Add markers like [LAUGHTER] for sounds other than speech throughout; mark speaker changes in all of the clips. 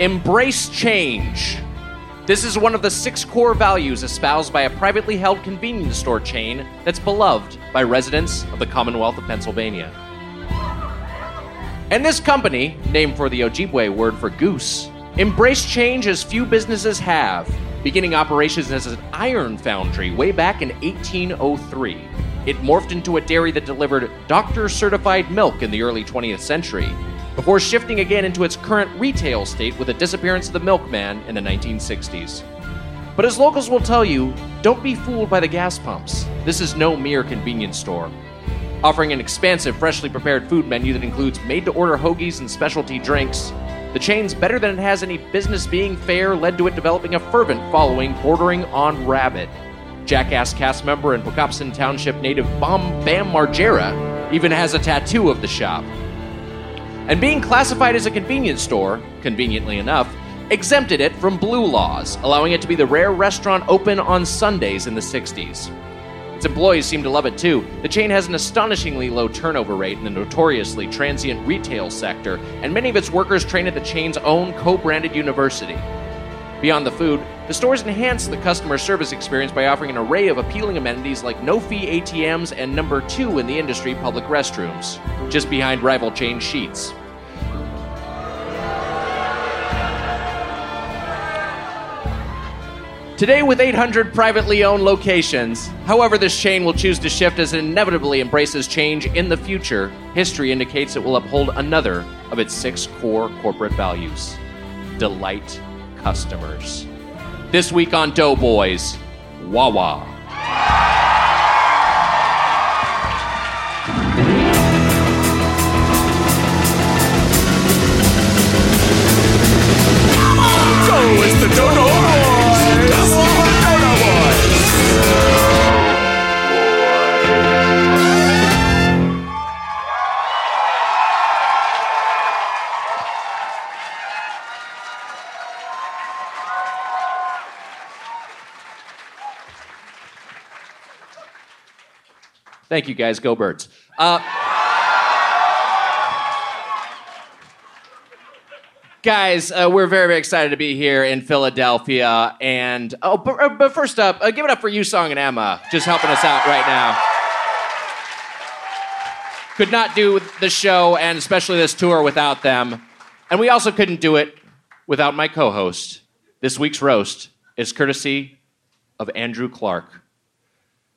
Speaker 1: Embrace change. This is one of the six core values espoused by a privately held convenience store chain that's beloved by residents of the Commonwealth of Pennsylvania. And this company, named for the Ojibwe word for goose, embraced change as few businesses have, beginning operations as an iron foundry way back in 1803. It morphed into a dairy that delivered doctor certified milk in the early 20th century, before shifting again into its current retail state with the disappearance of the milkman in the 1960s. But as locals will tell you, don't be fooled by the gas pumps. This is no mere convenience store. Offering an expansive, freshly prepared food menu that includes made to order hoagies and specialty drinks, the chain's better than it has any business being fair led to it developing a fervent following bordering on rabid. Jackass cast member and Pocopson Township native Bomb Bam Margera even has a tattoo of the shop and being classified as a convenience store, conveniently enough, exempted it from blue laws, allowing it to be the rare restaurant open on Sundays in the 60s. Its employees seem to love it too. The chain has an astonishingly low turnover rate in the notoriously transient retail sector, and many of its workers train at the chain's own co branded university. Beyond the food, the stores enhance the customer service experience by offering an array of appealing amenities like no fee ATMs and number two in the industry public restrooms, just behind rival chain sheets. Today, with 800 privately owned locations, however, this chain will choose to shift as it inevitably embraces change in the future, history indicates it will uphold another of its six core corporate values delight customers. This week on Doughboys, Wawa. Thank you, guys. Go Birds. Uh, guys, uh, we're very, very excited to be here in Philadelphia. And oh, but, uh, but first up, uh, give it up for you, Song and Emma, just helping us out right now. Could not do the show and especially this tour without them. And we also couldn't do it without my co host. This week's roast is courtesy of Andrew Clark.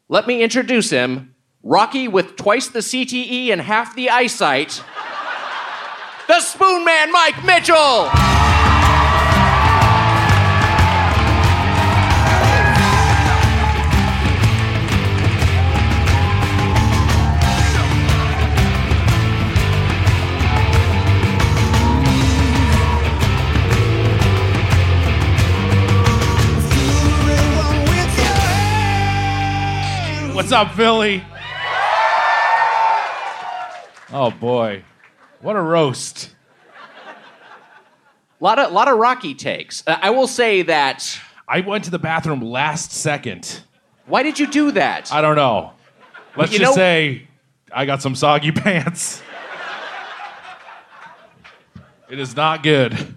Speaker 1: Let me introduce him, Rocky with twice the CTE and half the eyesight, the Spoon Man, Mike Mitchell.
Speaker 2: What's up, Philly? Oh boy, what a roast!
Speaker 1: Lot of lot of Rocky takes. Uh, I will say that.
Speaker 2: I went to the bathroom last second.
Speaker 1: Why did you do that?
Speaker 2: I don't know. Let's
Speaker 1: You
Speaker 2: just
Speaker 1: know-
Speaker 2: say I got some soggy [LAUGHS] pants. it is not good.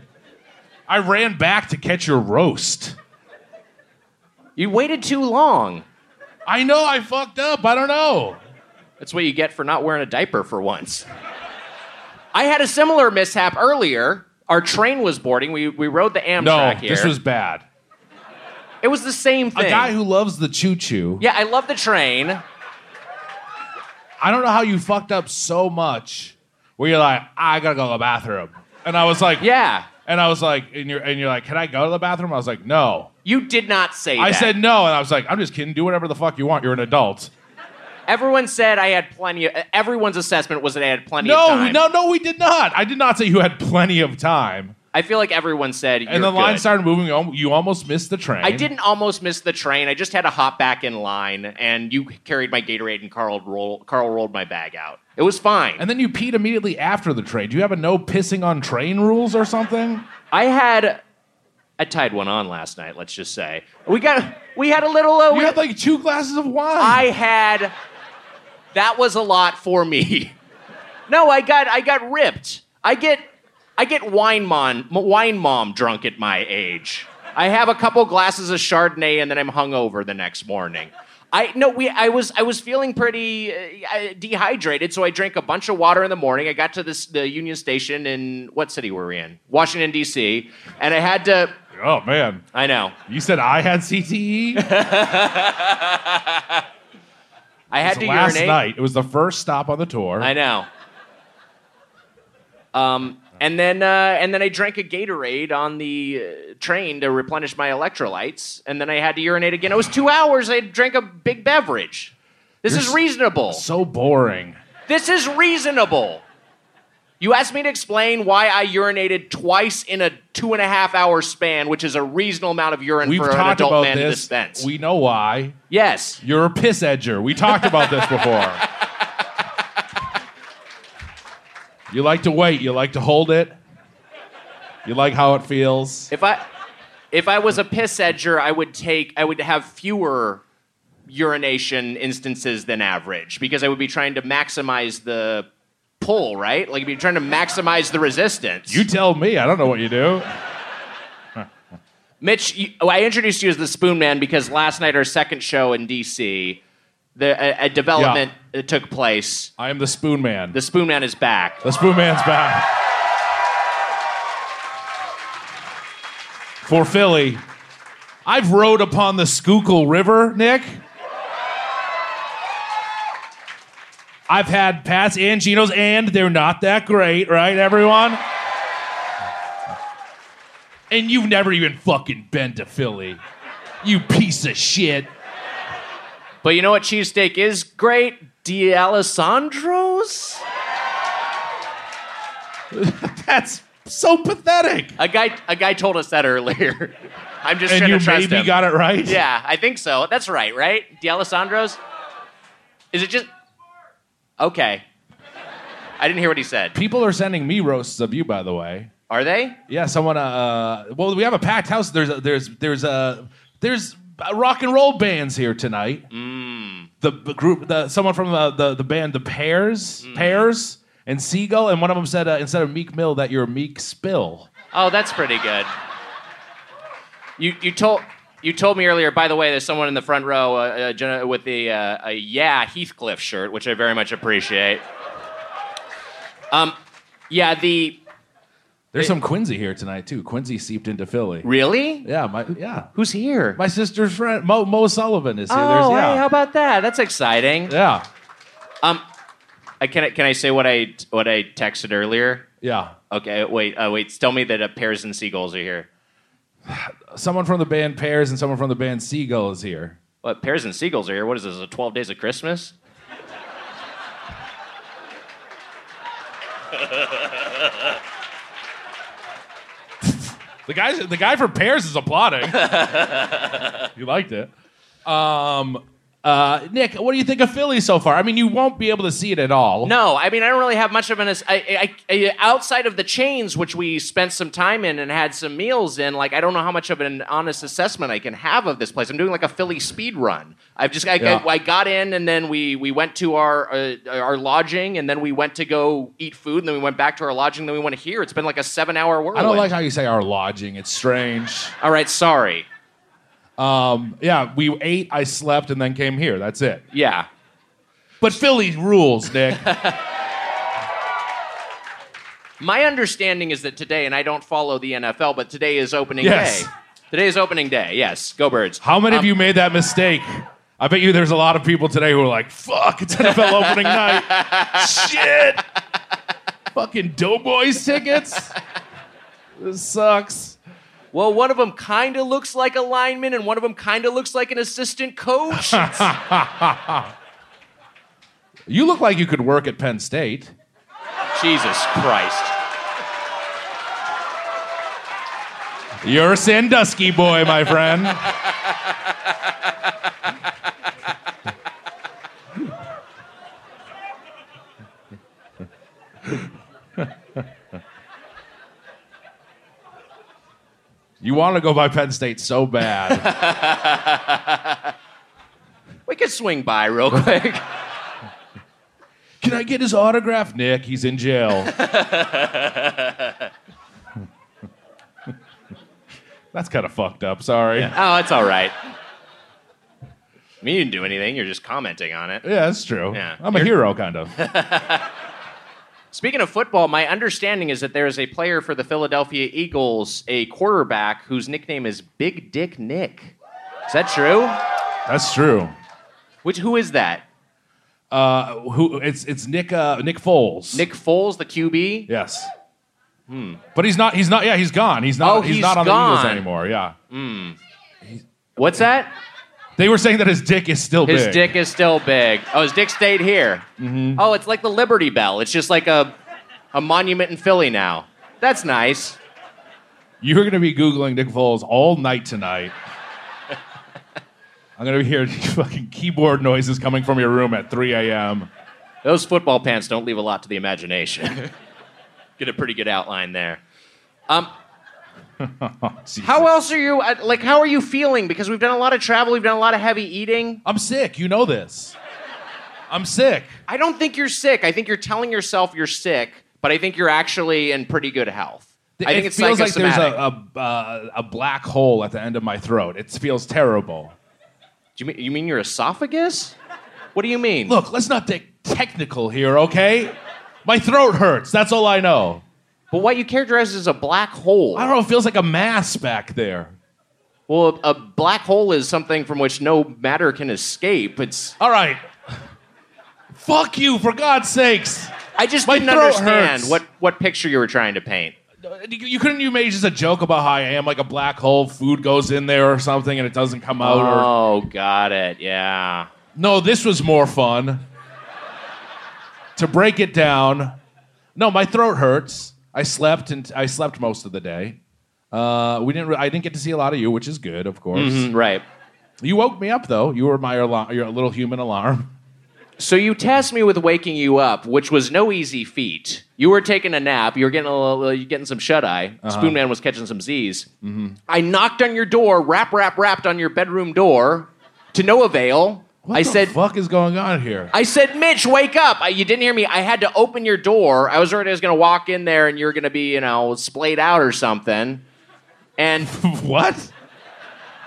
Speaker 2: I ran back to catch your roast.
Speaker 1: you waited too long.
Speaker 2: I know I fucked up. I don't know.
Speaker 1: That's what you get for not wearing a diaper for once. I had a similar mishap earlier. Our train was boarding. We, we rode the Amtrak
Speaker 2: No,
Speaker 1: here.
Speaker 2: this was bad.
Speaker 1: It was the same
Speaker 2: A
Speaker 1: thing.
Speaker 2: guy who loves the choo choo.
Speaker 1: Yeah, I love the train.
Speaker 2: I don't know how you fucked up so much where you're like, I gotta go to the bathroom. And I was like,
Speaker 1: Yeah.
Speaker 2: And I was like, and you're and you're like, can I go to the bathroom? I was like, no.
Speaker 1: You did not say
Speaker 2: I
Speaker 1: that.
Speaker 2: said no, and I was like, I'm just kidding. Do whatever the fuck you want. You're an adult.
Speaker 1: everyone said I had plenty of everyone's assessment was that I had plenty of
Speaker 2: No,
Speaker 1: time.
Speaker 2: no, no, we did not. I did not say you had plenty of time.
Speaker 1: I feel like everyone said
Speaker 2: and the
Speaker 1: "You're
Speaker 2: line
Speaker 1: good."
Speaker 2: started moving. you al- You almost missed the train.
Speaker 1: I didn't almost miss the train. I just had to hop back in line, and you carried my Gatorade, and Carl roll, Carl rolled my bag out. It was fine.
Speaker 2: And then you peed immediately after the train. Do you have a no pissing on train rules or something?
Speaker 1: I had, I tied one on last night. Let's just say we got we had a little. Uh,
Speaker 2: You
Speaker 1: we,
Speaker 2: had like two glasses of wine.
Speaker 1: I had. That was a lot for me. [LAUGHS] No, I got I got ripped. I get I get wine mom wine mom drunk at my age. I have a couple glasses of Chardonnay and then I'm hungover the next morning. I no, we I was I was feeling pretty uh, uh, dehydrated, so I drank a bunch of water in the morning. I got to this the Union Station in what city were we in? Washington D.C. and I had to.
Speaker 2: oh man,
Speaker 1: I know
Speaker 2: you said I had E?
Speaker 1: [LAUGHS]
Speaker 2: CTE.
Speaker 1: I had
Speaker 2: It
Speaker 1: to
Speaker 2: was last
Speaker 1: urinate.
Speaker 2: night. It was the first stop on the tour.
Speaker 1: I know. Um, and then uh, and then I drank a Gatorade on the uh, train to replenish my electrolytes, and then I had to urinate again. It was two hours. I drank a big beverage. This
Speaker 2: You're
Speaker 1: is
Speaker 2: s-
Speaker 1: reasonable.
Speaker 2: so boring.
Speaker 1: this is reasonable. You asked me to explain why I urinated twice in a two and a half hour span, which is a reasonable amount of urine
Speaker 2: We've
Speaker 1: for an
Speaker 2: talked
Speaker 1: adult
Speaker 2: about
Speaker 1: man to
Speaker 2: this.
Speaker 1: dispense.
Speaker 2: We know why.
Speaker 1: yes.
Speaker 2: You're a piss edger. We talked about this before. you like to wait. You like to hold it. You like how it feels.
Speaker 1: If I if I was a piss edger, I would take I would have fewer urination instances than average because I would be trying to maximize the pull, right? Like if you're trying to maximize the resistance.
Speaker 2: You tell me. I don't know what you do.
Speaker 1: Mitch, you, oh, I introduced you as the Spoon Man because last night our second show in DC, the a, a development uh took place.
Speaker 2: I am the spoon man.
Speaker 1: The Spoon Man is back.
Speaker 2: The Spoon Man's back. For Philly, I've rode upon the Schuylkill River, Nick. I've had Pats and Geno's, and they're not that great, right, everyone? And you've never even fucking been to Philly. You piece of shit.
Speaker 1: But you know what cheesesteak is great? D'Alessandro's?
Speaker 2: That's so pathetic.
Speaker 1: A guy a guy told us that earlier. [LAUGHS] I'm just
Speaker 2: And
Speaker 1: trying
Speaker 2: you
Speaker 1: to trust
Speaker 2: maybe
Speaker 1: him.
Speaker 2: got it right?
Speaker 1: Yeah, I think so. That's right, right? D'Alessandro's? Is it just. Okay. I didn't hear what he said.
Speaker 2: People are sending me roasts of you, by the way.
Speaker 1: Are they?
Speaker 2: Yeah, someone. Uh, uh, well, we have a packed house. There's a, there's there's a there's uh, rock and roll bands here tonight. The, b group, the someone from the the, the band, the Pears, Pears, and Seagull, and one of them said uh, instead of Meek Mill that you're Meek Spill.
Speaker 1: Oh, that's pretty good. You, you told. You told me earlier, by the way, there's someone in the front row uh, uh, gen- with the uh, a yeah Heathcliff shirt, which I very much appreciate. Um, yeah, the
Speaker 2: There's some Quincy here tonight too. Quincy seeped into Philly.
Speaker 1: really
Speaker 2: Yeah, my yeah,
Speaker 1: who's here?
Speaker 2: my sister's friend Mo, Mo Sullivan is here.
Speaker 1: oh,
Speaker 2: there's, yeah,
Speaker 1: hey, how about that? That's exciting.
Speaker 2: yeah,
Speaker 1: Um, I can I, can I say what I what I texted earlier?
Speaker 2: yeah.
Speaker 1: Okay, wait, uh, wait. Tell me that uh, pears and seagulls are here.
Speaker 2: Someone from the band Pears and someone from the band Seagull is here.
Speaker 1: What pears and seagulls are here? What is this? A Twelve Days of Christmas?
Speaker 2: The guy, the guy from Pears is applauding. you liked it. Um, uh, Nick, what do you think of Philly so far? I mean, you won't be able to see it at all.
Speaker 1: No, I mean I don't really have much of an I, I, I, outside of the chains, which we spent some time in and had some meals in. Like I don't know how much of an honest assessment I can have of this place. I'm doing like a Philly speed run. I've just I,
Speaker 2: Yeah.
Speaker 1: I, I got in and then we we went to our uh, our lodging and then we went to go eat food and then we went back to our lodging and then we went here. It's been like a seven hour whirlwind.
Speaker 2: I don't like how you say our lodging. It's strange.
Speaker 1: All right, sorry.
Speaker 2: Yeah, we ate, I slept, and then came here. That's it.
Speaker 1: Yeah.
Speaker 2: But Philly rules, Nick.
Speaker 1: My understanding is that today, and I don't follow the NFL, but today is opening
Speaker 2: Yes.
Speaker 1: day. Today is opening day. Yes, go birds.
Speaker 2: How many of you made that mistake? I bet you there's a lot of people today who are like, fuck, it's NFL opening night. Shit. Fucking Doughboys tickets. This sucks.
Speaker 1: Well, one of them kind of looks like a lineman, and one of them kind of looks like an assistant coach.
Speaker 2: You look like you could work at Penn State.
Speaker 1: Jesus Christ.
Speaker 2: You're a Sandusky boy, my friend. you want to go by Penn State so bad.
Speaker 1: We could swing by real quick.
Speaker 2: Can I get his autograph? Nick, he's in jail. That's kind of fucked up, sorry. Yeah,
Speaker 1: Oh, it's all right. I mean, you didn't do anything. You're just commenting on it.
Speaker 2: that's true.
Speaker 1: Yeah.
Speaker 2: I'm a hero,
Speaker 1: [LAUGHS]
Speaker 2: kind of.
Speaker 1: Speaking of football, my understanding is that there is a player for the Philadelphia Eagles, a quarterback whose nickname is Big Dick Nick. Is that true?
Speaker 2: That's true.
Speaker 1: Which who is that?
Speaker 2: Uh, who it's it's Nick uh, Nick Foles.
Speaker 1: Nick Foles, the QB.
Speaker 2: Yes. But he's not. He's not. Yeah, he's gone. He's not.
Speaker 1: Oh,
Speaker 2: he's,
Speaker 1: he's
Speaker 2: not on the
Speaker 1: gone.
Speaker 2: Eagles anymore. Yeah.
Speaker 1: What's that?
Speaker 2: They were saying that his dick is still
Speaker 1: His
Speaker 2: big. Mm-hmm.
Speaker 1: dick is still big. Oh, his dick stayed here. Oh, it's like the Liberty Bell. It's just like a a monument in Philly now. That's nice.
Speaker 2: You're gonna be googling Nick Foles all
Speaker 1: [LAUGHS]
Speaker 2: night tonight. I'm gonna be hearing fucking keyboard noises coming from your room at 3 a.m.
Speaker 1: Those football pants don't leave a lot to the
Speaker 2: [LAUGHS]
Speaker 1: imagination. Get a pretty good outline there. Um, how else are you? uh, Like, how are you feeling? Because we've done a lot of travel. We've done a lot of heavy eating.
Speaker 2: I'm sick. You know this. I'm sick.
Speaker 1: I don't think you're sick. I think you're telling yourself you're sick, but I think you're actually in pretty good health. I think
Speaker 2: it
Speaker 1: it's
Speaker 2: feels like there's
Speaker 1: psychosomatic.
Speaker 2: a a, uh, a black hole at the end of my throat. It feels terrible.
Speaker 1: Do you mean, you mean your esophagus? What do you mean?
Speaker 2: Look, let's not get technical here, okay? My throat hurts. That's all I know.
Speaker 1: But what you characterize as a black hole.
Speaker 2: I don't know. It feels like a mass back there.
Speaker 1: Well, a, a black hole is something from which no matter can escape. It's.
Speaker 2: All right. Fuck you, for God's sakes.
Speaker 1: I just
Speaker 2: My
Speaker 1: didn't
Speaker 2: throat
Speaker 1: understand
Speaker 2: hurts.
Speaker 1: what what picture you were trying to paint.
Speaker 2: You you couldn't you made just a joke about how I am like a black hole, food goes in there or something and it doesn't come out or
Speaker 1: Oh, got it. Yeah.
Speaker 2: No, this was more fun. to break it down. No, my throat hurts. I slept and I slept most of the day. Uh, we didn't. Re- I didn't get to see a lot of you, which is good, of course.
Speaker 1: Mm, Right.
Speaker 2: You woke me up though. You were my alarm, your little human alarm.
Speaker 1: So you tasked me with waking you up, which was no easy feat. You were taking a nap. You were getting a little, uh, you were getting some shut eye.
Speaker 2: Uh-huh.
Speaker 1: Spoon Man was catching some Z's.
Speaker 2: Mm-hmm.
Speaker 1: I knocked on your door, rap, rap, rapped on your bedroom door, to no avail.
Speaker 2: What
Speaker 1: I
Speaker 2: the
Speaker 1: said,
Speaker 2: "Fuck is going on here?"
Speaker 1: I said, Mitch, wake up. I, you didn't hear me. I had to open your door. I was worried I was going to walk in there and you're going to be, you know, splayed out or something. And
Speaker 2: [LAUGHS] what?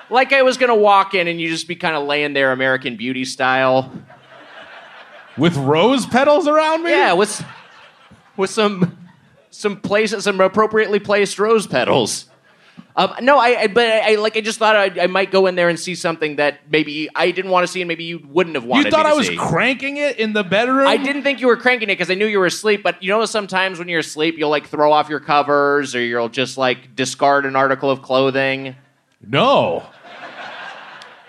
Speaker 1: like I was going to walk in and you just be kind of laying there American Beauty style.
Speaker 2: With rose petals around me?
Speaker 1: Yeah, with with some some places some appropriately placed rose petals. Um, no, I, I but I, I like I just thought I, I might go in there and see something that maybe I didn't want to see and maybe you wouldn't have wanted.
Speaker 2: You thought
Speaker 1: me to
Speaker 2: I was
Speaker 1: see.
Speaker 2: cranking it in the bedroom?
Speaker 1: I didn't think you were cranking it because I knew you were asleep. But you know, sometimes when you're asleep, you'll like throw off your covers or you'll just like discard an article of clothing.
Speaker 2: No.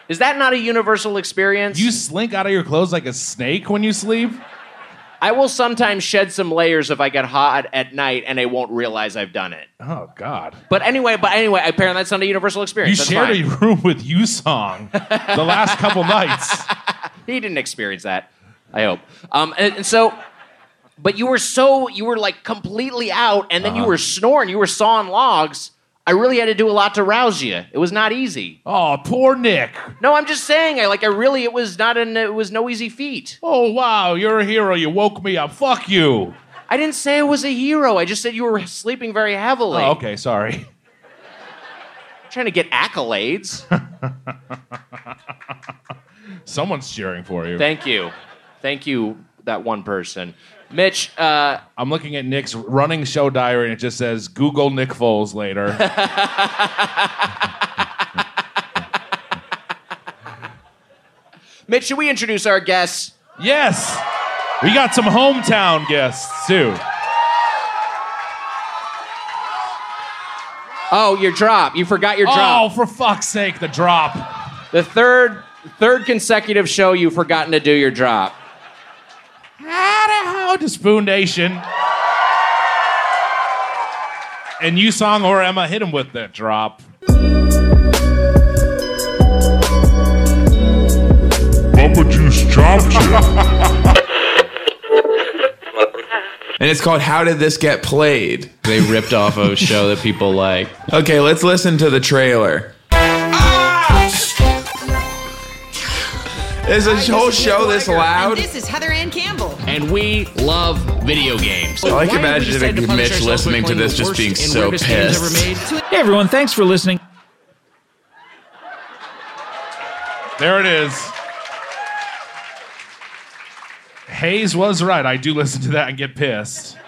Speaker 1: Is that not a universal experience?
Speaker 2: You slink out of your clothes like a snake when you sleep?
Speaker 1: I will sometimes shed some layers if I get hot at night and I won't realize I've done it.
Speaker 2: Oh God.
Speaker 1: But anyway, but anyway, apparently that's not a universal
Speaker 2: You
Speaker 1: experience. That's
Speaker 2: shared
Speaker 1: fine.
Speaker 2: a room with you song the
Speaker 1: [LAUGHS]
Speaker 2: last couple nights.
Speaker 1: He didn't experience that. I hope. Um, and, and so, but you were so you were like completely out, and then you
Speaker 2: Uh-huh.
Speaker 1: were snoring. You were sawing logs. I really had to do a lot to rouse you. It was not easy.
Speaker 2: Oh, poor Nick.
Speaker 1: No, I'm just saying. I like. I really. It was not an. It was no easy feat.
Speaker 2: Oh wow, you're a hero. You woke me up. Fuck you.
Speaker 1: I didn't say I was a hero. I just said you were sleeping very heavily.
Speaker 2: Oh, okay, sorry. [LAUGHS]
Speaker 1: Trying to get accolades.
Speaker 2: Someone's cheering for you.
Speaker 1: Thank you. Thank you. That one person, Mitch. Uh,
Speaker 2: I'm looking at
Speaker 1: [LAUGHS]
Speaker 2: Nick's running show diary and it just says Google Nick Foles later.
Speaker 1: Nick, should we introduce our guests?
Speaker 2: Yes. We got some hometown guests too.
Speaker 1: Oh, your drop. You forgot your
Speaker 2: Oh,
Speaker 1: drop.
Speaker 2: for fuck's sake, the drop.
Speaker 1: The third third consecutive show you've forgotten to do your drop.
Speaker 2: How to Spoon Nation. And you song or Emma hit him with that drop.
Speaker 3: Bumper Juice Job
Speaker 4: And it's called How Did This Get Played? They ripped off a show that people like. Okay, let's listen to the trailer.
Speaker 5: Ah!
Speaker 4: Is this whole show this loud?
Speaker 6: This is Heather Ann Campbell.
Speaker 5: and we love video games.
Speaker 4: I
Speaker 5: Why
Speaker 4: can
Speaker 5: have we
Speaker 4: imagine
Speaker 5: decided to
Speaker 4: if
Speaker 5: punish
Speaker 4: Mitch
Speaker 5: ourselves by
Speaker 4: listening to
Speaker 5: playing
Speaker 4: this
Speaker 5: the
Speaker 4: just
Speaker 5: worst
Speaker 4: being
Speaker 5: and
Speaker 4: so
Speaker 5: weirdest games ever
Speaker 4: pissed.
Speaker 5: made?
Speaker 7: Hey everyone, thanks for listening.
Speaker 2: There it is. Hayes was right. I do listen to that and get pissed.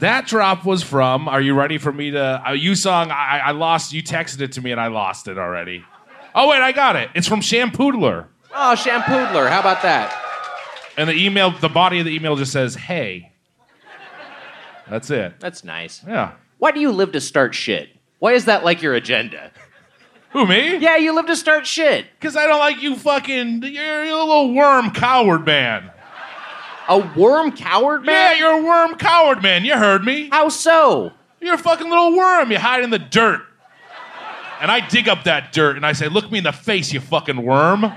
Speaker 2: That drop was from. Are you ready for me to? Uh, you song. I, I lost. You texted it to me and I lost it already. Oh wait, I got it. It's from Shampoodler.
Speaker 1: Oh, Shampoodler. How about that?
Speaker 2: And the email, the body of the email just says, "Hey." That's it.
Speaker 1: That's nice.
Speaker 2: Yeah.
Speaker 1: Why do you live to start shit? Why is that like your agenda?
Speaker 2: Who me?
Speaker 1: Yeah, you live to start shit.
Speaker 2: Because I don't like you. Fucking, you're, you're a little worm coward man.
Speaker 1: A worm coward
Speaker 2: Yeah,
Speaker 1: man?
Speaker 2: you're a worm coward man. You heard me.
Speaker 1: How so?
Speaker 2: You're a fucking little worm. You hide in the dirt. And I dig up that dirt and I say, Look me in the face, you fucking worm.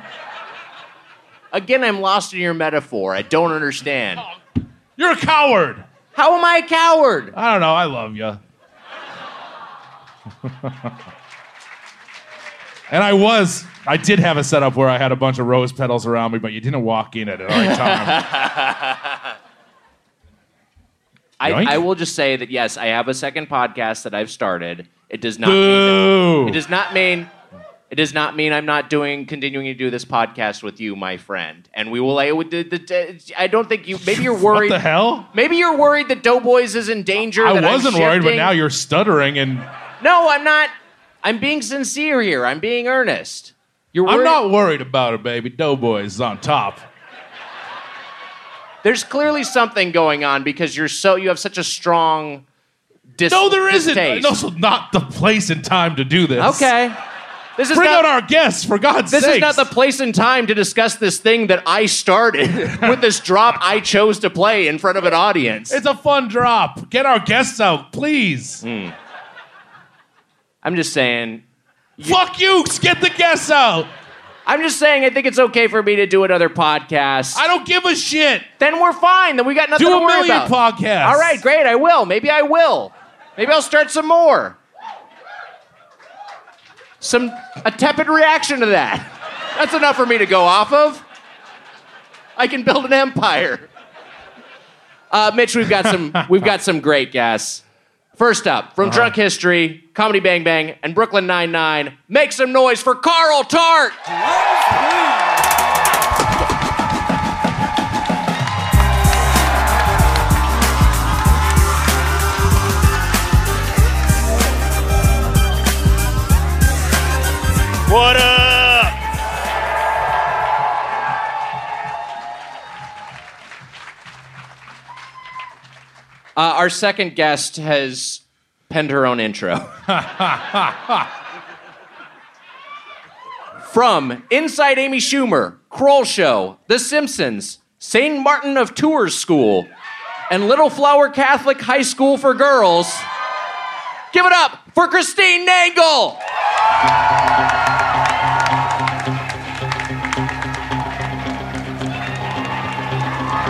Speaker 1: Again, I'm lost in your metaphor. I don't understand.
Speaker 2: You're a coward.
Speaker 1: How am I a coward?
Speaker 2: I don't know. I love you. [LAUGHS] and I was, I did have a setup where I had a bunch of rose petals around me, but you didn't walk in at the right time. Yoink.
Speaker 1: I, I will just say that yes, I have a second podcast that I've started. It does not mean
Speaker 2: Boo.
Speaker 1: it does not mean it does not mean I'm not doing continuing to do this podcast with you, my friend. And we will I, would- the, the, I don't think you maybe you're
Speaker 2: [LAUGHS] What
Speaker 1: worried
Speaker 2: the hell?
Speaker 1: Maybe you're worried that Doughboys is in danger.
Speaker 2: I
Speaker 1: that I'm
Speaker 2: wasn't worried, but
Speaker 1: shifting.
Speaker 2: now you're stuttering and
Speaker 1: No, I'm not. I'm being sincere here. I'm being earnest. You're worried.
Speaker 2: I'm not worried about it, baby. Doughboys is on top.
Speaker 1: There's clearly something going on because you're so you have such a strong. Dis-
Speaker 2: No, there isn't.
Speaker 1: distaste.
Speaker 2: It's also not the place and time to do this.
Speaker 1: Okay. This is
Speaker 2: Bring
Speaker 1: not,
Speaker 2: out our guests, for God's sake.
Speaker 1: This is not the place and time to discuss this thing that I started [LAUGHS] with this drop I chose to play in front of an audience.
Speaker 2: It's a fun drop. Get our guests out, please.
Speaker 1: Mm. I'm just saying.
Speaker 2: Fuck you. Get the guests out.
Speaker 1: I'm just saying. I think it's okay for me to do another podcast.
Speaker 2: I don't give a shit.
Speaker 1: then we're fine. Then we got nothing
Speaker 2: Do
Speaker 1: to
Speaker 2: a
Speaker 1: worry
Speaker 2: million
Speaker 1: about.
Speaker 2: podcasts.
Speaker 1: All right, great. I will. Maybe I will. Maybe I'll start some more. Some a tepid reaction to that. That's enough for me to go off of. I can build an empire. Uh, Mitch, we've got some we've got some great guests. First up, from Drunk History, Comedy Bang Bang, and Brooklyn Nine Nine, make some noise for Carl Tart. Uh,
Speaker 3: What up?
Speaker 1: Uh, our second guest has penned her own intro. From Inside Amy Schumer, Kroll Show, The Simpsons, St. Martin of Tours School, and Little Flower Catholic High School for Girls, give it up for Christine Nangle!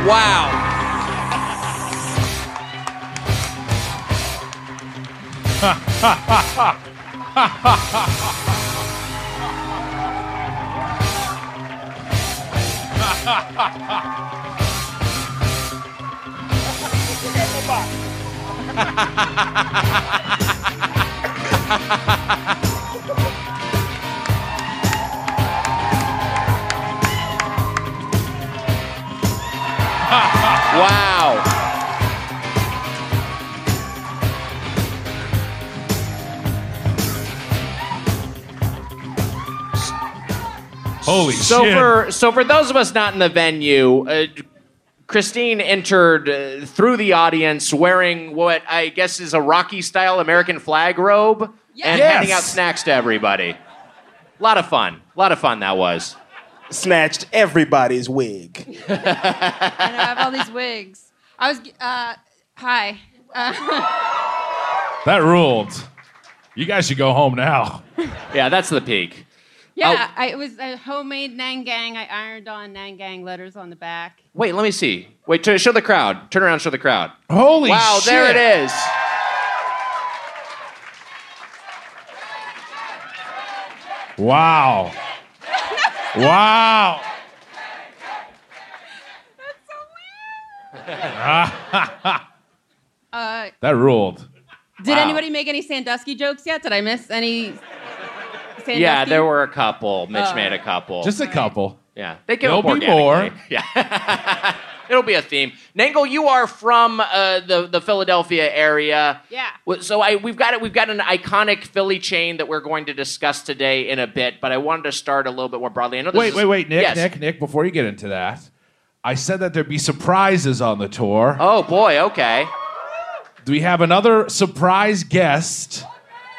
Speaker 1: Wow. Wow.
Speaker 2: [LAUGHS] Holy
Speaker 1: So
Speaker 2: shit.
Speaker 1: for so for those of us not in the venue, uh, Christine entered uh, through the audience wearing what I guess is a Rocky style American flag robe and
Speaker 2: Yes.
Speaker 1: handing out snacks to everybody. A lot of fun. A lot of fun that was.
Speaker 6: Snatched everybody's wig.
Speaker 7: I know, I have all these wigs. I was, uh, hi.
Speaker 2: that ruled. You guys should go home now.
Speaker 1: Yeah, that's the peak. Oh,
Speaker 7: Yeah, I, it was a homemade Nangang. I ironed on Nangang letters on the back.
Speaker 1: Wait, let me see. Wait, t- show the crowd. Turn around, show the crowd.
Speaker 2: Holy
Speaker 1: wow,
Speaker 2: shit.
Speaker 1: there it is.
Speaker 2: Wow. wow.
Speaker 7: Uh,
Speaker 2: That ruled.
Speaker 7: did anybody make any Sandusky jokes yet? Did I miss any Sandusky?
Speaker 1: Yeah, there were a couple. Mitch
Speaker 7: Oh.
Speaker 1: made a couple.
Speaker 2: Just a couple.
Speaker 1: Yeah, they give
Speaker 2: There'll
Speaker 1: up
Speaker 2: be more.
Speaker 1: organically. [LAUGHS] Yeah, [LAUGHS] it'll be a theme. Nangle, you are from uh, the the Philadelphia area.
Speaker 7: Yeah.
Speaker 1: Well, So I we've got it. We've got an iconic Philly chain that we're going to discuss today in a bit. But I wanted to start a little bit more broadly. I know this
Speaker 2: Wait,
Speaker 1: is-
Speaker 2: wait, wait, Nick,
Speaker 1: Yes.
Speaker 2: Nick, Nick, before you get into that, I said that there'd be surprises on the tour.
Speaker 1: Oh boy. Okay.
Speaker 2: We have another surprise guest,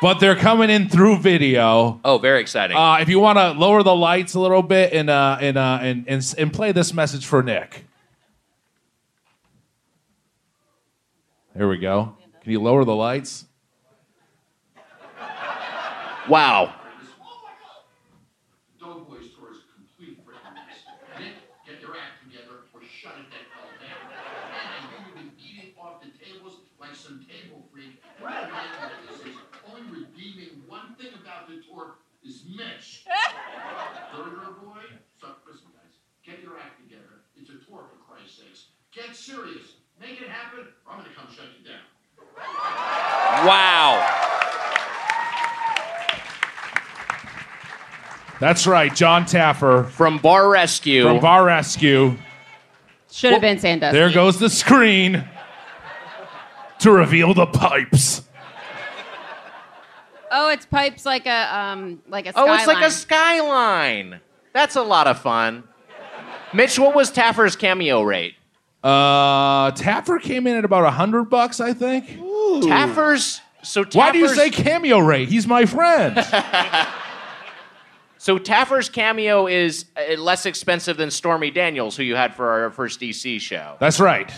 Speaker 2: but they're coming in through video.
Speaker 1: Oh, very exciting.
Speaker 2: Uh, if you want to lower the lights a little bit and, uh, and, uh, and, and, s- and play this message for Nick. Here we go. Can you lower the lights?
Speaker 1: wow.
Speaker 8: Doughboys tour is a complete freaking mess. Nick, get your act together or shut it the hell down. And you will be eating off the tables like some table freak. What a man that this is. Only redeeming one thing about the tour is Mitch. Burger boy, suck listen guys, get your act together. It's a tour for Christ's sakes. Get serious. Make it happen or I'm gonna come shut you down.
Speaker 1: Wow.
Speaker 2: That's right, John Taffer
Speaker 1: From Bar Rescue.
Speaker 2: from Bar Rescue.
Speaker 7: Should have been Sandusky.
Speaker 2: There goes the screen to reveal the pipes.
Speaker 7: Oh, it's pipes like a um like a.
Speaker 1: oh, it's like a
Speaker 7: skyline.
Speaker 1: skyline. That's a lot of fun. Mitch, what was Taffer's cameo rate?
Speaker 2: Uh, Taffer came in at about a hundred bucks, I think.
Speaker 1: Taffer's. So Taffer's,
Speaker 2: Why do you say cameo rate? He's
Speaker 1: [LAUGHS]
Speaker 2: my friend.
Speaker 1: So Taffer's cameo is uh, less expensive than Stormy Daniels, who you had for our first DC show.
Speaker 2: That's right.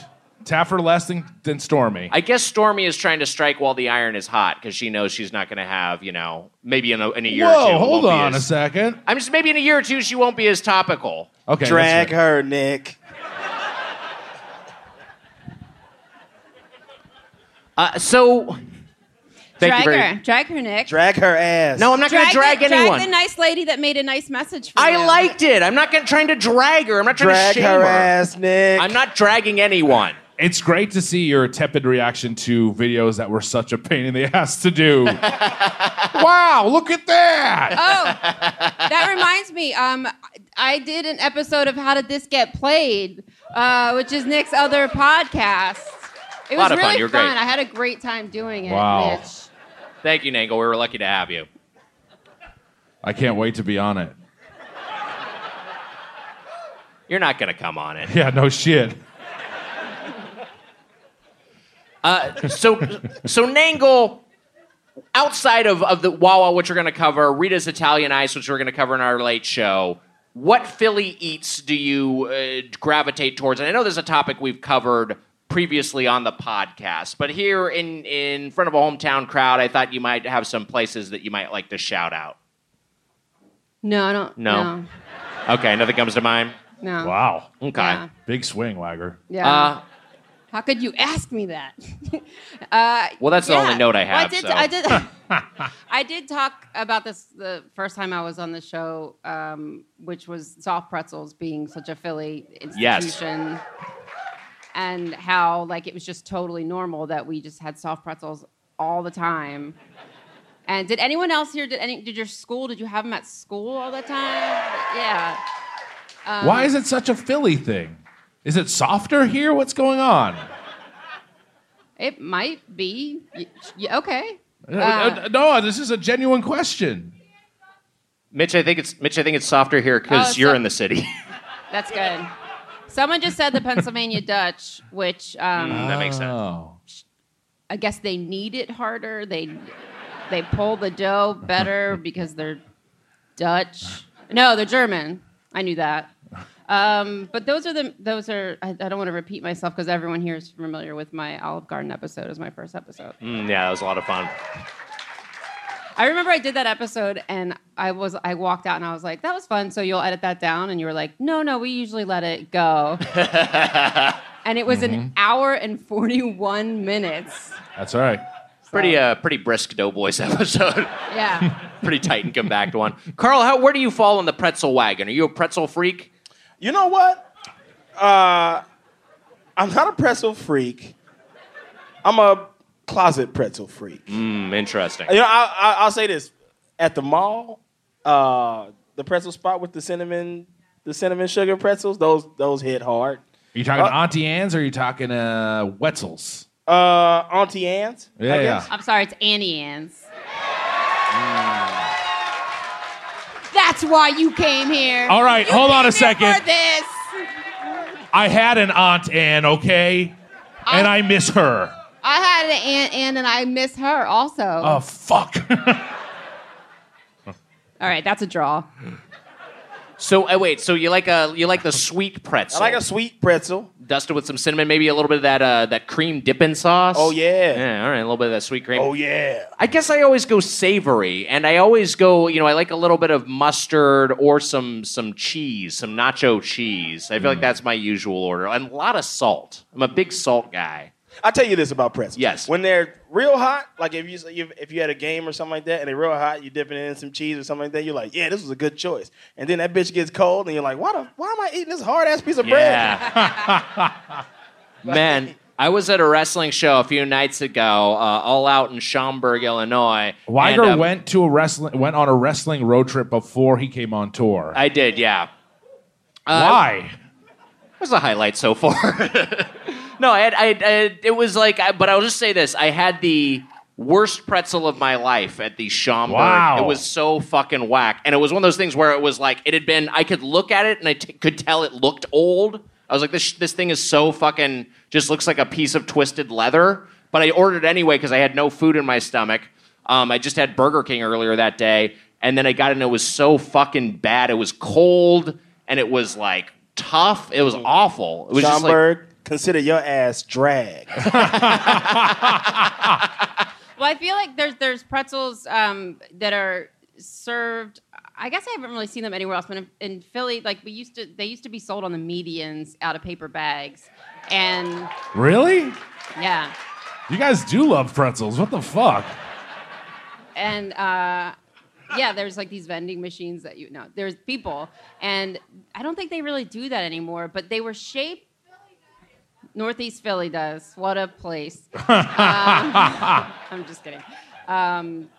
Speaker 2: Taffer less than, than Stormy.
Speaker 1: I guess Stormy is trying to strike while the iron is hot because she knows she's not going to have, you know, maybe in a, in a year or two.
Speaker 2: Whoa,
Speaker 1: it
Speaker 2: hold
Speaker 1: won't be
Speaker 2: on a
Speaker 1: as-
Speaker 2: second.
Speaker 1: I'm just maybe in a year or two she won't be as topical.
Speaker 2: Okay, that's
Speaker 6: Drag
Speaker 2: right.
Speaker 6: her, Nick.
Speaker 1: Uh, so, thank
Speaker 7: drag
Speaker 1: you very.
Speaker 7: her, drag her, Nick.
Speaker 6: Drag her ass.
Speaker 1: No, I'm not going to drag
Speaker 7: the,
Speaker 1: anyone.
Speaker 7: Drag the nice lady that made a nice message for you.
Speaker 1: I liked it. I'm not gonna, trying to drag her. I'm not trying
Speaker 6: drag
Speaker 1: to shame
Speaker 6: her, ass, Nick.
Speaker 1: I'm not dragging anyone.
Speaker 2: It's great to see your tepid reaction to videos that were such a pain in the [LAUGHS] ass
Speaker 1: [LAUGHS]
Speaker 2: to do. wow, look at that.
Speaker 7: Oh, that reminds me. Um, I did an episode of How Did This Get Played, uh, which is Nick's other podcast. It was
Speaker 1: Lot of fun.
Speaker 7: really
Speaker 1: You're great.
Speaker 7: I had a great time doing it.
Speaker 2: Wow.
Speaker 7: Mitch.
Speaker 1: Thank you, Nangle. We were lucky to have you.
Speaker 2: I can't wait to be on it.
Speaker 1: You're not going to come on it.
Speaker 2: Yeah, no shit.
Speaker 1: so so Nangle outside of, of the Wawa which we're going to cover, Rita's Italian Ice which we're going to cover in our late show. What Philly eats do you uh, gravitate towards? And I know there's a topic we've covered previously on the podcast, but here in in front of a hometown crowd, I thought you might have some places that you might like to shout out.
Speaker 7: No, I don't.
Speaker 1: No.
Speaker 7: No.
Speaker 1: Okay, nothing comes to mind.
Speaker 7: no.
Speaker 2: Wow.
Speaker 1: Okay.
Speaker 7: Yeah.
Speaker 2: Big swing, Wagger.
Speaker 7: Yeah.
Speaker 1: Uh,
Speaker 7: How could you ask me that? [LAUGHS] uh,
Speaker 1: Well, that's the only note I
Speaker 7: Well,
Speaker 1: have, so.
Speaker 7: I
Speaker 1: [LAUGHS]
Speaker 7: did. [LAUGHS] I did. I did talk about this the first time I was on the show, um, which was soft pretzels being such a Philly
Speaker 1: Yes.
Speaker 7: institution, and how like it was just totally normal that we just had soft pretzels all the time. And did anyone else here? Did any? Did your school? Did you have them at school all the time? Yeah.
Speaker 2: Why is it such a Philly thing? Is it softer here? What's going on?
Speaker 7: It might be. Y- y- okay.
Speaker 2: Uh, no, this is a genuine question.
Speaker 1: Mitch, I think it's Mitch. I think it's softer here
Speaker 7: Oh,
Speaker 1: because
Speaker 7: it's
Speaker 1: you're
Speaker 7: so-
Speaker 1: in the city. [LAUGHS]
Speaker 7: That's good. Someone just said the Pennsylvania Dutch, which um,
Speaker 1: that makes sense.
Speaker 2: Oh,
Speaker 7: I guess they knead it harder. They they pull the dough better because they're Dutch. No, they're German. I knew that. Um, but those are the those are. I, I don't want to repeat myself because everyone here is familiar with my Olive Garden episode. It was my first episode.
Speaker 1: Mm, yeah, that was a lot of fun.
Speaker 7: I remember I did that episode and I was I walked out and I was like, that was fun. So you'll edit that down. And you were like, no, no, we usually let it go. and it was an hour and forty one minutes.
Speaker 2: That's all right.
Speaker 1: Pretty uh, pretty brisk Doughboys [LAUGHS] episode.
Speaker 7: Yeah.
Speaker 1: pretty tight and compact one. Carl, how where do you fall on the pretzel wagon? Are you a pretzel freak?
Speaker 6: You know what? Uh, I'm not a pretzel freak. I'm a closet pretzel freak.
Speaker 1: Mm, interesting.
Speaker 6: You know, I, I, I'll say this: at the mall, uh, the pretzel spot with the cinnamon, the cinnamon sugar pretzels, those those hit hard.
Speaker 2: Are you talking
Speaker 6: Uh,
Speaker 2: Auntie Anne's or are you talking uh, Wetzel's?
Speaker 6: Uh, Auntie Anne's.
Speaker 2: Yeah, yeah.
Speaker 7: I'm sorry, it's Annie Ann's. Mm. That's why you came here.
Speaker 2: All right,
Speaker 7: You
Speaker 2: hold on
Speaker 7: came
Speaker 2: a
Speaker 7: here For
Speaker 2: second.
Speaker 7: this.
Speaker 2: I had an Aunt Anne, okay? and I miss her.
Speaker 7: I had an Aunt Ann and I miss her also.
Speaker 2: Oh, fuck.
Speaker 7: All right, that's a draw.
Speaker 1: So uh, wait, so you like a you like the [LAUGHS] sweet pretzel?
Speaker 6: I like a sweet pretzel.
Speaker 1: dusted with some cinnamon, maybe a little bit of that uh, that cream dipping sauce.
Speaker 6: Oh, yeah.
Speaker 1: yeah, all right, a little bit of that sweet cream.
Speaker 6: Oh yeah.
Speaker 1: I guess I always go savory, and I always go, you know, I like a little bit of mustard or some some cheese, some nacho cheese. I feel
Speaker 2: Mm.
Speaker 1: like that's my usual order, and a lot of salt. I'm a big salt guy.
Speaker 6: I'll tell you this about pretzels.
Speaker 1: Yes.
Speaker 6: When they're real hot, like if you if- if you had a game or something like that, and they're real hot, you're dipping it in some cheese or something like that. You're like, yeah, this was a good choice. And then that bitch gets cold, and you're like, why the why am I eating this hard ass piece of bread?
Speaker 1: Yeah. [LAUGHS] Man, I was at a wrestling show a few nights ago, uh, all out in Schaumburg, Illinois.
Speaker 2: [LAUGHS] Weiger
Speaker 1: and, uh,
Speaker 2: went to a wrestling went on a wrestling road trip before he came on tour.
Speaker 1: I did, yeah. Uh,
Speaker 2: Why?
Speaker 1: It was a highlight so far. [LAUGHS] no, I had, I, had- I had- it was like, I, but I'll just say this: I had the worst pretzel of my life at the Schaumburg.
Speaker 2: Wow.
Speaker 1: It was so fucking whack, and it was one of those things where it was like it had been. I could look at it and I t- could tell it looked old. I was like, this this thing is so fucking just looks like a piece of twisted leather. But I ordered anyway because I had no food in my stomach. Um, I just had Burger King earlier that day, and then I got it and it was so fucking bad. It was cold and it was like tough. It was awful. It was just like
Speaker 6: Schaumburg, consider your
Speaker 1: [LAUGHS]
Speaker 6: ass drag.
Speaker 7: Well, I feel like there's there's pretzels um, that are served. I guess I haven't really seen them anywhere else, but in, in Philly, like we used to, they used to be sold on the medians out of paper bags, and
Speaker 2: Really?
Speaker 7: yeah,
Speaker 2: You guys do love pretzels. What the fuck?
Speaker 7: and uh, yeah, there's like these vending machines that you know, there's people, and I don't think they really do that anymore, but they were shaped. Northeast Philly does. What a place. Um, [LAUGHS] I'm just kidding. Um,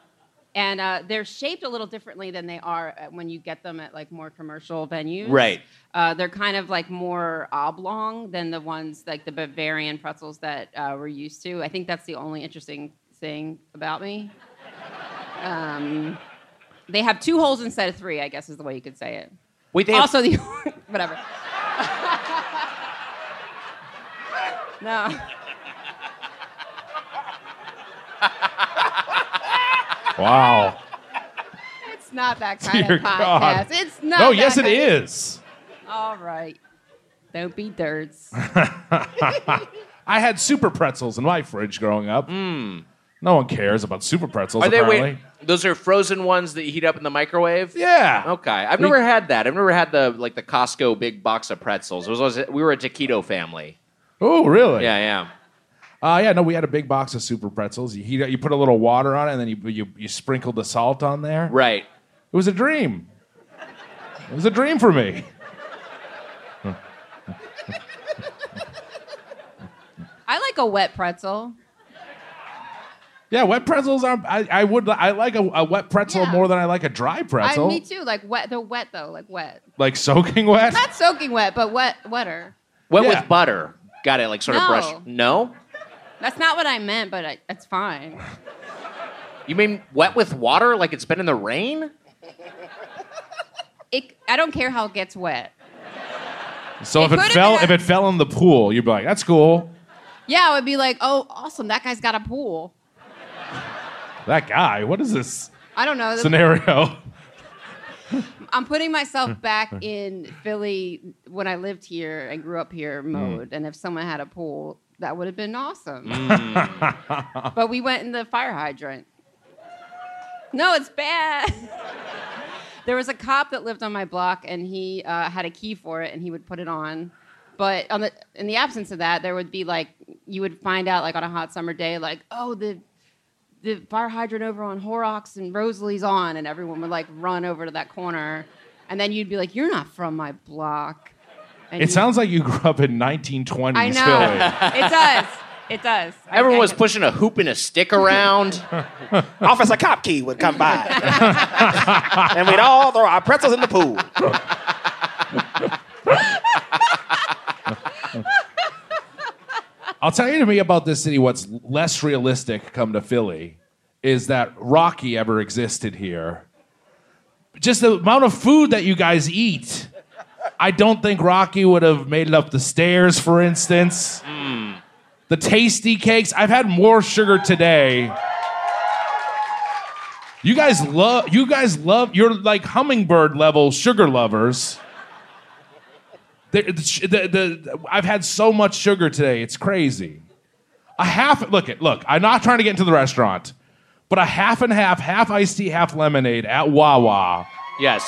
Speaker 7: and uh, they're shaped a little differently than they are at- when you get them at like more commercial venues.
Speaker 1: Right.
Speaker 7: Uh, they're kind of like more oblong than the ones like the Bavarian pretzels that uh, we're used to. I think that's the only interesting thing about me. Um, they have two holes instead of three, I guess is the way you could say it.
Speaker 1: wait. They have,
Speaker 7: also, the [LAUGHS] whatever. no.
Speaker 2: Wow.
Speaker 7: It's not that kind
Speaker 2: Dear
Speaker 7: of podcast.
Speaker 2: God.
Speaker 7: It's not.
Speaker 2: no,
Speaker 7: that
Speaker 2: yes it
Speaker 7: kind of-
Speaker 2: is.
Speaker 7: All right. Don't be dirts.
Speaker 2: I had super pretzels in my fridge growing up. No one cares about super pretzels
Speaker 1: Hmm. are they
Speaker 2: apparently.
Speaker 1: wait? Those are frozen ones that you heat up in the microwave.
Speaker 2: Yeah.
Speaker 1: Okay, I've
Speaker 2: We-
Speaker 1: never had that. I've never had the like the Costco big box of pretzels. It was always, we were a taquito family.
Speaker 2: Oh, really?
Speaker 1: Yeah, yeah.
Speaker 2: Uh, yeah, no, we had a big box of super pretzels. You, heat, you put a little water on it, and then you, you, you sprinkled the salt on there.
Speaker 1: Right.
Speaker 2: It was a dream. It was a dream for me.
Speaker 7: I like a wet pretzel.
Speaker 2: Yeah, wet pretzels are. I, I would. I like a, a wet pretzel
Speaker 7: Yeah.
Speaker 2: more than I like a dry
Speaker 7: I,
Speaker 2: pretzel.
Speaker 7: me too. Like wet. They're wet though. Like wet.
Speaker 2: Like soaking wet.
Speaker 7: Not soaking wet, but wet. Wetter.
Speaker 1: Went
Speaker 2: Yeah.
Speaker 1: with butter. Got it. Like sort of
Speaker 7: No.
Speaker 1: brushed. No.
Speaker 7: That's not what I meant, but I, it's fine.
Speaker 1: You mean wet with water? Like it's been in the rain?
Speaker 7: it, I don't care how it gets wet.
Speaker 2: So if it
Speaker 7: could've
Speaker 2: fell,
Speaker 7: been
Speaker 2: if it fell in the pool, you'd be like, "That's cool,
Speaker 7: Yeah, I would be like, oh, awesome, that guy's got a pool.
Speaker 2: that guy." What is this
Speaker 7: I don't know. [LAUGHS]
Speaker 2: scenario?
Speaker 7: I'm putting myself back in Philly when I lived here and grew up here mode. And if someone had a pool, that would have been awesome. But we went in the fire hydrant. No, it's bad. [LAUGHS] there was a cop that lived on my block, and he uh, had a key for it, and he would put it on. But on the, in the absence of that, there would be like you would find out like on a hot summer day, like oh the the fire hydrant over on Horrocks and Rosalie's on, and everyone would like run over to that corner, and then you'd be like, you're not from my block. And
Speaker 2: it
Speaker 7: you-
Speaker 2: sounds like you grew up in 1920s
Speaker 7: I know
Speaker 2: Philly.
Speaker 7: it does. It does. I-
Speaker 9: Everyone
Speaker 7: I-
Speaker 9: was pushing a hoop and a stick
Speaker 2: [LAUGHS]
Speaker 9: around.
Speaker 6: Officer Kopke would
Speaker 1: [LAUGHS]
Speaker 6: come by. and we'd all throw our pretzels in the pool.
Speaker 2: I'll tell you to me about this city. What's less realistic come to Philly is that Rocky ever existed here. Just the amount of food that you guys eat. I don't think Rocky would have made it up the stairs, for instance. The tasty cakes. I've had more sugar today. You guys love. You guys love. You're like hummingbird level sugar lovers. The, the, the, the, I've had so much sugar today. It's crazy. A half. Look it. Look. I'm not trying to get into the restaurant, but a half and half, half iced tea, half lemonade at Wawa
Speaker 9: yes.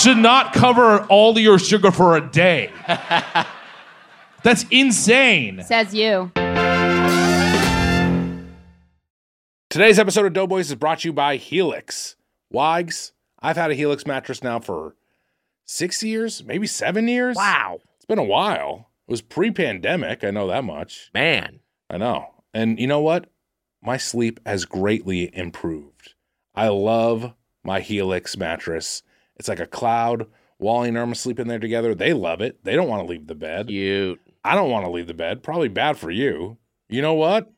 Speaker 2: should not cover all of your sugar for a day. [LAUGHS] That's insane.
Speaker 7: Says you.
Speaker 2: Today's episode of Doughboys is brought to you by Helix. Wags, I've had a Helix mattress now for six years, maybe seven years. Wow. It's been a while. It was pre pandemic. I know that much.
Speaker 9: Man.
Speaker 2: I know. And you know what? My sleep has greatly improved. I love my Helix mattress. It's like a cloud. Wally and Irma sleep in there together. They love it. They don't want to leave the bed.
Speaker 9: Cute.
Speaker 2: I don't want to leave the bed. Probably bad for you. You know what?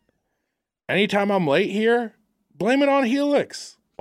Speaker 2: Anytime I'm late here, blame it on Helix.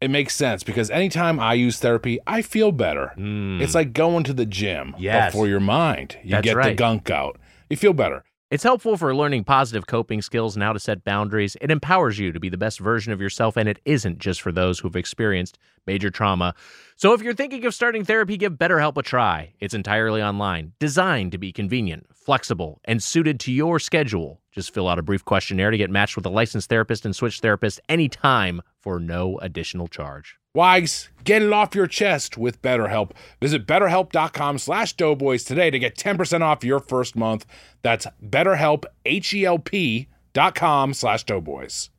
Speaker 2: It makes sense because anytime I use therapy, I feel better. It's like going to the gym
Speaker 1: Hmm. Yes.
Speaker 2: but for your mind. You
Speaker 1: That's
Speaker 2: get the
Speaker 1: right.
Speaker 2: gunk out. You feel better.
Speaker 1: It's helpful for learning positive coping skills and how to set boundaries. It empowers you to be the best version of yourself, and it isn't just for those who've experienced major trauma. So, if you're thinking of starting therapy, give BetterHelp a try. It's entirely online, designed to be convenient, flexible, and suited to your schedule. Just fill out a brief questionnaire to get matched with a licensed therapist and switch therapist anytime for no additional charge.
Speaker 2: Wags, get it off your chest with BetterHelp. Visit betterhelp.com slash doughboys today to get 10% off your first month. That's betterhelp, H-E-L-P dot com slash doughboys.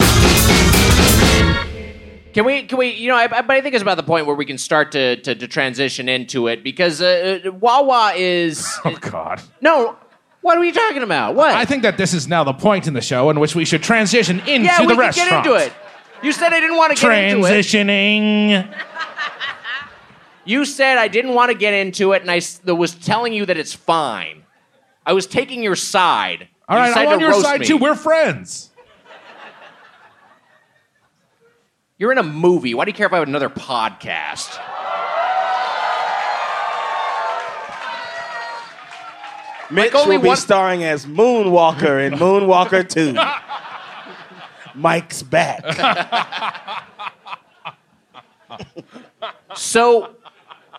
Speaker 10: Can we? Can we? You know, I, I- but I think it's about the point where we can start to to, to transition into it because uh, uh, Wawa is. Oh
Speaker 2: God.
Speaker 10: No, what are we talking about? What?
Speaker 11: I think that this is now the point in the show in which we should transition into
Speaker 10: yeah,
Speaker 11: the
Speaker 10: we can
Speaker 11: restaurant.
Speaker 10: get into it. You said I didn't want to get into it.
Speaker 11: Transitioning.
Speaker 10: You said I didn't want to get into it, and I s- was telling you that it's fine. I was taking your side.
Speaker 11: All
Speaker 10: You
Speaker 11: right, I'm
Speaker 10: decided
Speaker 11: on
Speaker 10: to
Speaker 11: your
Speaker 10: roast
Speaker 11: side
Speaker 10: me.
Speaker 11: too. We're friends.
Speaker 10: You're in a movie. Why do you care if I have another podcast?
Speaker 6: Mitch
Speaker 10: only
Speaker 6: will be
Speaker 10: one-
Speaker 6: starring as Moonwalker in
Speaker 1: [LAUGHS]
Speaker 6: Moonwalker 2. Mike's back.
Speaker 10: So,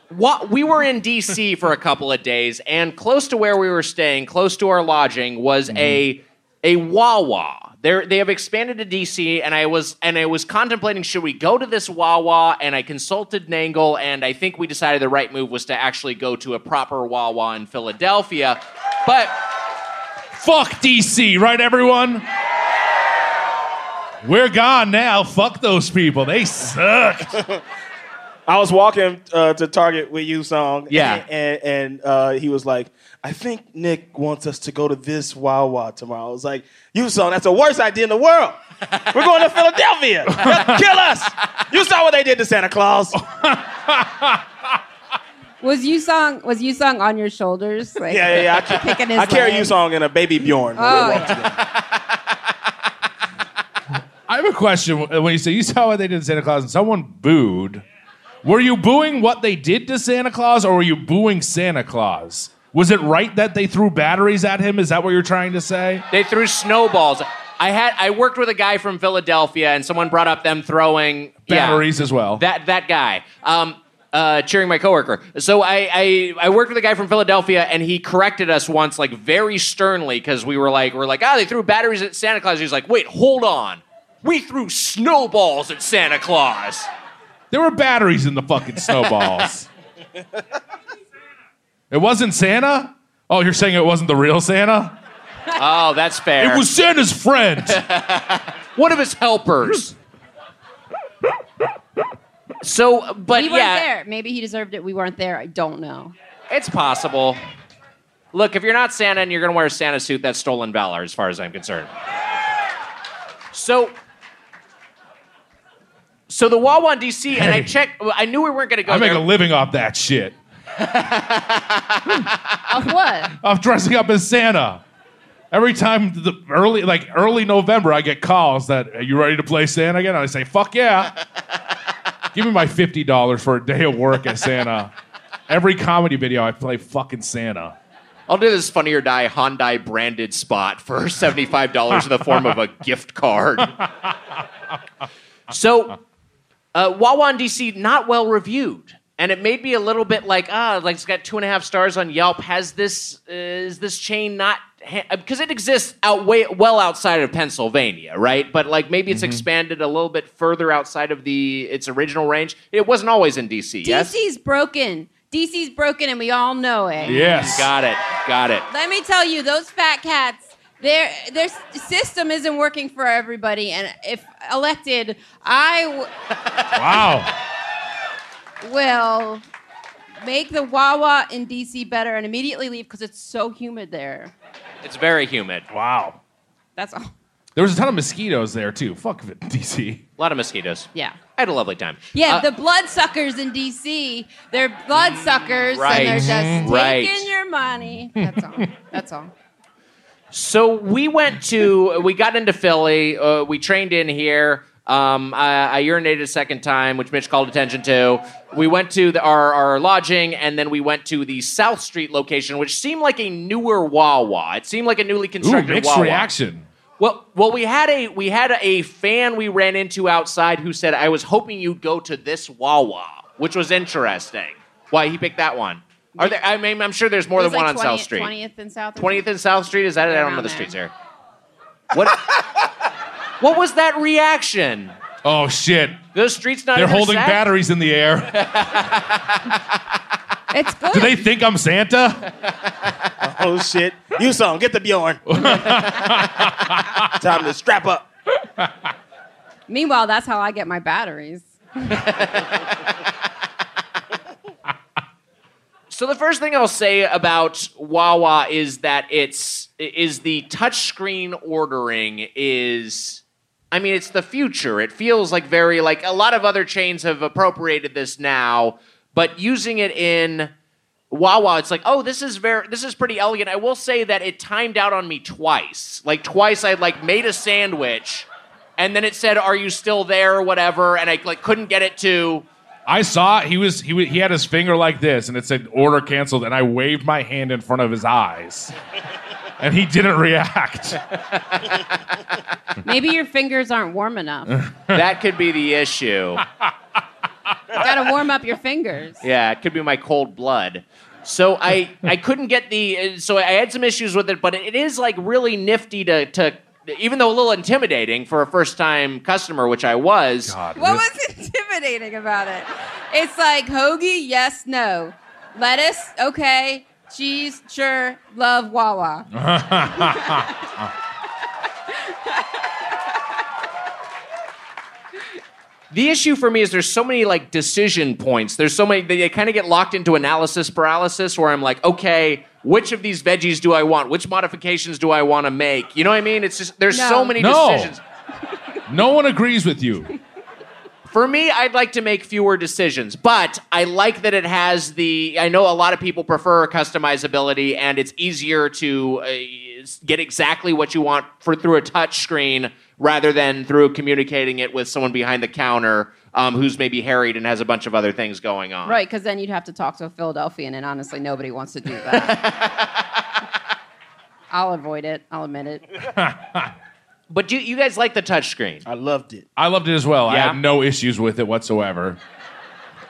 Speaker 10: what we were in DC for a couple of days, and close to where we were staying, close to our lodging, was a a Wawa. They're, they have expanded to DC, and I was and I was contemplating should we go to this Wawa? And I consulted Nangle, and I think we decided the right move was to actually go to a proper Wawa in Philadelphia. But
Speaker 11: Fuck DC, right, everyone? We're gone now. Fuck those people. They suck.
Speaker 6: I was walking uh, to Target with you, song.
Speaker 11: Yeah.
Speaker 6: and, and uh, he was like, "I think Nick wants us to go to this Wawa tomorrow." I was like, "You song, that's the worst idea in the world. We're going to Philadelphia. They'll kill us. You saw what they did to Santa Claus."
Speaker 7: Was you song was you song on your shoulders?
Speaker 6: [LAUGHS]
Speaker 7: Like,
Speaker 6: Yeah, yeah, yeah. I, ca-
Speaker 7: [LAUGHS] Picking his
Speaker 6: I carry
Speaker 7: leg.
Speaker 6: you song in a baby Bjorn.
Speaker 7: Oh,
Speaker 11: I have a question. When you say you saw what they did to Santa Claus and someone booed, were you booing what they did to Santa Claus or were you booing Santa Claus? Was it right that they threw batteries at him? Is that what you're trying to say?
Speaker 10: They threw snowballs. I had I worked with a guy from Philadelphia, and someone brought up them throwing yeah.
Speaker 11: Batteries as well.
Speaker 10: That that guy. Um, uh, cheering my coworker. So I, I I worked with a guy from Philadelphia, and he corrected us once, like very sternly, because we were like we're like ah they threw batteries at Santa Claus. He's like wait hold on, we threw snowballs at Santa Claus.
Speaker 11: There were batteries in the
Speaker 10: [LAUGHS]
Speaker 11: fucking snowballs. it wasn't Santa? Oh, you're saying it wasn't the real Santa?
Speaker 1: Oh, that's fair.
Speaker 2: It was
Speaker 10: [LAUGHS]
Speaker 2: Santa's friend.
Speaker 1: One of his
Speaker 2: [LAUGHS]
Speaker 1: helpers. so, but
Speaker 7: we weren't
Speaker 1: yeah,
Speaker 7: there. Maybe he deserved it. We weren't there. I don't know.
Speaker 1: it's possible. Look, if you're not Santa and you're going to wear a Santa suit, that's stolen valor, as far as I'm concerned. So, so the Wawa in DC, and I
Speaker 2: Hey.
Speaker 1: checked. I knew we weren't going to go
Speaker 2: I make
Speaker 1: there.
Speaker 2: a living off that shit.
Speaker 7: Of [LAUGHS] what?
Speaker 2: Off dressing up as Santa. Every time the early like early November, I get calls that are you ready to play Santa again? And I say,
Speaker 1: [LAUGHS]
Speaker 2: fuck yeah. Give me my fifty dollars for a day of work as Santa. Every comedy video I play fucking Santa.
Speaker 1: I'll do this funny or die Hyundai branded spot for [LAUGHS] seventy-five dollars in the form of a gift card. So, uh, Wawa in DC not well reviewed, and it made me a little bit like ah, like it's got two and a half stars on Yelp. Has this uh, is this chain not uh, because it exists out way well outside of Pennsylvania, right? But like maybe it's expanded a little bit further outside of the its original range. It wasn't always in DC. Yes,
Speaker 7: DC's broken. DC's broken, and we all know it.
Speaker 1: got it, got it.
Speaker 7: Let me tell you, those fat cats, their their s- system isn't working for everybody. And if elected, I
Speaker 2: Wow.
Speaker 7: w- will make the Wawa in DC better and immediately leave because it's so humid there.
Speaker 1: It's very humid.
Speaker 2: Wow.
Speaker 7: That's all.
Speaker 2: There was a ton of mosquitoes there too. Fuck it, [LAUGHS] DC.
Speaker 1: A lot of mosquitoes.
Speaker 7: Yeah.
Speaker 1: I had a lovely time.
Speaker 7: Yeah,
Speaker 1: Uh,
Speaker 7: the bloodsuckers in DC, they're bloodsuckers,
Speaker 1: Right. Mm-hmm.
Speaker 7: and they're just
Speaker 1: Right.
Speaker 7: taking your money. That's all. That's
Speaker 1: [LAUGHS]
Speaker 7: all.
Speaker 1: So we went to, we got into Philly. Uh, we trained in here. Um, I, I urinated a second time, which Mitch called attention to. We went to the, our, our lodging, and then we went to the South Street location, which seemed like a newer Wawa. It seemed like a newly
Speaker 2: Ooh,
Speaker 1: constructed
Speaker 2: mixed
Speaker 1: Wawa.
Speaker 2: reaction.
Speaker 1: Well, well, we had a we had a fan we ran into outside who said, "I was hoping you'd go to this Wawa," which was interesting. Why he picked that one? Are there? I mean, I'm sure there's more
Speaker 7: It
Speaker 1: than
Speaker 7: was
Speaker 1: one
Speaker 7: like
Speaker 1: on
Speaker 7: 20th,
Speaker 1: South Street.
Speaker 7: 20th and South. or
Speaker 1: 20th and South Street? Is that it? I don't know
Speaker 7: Around
Speaker 1: the
Speaker 7: there.
Speaker 1: streets here. What, [LAUGHS] what was that reaction?
Speaker 2: Oh shit.
Speaker 1: The street's not
Speaker 2: They're holding
Speaker 1: intersect?
Speaker 2: batteries in the air. [LAUGHS]
Speaker 7: It's good.
Speaker 2: Do they think I'm Santa?
Speaker 6: oh shit! You song, get the Bjorn. Time to strap up.
Speaker 7: Meanwhile, that's how I get my batteries.
Speaker 1: So the first thing I'll say about Wawa is that it's is the touchscreen ordering is I mean it's the future. It feels like very like a lot of other chains have appropriated this now, but using it in Wawa, it's like, oh, this is very, this is pretty elegant. I will say that it timed out on me twice. Like twice, I like made a sandwich, and then it said, "Are you still there?" or whatever, and I like couldn't get it to.
Speaker 2: I saw he was he wa- he had his finger like this, and it said order canceled, and I waved my hand in front of his eyes, and he didn't react.
Speaker 7: Maybe your fingers aren't
Speaker 2: [LAUGHS]
Speaker 7: warm enough. You
Speaker 1: That could be the issue.
Speaker 7: gotta warm up your fingers.
Speaker 1: Yeah, it could be my cold blood. So I I couldn't get the uh, so I had some issues with it, but it is like really nifty to to even though a little intimidating for a first time customer, which I was.
Speaker 7: What was [LAUGHS] intimidating about it? It's like hoagie, yes, no. Lettuce, okay. Cheese, sure. Love Wawa.
Speaker 1: the issue for me is there's so many like decision points. There's so many they, kind of get locked into analysis paralysis where I'm like, okay, which of these veggies do I want? Which modifications do I want to make? You know what I mean? It's just there's so
Speaker 2: No.
Speaker 1: many
Speaker 2: No.
Speaker 1: decisions.
Speaker 2: No one agrees with you.
Speaker 1: For me, I'd like to make fewer decisions, but I like that it has the. I know a lot of people prefer customizability, and it's easier to uh, s- get exactly what you want for through a touch screen rather than through communicating it with someone behind the counter um, who's maybe harried and has a bunch of other things going on.
Speaker 7: Right, because then you'd have to talk to a Philadelphian, and honestly, nobody wants to do that.
Speaker 6: [LAUGHS]
Speaker 7: I'll avoid it. I'll admit it.
Speaker 1: But you, you guys like the touch screen?
Speaker 6: I loved it.
Speaker 2: I loved it as well. I
Speaker 6: Yeah?
Speaker 2: had no issues with it whatsoever.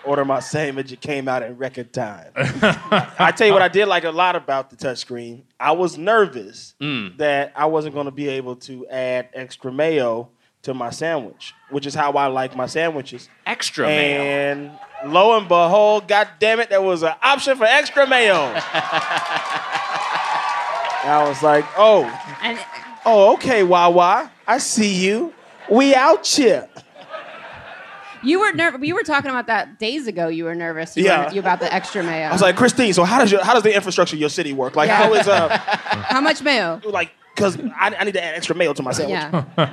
Speaker 6: Order my sandwich. It came out in record time. I tell you what, I did like a lot about the touchscreen. I was nervous
Speaker 1: Mm.
Speaker 6: that I wasn't going to be able to add extra mayo to my sandwich, which is how I like my sandwiches. Eh.
Speaker 1: Extra mayo.
Speaker 6: and lo
Speaker 1: [LAUGHS]
Speaker 6: and behold, God damn it, there was an option for extra mayo. And I was like, oh,
Speaker 7: And
Speaker 6: oh, okay, Wawa, I see you. We out here.
Speaker 7: you were nervous. We were talking about that days ago. You were nervous. You
Speaker 6: Yeah.
Speaker 7: were- you about the extra mayo.
Speaker 6: I was like, Christine, so how does your how does the infrastructure of your city work? Like,
Speaker 7: Yeah.
Speaker 6: how is uh, [LAUGHS]
Speaker 7: how much mayo?
Speaker 6: like, cause I, I need to add extra mail to my sandwich.
Speaker 7: Yeah.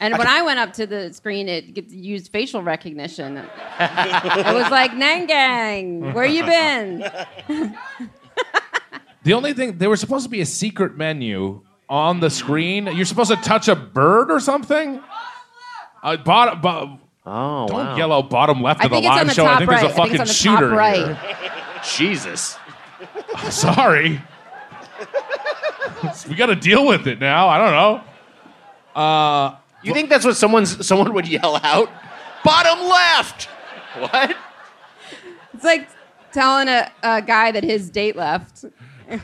Speaker 7: And when I went up to the screen, it gets- used facial recognition. it was like, Nangang, where you been?
Speaker 2: The only thing there was supposed to be a secret menu on the screen. You're supposed to touch a bird or something. Uh, bottom, bo-
Speaker 1: oh,
Speaker 2: don't
Speaker 1: wow.
Speaker 2: yellow bottom left
Speaker 7: I
Speaker 2: of the
Speaker 7: think it's on
Speaker 2: live
Speaker 7: the
Speaker 2: show. I
Speaker 7: top
Speaker 2: think there's a
Speaker 7: right. I think
Speaker 2: fucking
Speaker 7: it's on the top
Speaker 2: shooter
Speaker 7: right.
Speaker 2: here. Jesus. Sorry. [LAUGHS] we got to deal with it now. I don't know. Uh,
Speaker 1: you think that's what someone's someone would yell out? Bottom left. What?
Speaker 7: It's like telling a, a guy that his date left. Guys,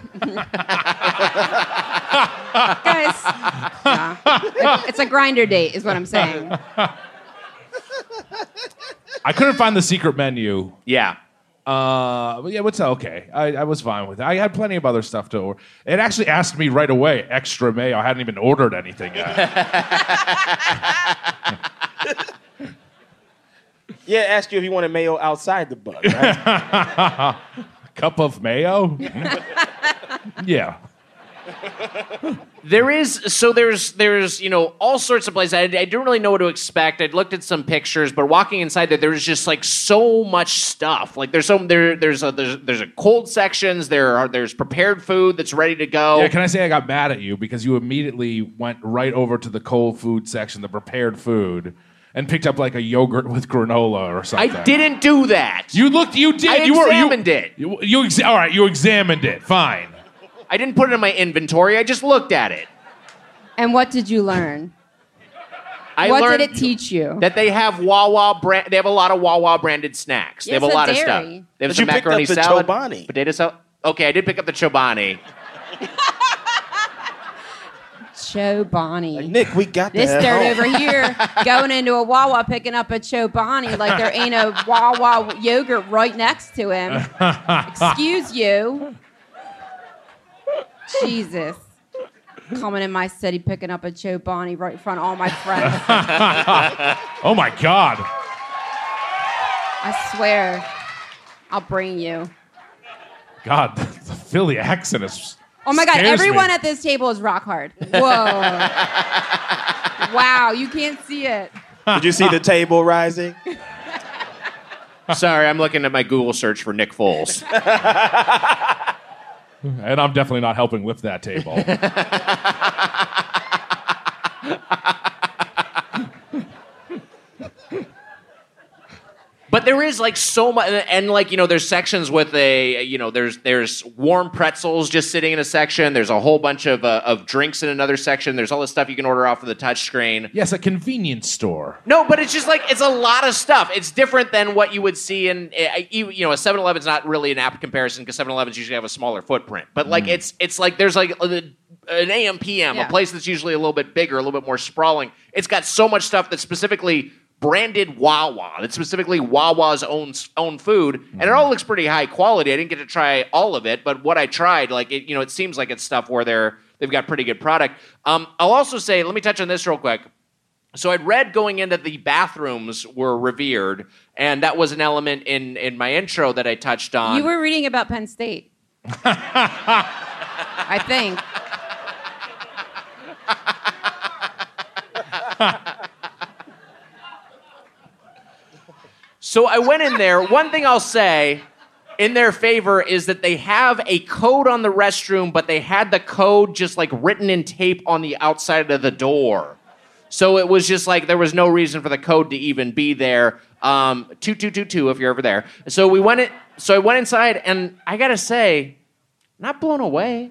Speaker 7: nah. It's- it's a grinder date, is what I'm saying.
Speaker 2: I couldn't find the secret menu.
Speaker 1: Yeah.
Speaker 2: Uh, but yeah, what's okay? I, I was fine with it. I had plenty of other stuff to order. It actually asked me right away extra mayo. I hadn't even ordered
Speaker 1: [LAUGHS]
Speaker 2: anything yet.
Speaker 6: Yeah, asked you if you wanted mail outside the bun. Right?
Speaker 2: Cup
Speaker 1: [LAUGHS]
Speaker 2: of mayo? yeah.
Speaker 1: There is so there's there's you know all sorts of places. I, I didn't really know what to expect. I would looked at some pictures, but walking inside there, there was just like so much stuff. Like there's so there there's a there's, there's a cold sections. There are there's prepared food that's ready to go.
Speaker 2: Yeah, can I say I got mad at you because you immediately went right over to the cold food section, the prepared food, and picked up like a yogurt with granola or
Speaker 1: I
Speaker 2: something.
Speaker 1: didn't do that.
Speaker 2: You looked. You did.
Speaker 1: I
Speaker 2: you
Speaker 1: examined
Speaker 2: were, you,
Speaker 1: it.
Speaker 2: You, you exa- all right? You examined it. Fine.
Speaker 1: I didn't put it in my inventory. I just looked at it.
Speaker 7: And what did you learn?
Speaker 1: I
Speaker 7: what
Speaker 1: learned
Speaker 7: did it teach you?
Speaker 1: that they have Wawa brand. They have a lot of Wawa branded snacks.
Speaker 7: Yeah,
Speaker 1: they have
Speaker 7: it's
Speaker 1: a
Speaker 7: a
Speaker 1: lot of stuff.
Speaker 7: dairy.
Speaker 1: They have
Speaker 6: But
Speaker 1: some
Speaker 6: you picked
Speaker 1: macaroni
Speaker 6: up the
Speaker 1: salad,
Speaker 6: Chobani.
Speaker 1: potato salad. Okay, I did pick up the
Speaker 6: [LAUGHS]
Speaker 1: Chobani.
Speaker 6: [LAUGHS]
Speaker 7: Chobani.
Speaker 6: Nick, we got
Speaker 7: This
Speaker 6: that at
Speaker 7: dirt
Speaker 6: home.
Speaker 7: over here going into a Wawa picking up a Chobani like there ain't a Wawa yogurt right next to him. Excuse you. Jesus. Coming in my city picking up a Chobani right in front of all my friends.
Speaker 2: oh my god.
Speaker 7: I swear. I'll bring you.
Speaker 2: God, [LAUGHS] the Philly accent is.
Speaker 7: Oh my God,
Speaker 2: scares me.
Speaker 7: everyone at this table is rock hard. Whoa. wow, you can't see it.
Speaker 6: Did you see the table rising?
Speaker 1: Sorry, I'm looking at my Google search for Nick Foles.
Speaker 2: and I'm definitely not helping lift that
Speaker 7: [LAUGHS]
Speaker 2: table.
Speaker 1: But there is like so much, and like you know, there's sections with a you know, there's there's warm pretzels just sitting in a section. There's a whole bunch of uh, of drinks in another section. There's all this stuff you can order off of the touchscreen.
Speaker 2: yes, a convenience store.
Speaker 1: No, but it's just like it's a lot of stuff. It's different than what you would see in uh, you you know a 7-Eleven's not really an apt comparison because 7-Elevens usually have a smaller footprint. But like it's it's like there's like a, an AM PM,
Speaker 7: Yeah.
Speaker 1: a place that's usually a little bit bigger, a little bit more sprawling. It's got so much stuff that's specifically branded Wawa, that's specifically Wawa's own s- own food, and it all looks pretty high quality. I didn't get to try all of it, but what I tried, like it you know, it seems like it's stuff where they're they've got pretty good product. Um, I'll also say, let me touch on this real quick. So I'd read going in that the bathrooms were revered, and that was an element in in my intro that I touched on.
Speaker 7: You were reading about Penn State. I think.
Speaker 1: so I went in there. One thing I'll say in their favor is that they have a code on the restroom, but they had the code just like written in tape on the outside of the door. So it was just like there was no reason for the code to even be there. Um, two two two two if you're ever there. So we went in, So I went inside, and I gotta say, not blown away.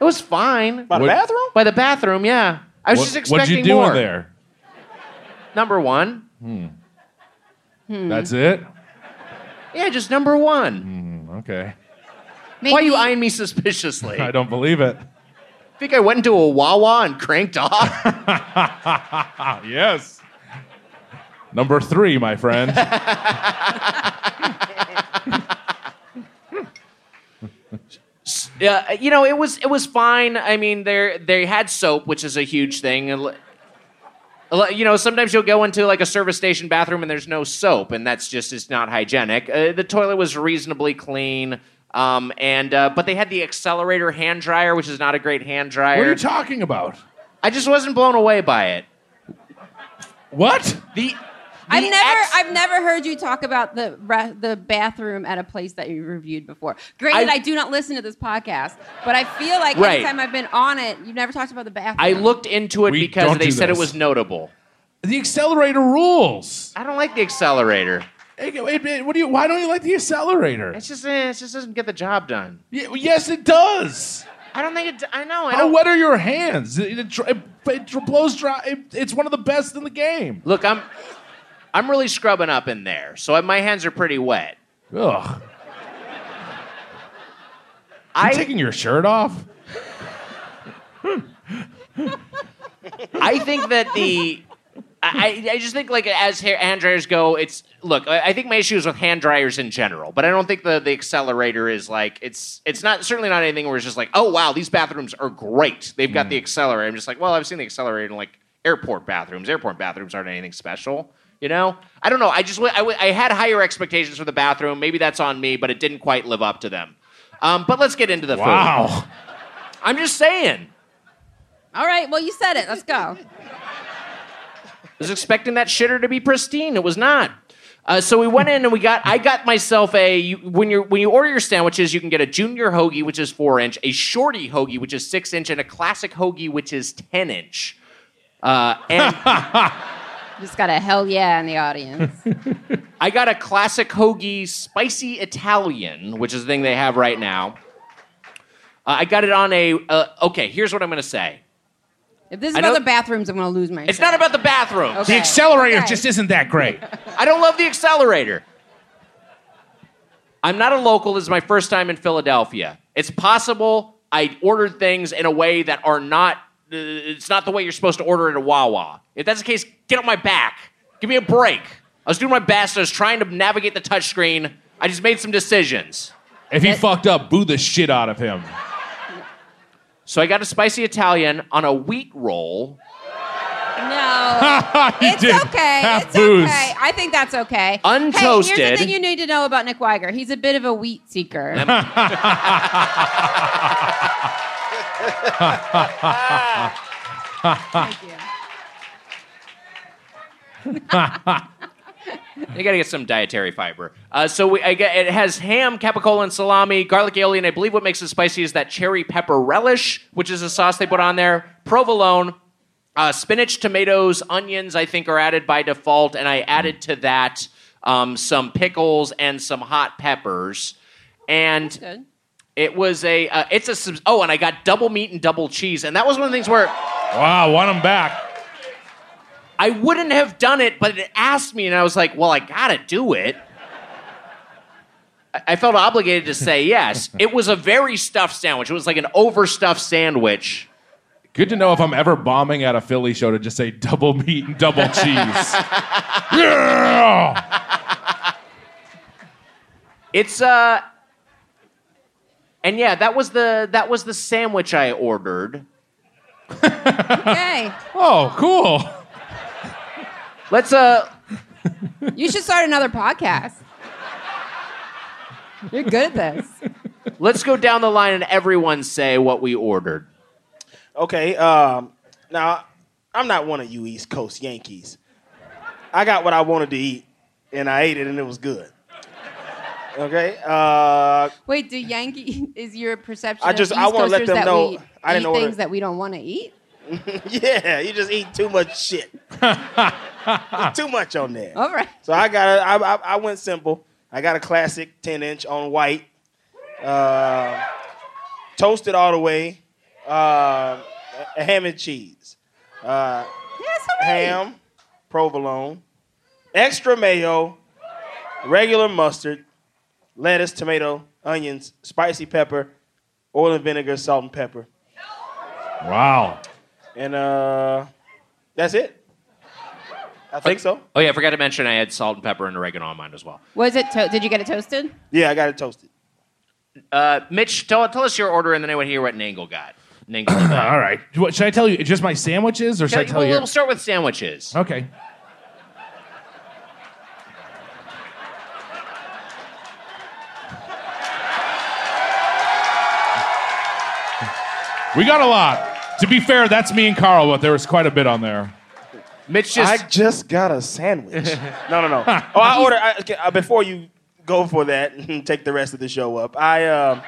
Speaker 1: It was fine.
Speaker 6: [LAUGHS] By the bathroom?
Speaker 1: By the bathroom, yeah. I was just
Speaker 2: what'd
Speaker 1: expecting
Speaker 2: you do
Speaker 1: more.
Speaker 2: in there?
Speaker 1: Number one.
Speaker 7: Hmm.
Speaker 2: That's it.
Speaker 1: Yeah, just number
Speaker 2: Hmm.
Speaker 1: one.
Speaker 2: Okay,
Speaker 1: Why are you eyeing me suspiciously?
Speaker 2: [LAUGHS] I don't
Speaker 1: [LAUGHS]
Speaker 2: believe it.
Speaker 1: think I went into a Wawa and cranked off. [LAUGHS] Ah,
Speaker 2: yes. Number three,
Speaker 1: [LAUGHS]
Speaker 2: my friend.
Speaker 1: Yeah, uh, you know, it was it was fine. I mean, they they had soap, which is a huge thing. And l- a lo- You know, sometimes you'll go into like a service station bathroom and there's no soap, and that's just it's not hygienic. Uh, the toilet was reasonably clean, um, and uh, but they had the accelerator hand dryer, which is not a great hand dryer.
Speaker 2: What are you talking about?
Speaker 1: I just wasn't blown away by it.
Speaker 2: What
Speaker 1: the
Speaker 7: I've never, I've never heard you talk about the re- the bathroom at a place that you reviewed before. Granted, I,
Speaker 1: I-
Speaker 7: do not listen to this podcast, but I feel like
Speaker 1: Right.
Speaker 7: every time I've been on it, you never talked about the bathroom.
Speaker 1: I looked into it because
Speaker 2: don't
Speaker 1: they
Speaker 2: do
Speaker 1: said it
Speaker 2: this.
Speaker 1: was notable.
Speaker 2: The accelerator rules.
Speaker 1: I don't like the accelerator.
Speaker 2: Hey, wait, wait, what do you? Why don't you like the accelerator?
Speaker 1: It's just, eh, it just doesn't get the job done.
Speaker 2: Y- yes, it does.
Speaker 1: I don't think it. I know. I
Speaker 2: How
Speaker 1: don't,
Speaker 2: wet are your hands? It, it, dr- it, it dr- blows dry. It- it's one of the best in the game.
Speaker 1: Look, I'm I'm really scrubbing up in there, so my hands are pretty wet.
Speaker 2: Ugh.
Speaker 1: I-
Speaker 2: you taking your shirt off?
Speaker 1: I think that the I, I I just think like as hair, hand dryers go, it's look. I, I think my issue is with hand dryers in general, but I don't think the the accelerator is like it's it's not certainly not anything where it's just like oh wow these bathrooms are great. They've got the accelerator. I'm just like well I've seen the accelerator in like airport bathrooms. Airport bathrooms aren't anything special. You know, I don't know. I just w- I, w- I had higher expectations for the bathroom. Maybe that's on me, but it didn't quite live up to them. Um, but let's get into the food.
Speaker 2: Wow.
Speaker 1: I'm just saying.
Speaker 7: All right, well, you said it. Let's go.
Speaker 1: I was expecting that shitter to be pristine. It was not. Uh, so we went in and we got. I got myself a. You, when you when you order your sandwiches, you can get a junior hoagie, which is four inch, a shorty hoagie, which is six inch, and a classic hoagie, which is ten inch. Uh, and
Speaker 7: Just got a hell yeah in the
Speaker 1: [LAUGHS]
Speaker 7: audience.
Speaker 1: I got a classic hoagie, spicy Italian, which is the thing they have right now. Uh, I got it on a. Uh, okay, here's what I'm gonna say.
Speaker 7: If this is
Speaker 1: I
Speaker 7: about
Speaker 1: know-
Speaker 7: the bathrooms, I'm going to lose my.
Speaker 1: It's not about the bathroom.
Speaker 7: Okay. The accelerator Okay. just
Speaker 2: isn't that great.
Speaker 1: I don't love the accelerator. I'm not a local. This is my first time in Philadelphia. It's possible I ordered things in a way that are not. uh, It's not the way you're supposed to order at a Wawa. If that's the case, get on my back. Give me a break. I was doing my best. I was trying to navigate the touchscreen. I just made some decisions.
Speaker 2: If he fucked up, boo the shit out of [LAUGHS] him.
Speaker 1: So I got a spicy Italian on a wheat roll.
Speaker 7: No,
Speaker 1: [LAUGHS] You
Speaker 7: it's
Speaker 1: did.
Speaker 7: okay.
Speaker 1: Half
Speaker 7: it's
Speaker 1: booze.
Speaker 7: okay. I think that's okay. Hey, here's the
Speaker 1: Untoasted.
Speaker 7: thing you need to know about Nick Weiger. He's a bit of a wheat seeker.
Speaker 1: Thank you gotta get some dietary fiber. Uh, so we, I get, it has ham, capicola, and salami, garlic aioli, and I believe what makes it spicy is that cherry pepper relish, which is a sauce they put on there, provolone, uh, spinach, tomatoes, onions. I think are added by default, and I added to that um, some pickles and some hot peppers, and. It was a. Uh, it's a. subs- Oh, and I got double meat and double cheese, and that was one of the things where.
Speaker 2: Wow, want him back.
Speaker 1: I wouldn't have done it, but it asked me, and I was like, "Well, I gotta do it." I- I felt obligated to say
Speaker 6: [LAUGHS]
Speaker 1: yes. It was a very stuffed sandwich. It was like an overstuffed sandwich.
Speaker 2: Good to know if I'm ever bombing at a Philly show to just say double meat and [LAUGHS] double cheese. yeah!
Speaker 1: It's uh, and yeah, that was the that was the sandwich I ordered.
Speaker 7: [LAUGHS] okay.
Speaker 2: Oh, cool.
Speaker 1: Let's uh,
Speaker 7: You should start another podcast. You're good at this.
Speaker 1: let's go down the line and everyone say what we ordered.
Speaker 6: Okay. Um, now, I'm not one of you East Coast Yankees. I got what I wanted to eat, and I ate it, and it was good. Okay. Uh, [LAUGHS]
Speaker 7: Wait, do Yankee [LAUGHS] is your perception?
Speaker 6: I
Speaker 7: of
Speaker 6: just-
Speaker 7: East
Speaker 6: I wanna let
Speaker 7: Coasters
Speaker 6: them
Speaker 7: that
Speaker 6: know
Speaker 7: we
Speaker 6: I didn't
Speaker 7: eat
Speaker 6: order-
Speaker 7: things that we don't want to eat.
Speaker 6: yeah, you just eat too much shit. There's too much on there.
Speaker 7: All right. [LAUGHS]
Speaker 6: So I got. A, I, I, I went simple. I got a classic 10 inch on white, uh, toasted all the way, uh, a ham and cheese, uh, ham, provolone, extra mayo, regular mustard, lettuce, tomato, onions, spicy pepper, oil and vinegar, salt and pepper,
Speaker 2: Wow.
Speaker 6: and uh, that's it. I think so.
Speaker 1: Oh yeah, I forgot to mention I had salt and pepper and oregano on mine as well.
Speaker 7: Was it? To- did you get it toasted?
Speaker 6: Yeah, I got it toasted.
Speaker 1: Uh, Mitch, tell, tell us your order, and then I want to hear what Nangle got. Nangle.
Speaker 2: All right. What, should I tell you just my sandwiches, or should I
Speaker 1: Tell-
Speaker 2: tell
Speaker 1: well,
Speaker 2: you?
Speaker 1: we'll start with sandwiches.
Speaker 2: Okay. We got a lot. To be fair, that's me and Carl, but there was quite a bit on there.
Speaker 1: Mitch
Speaker 6: I just got a sandwich.
Speaker 1: [LAUGHS]
Speaker 6: no, no, no. Oh, I ordered. I, okay, uh, before you go for that, [LAUGHS] and take the rest of the show up. I um,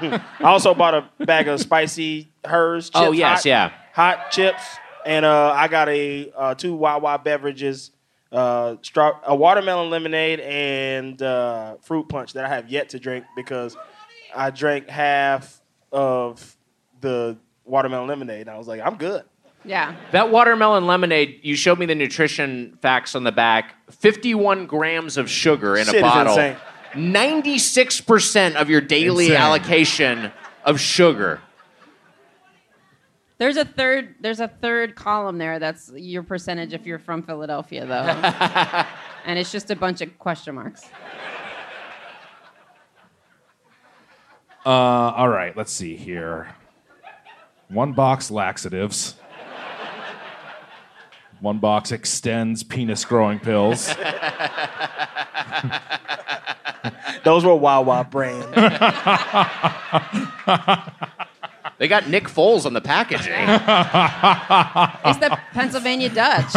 Speaker 6: [LAUGHS] I also bought a bag of spicy hers. Chips,
Speaker 1: Oh, yes,
Speaker 6: hot,
Speaker 1: yeah.
Speaker 6: hot chips, and uh, I got a uh, two Wawa beverages, uh, straw, a watermelon lemonade and uh, fruit punch that I have yet to drink because I drank half of the watermelon lemonade. And I was like, I'm good.
Speaker 7: Yeah.
Speaker 1: That watermelon lemonade, you showed me the nutrition facts on the back 51 grams of sugar in
Speaker 6: Shit
Speaker 1: a
Speaker 6: is
Speaker 1: bottle,
Speaker 6: insane.
Speaker 1: 96% of your daily
Speaker 6: Insane.
Speaker 1: allocation of sugar.
Speaker 7: There's a third. There's a third column there. That's your percentage if you're from Philadelphia,
Speaker 6: [LAUGHS]
Speaker 7: though. and it's just a bunch of question marks.
Speaker 2: Uh, all right, let's see here. One box laxatives. One box extends penis growing pills. [LAUGHS]
Speaker 6: Those were Wawa brand.
Speaker 1: They got Nick Foles on the packaging.
Speaker 7: [LAUGHS] It's the Pennsylvania Dutch.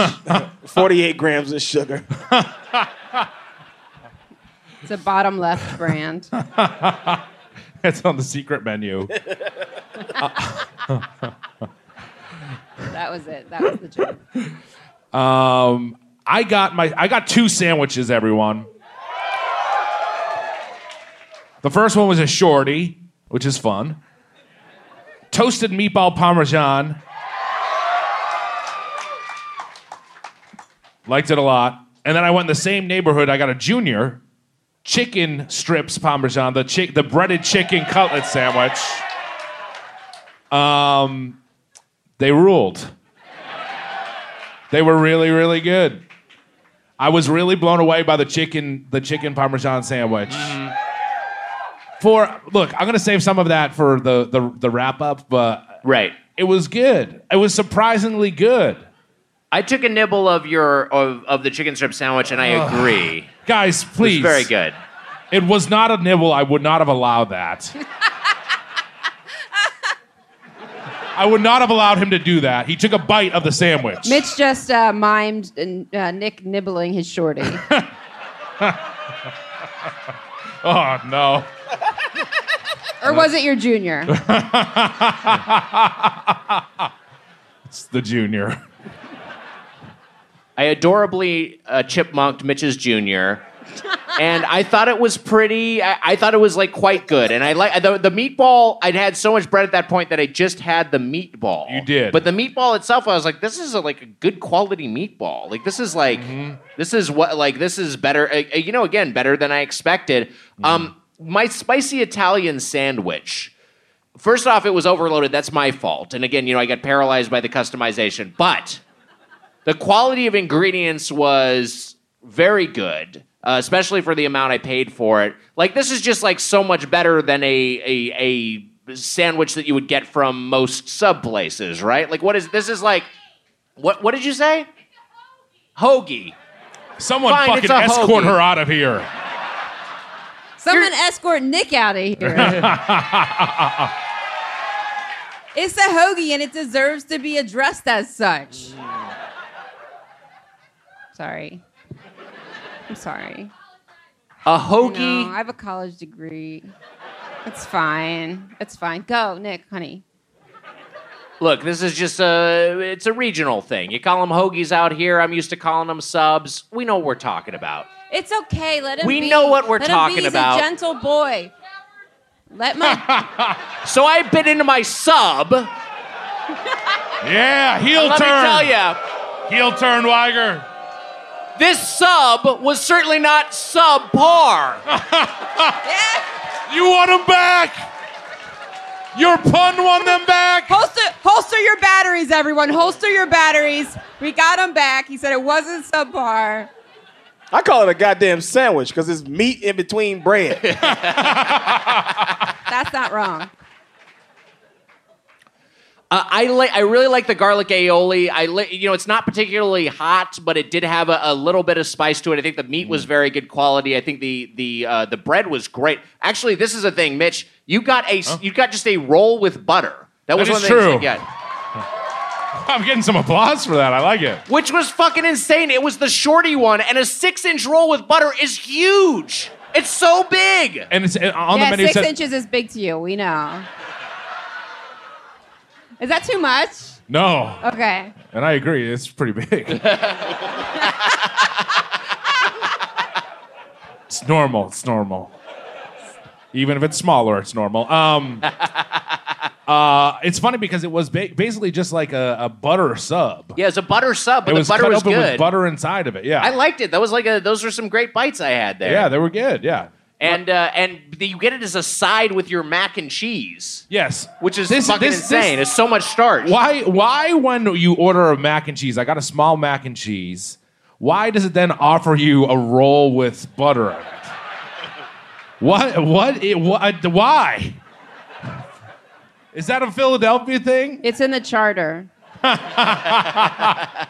Speaker 6: 48 grams of sugar.
Speaker 7: It's a bottom left brand.
Speaker 2: it's on the secret menu.
Speaker 7: That was it. That was the joke.
Speaker 2: Um, I got my I got two sandwiches, everyone. The first one was a shorty, which is fun. Toasted meatball parmesan. Liked it a lot. And then I went in the same neighborhood. I got a junior chicken strips parmesan, the chick, the breaded chicken cutlet sandwich. Um, they ruled. They were really, really good. I was really blown away by the chicken, the chicken parmesan sandwich.
Speaker 1: Mm-hmm.
Speaker 2: For look, I'm gonna save some of that for the the, the wrap up, but
Speaker 1: right,
Speaker 2: it was good. It was surprisingly good.
Speaker 1: I took a nibble of your of, of the chicken strip sandwich, and I
Speaker 2: Ugh.
Speaker 1: agree.
Speaker 2: Guys, please.
Speaker 1: very good.
Speaker 2: It was not a nibble. I would not have
Speaker 1: [LAUGHS]
Speaker 2: allowed that. I would not have allowed him to do that. He took a bite of the sandwich.
Speaker 7: [LAUGHS] Mitch just uh, mimed uh, Nick nibbling his [LAUGHS] shorty.
Speaker 2: Oh no.
Speaker 7: or was it your [LAUGHS] junior?
Speaker 2: It's the junior.
Speaker 1: I adorably uh, chipmunked Mitch's Jr. and I thought it was pretty. I, I thought it was like quite good. And I like the, the meatball. I'd had so much bread at that point that I just had the meatball. You
Speaker 2: did.
Speaker 1: but the meatball itself, I was like, this is a, like a good quality meatball. Like this is like this is what like this is better. Uh, uh, you know, again, better than I expected. Um, my spicy Italian sandwich. First off, it was overloaded. That's my fault. And again, you know, I got paralyzed by the customization, but the quality of ingredients was very good, uh, especially for the amount I paid for it. Like this is just like so much better than a a, a sandwich that you would get from most sub places, right? Like what is this is like what what did you say? Hoagie.
Speaker 2: Someone
Speaker 1: Fine,
Speaker 2: fucking
Speaker 1: it's a
Speaker 2: escort
Speaker 1: hoagie.
Speaker 2: her out of here.
Speaker 7: Someone escort Nick out of
Speaker 1: [LAUGHS]
Speaker 7: here. it's a hoagie, and it deserves to be addressed as such. Sorry. I'm sorry.
Speaker 1: A
Speaker 7: No,
Speaker 1: hoagie.
Speaker 7: I have a college degree. It's fine. It's fine. Go, Nick, honey.
Speaker 1: Look, this is just a it's a regional thing. You call them hoagies out here. I'm used to calling them subs. We know what we're talking about.
Speaker 7: It's okay. Let him.
Speaker 1: We
Speaker 7: be.
Speaker 1: know what we're
Speaker 7: Let
Speaker 1: talking
Speaker 7: him be. He's
Speaker 1: about.
Speaker 7: a gentle boy.
Speaker 1: [LAUGHS]
Speaker 7: Let my
Speaker 1: So I bit into my sub.
Speaker 2: Yeah, heel
Speaker 1: Let me
Speaker 2: turn.
Speaker 1: tell you.
Speaker 2: Heel turn, Weiger.
Speaker 1: This sub was certainly not subpar.
Speaker 2: You want them back. Your pun won them back.
Speaker 7: holster holster your batteries, everyone. Holster your batteries. We got him back. He said it wasn't subpar.
Speaker 6: I call it a goddamn sandwich because it's meat in between bread.
Speaker 7: That's
Speaker 2: [LAUGHS]
Speaker 7: not wrong.
Speaker 1: Uh, I li- I really like the garlic aioli. I li- you know it's not particularly hot, but it did have a, a little bit of spice to it. I think the meat
Speaker 2: Mm.
Speaker 1: was very good quality. I think the the uh, the bread was great. Actually, this is a thing, Mitch. You got a s- you got just a roll with butter. That
Speaker 2: That
Speaker 1: was
Speaker 2: is
Speaker 1: one of the things
Speaker 2: true.
Speaker 1: you got.
Speaker 2: I'm getting some applause for that. I like it.
Speaker 1: which was fucking insane. It was the shorty one, and a six inch roll with butter is huge. It's so big.
Speaker 2: And it's and on
Speaker 7: yeah,
Speaker 2: the menu it
Speaker 7: six
Speaker 2: said
Speaker 7: inches is big to you. We know. Is that too much?
Speaker 2: no,
Speaker 7: Okay.
Speaker 2: and I agree. It's pretty
Speaker 1: [LAUGHS]
Speaker 2: big. it's normal. It's normal. Even if it's smaller, it's normal.
Speaker 1: [LAUGHS]
Speaker 2: Um, uh, it's funny because it was ba- basically just like a, a butter sub.
Speaker 1: Yeah, it's a butter sub, but
Speaker 2: it
Speaker 1: the
Speaker 2: was
Speaker 1: butter
Speaker 2: cut
Speaker 1: was
Speaker 2: open
Speaker 1: good.
Speaker 2: with butter inside of it. Yeah,
Speaker 1: I liked it. That was like a. Those were some great bites I had there.
Speaker 2: yeah, they were good. Yeah.
Speaker 1: and uh, and the, you get it as a side with your mac and cheese.
Speaker 2: Yes,
Speaker 1: which is fucking insane. it's so much starch.
Speaker 2: Why? Why when you order a mac and cheese? I got a small mac and cheese. Why does it then offer you a roll with butter on it? What? What? It, what uh, why? Is that a Philadelphia thing?
Speaker 7: It's in the charter.
Speaker 2: I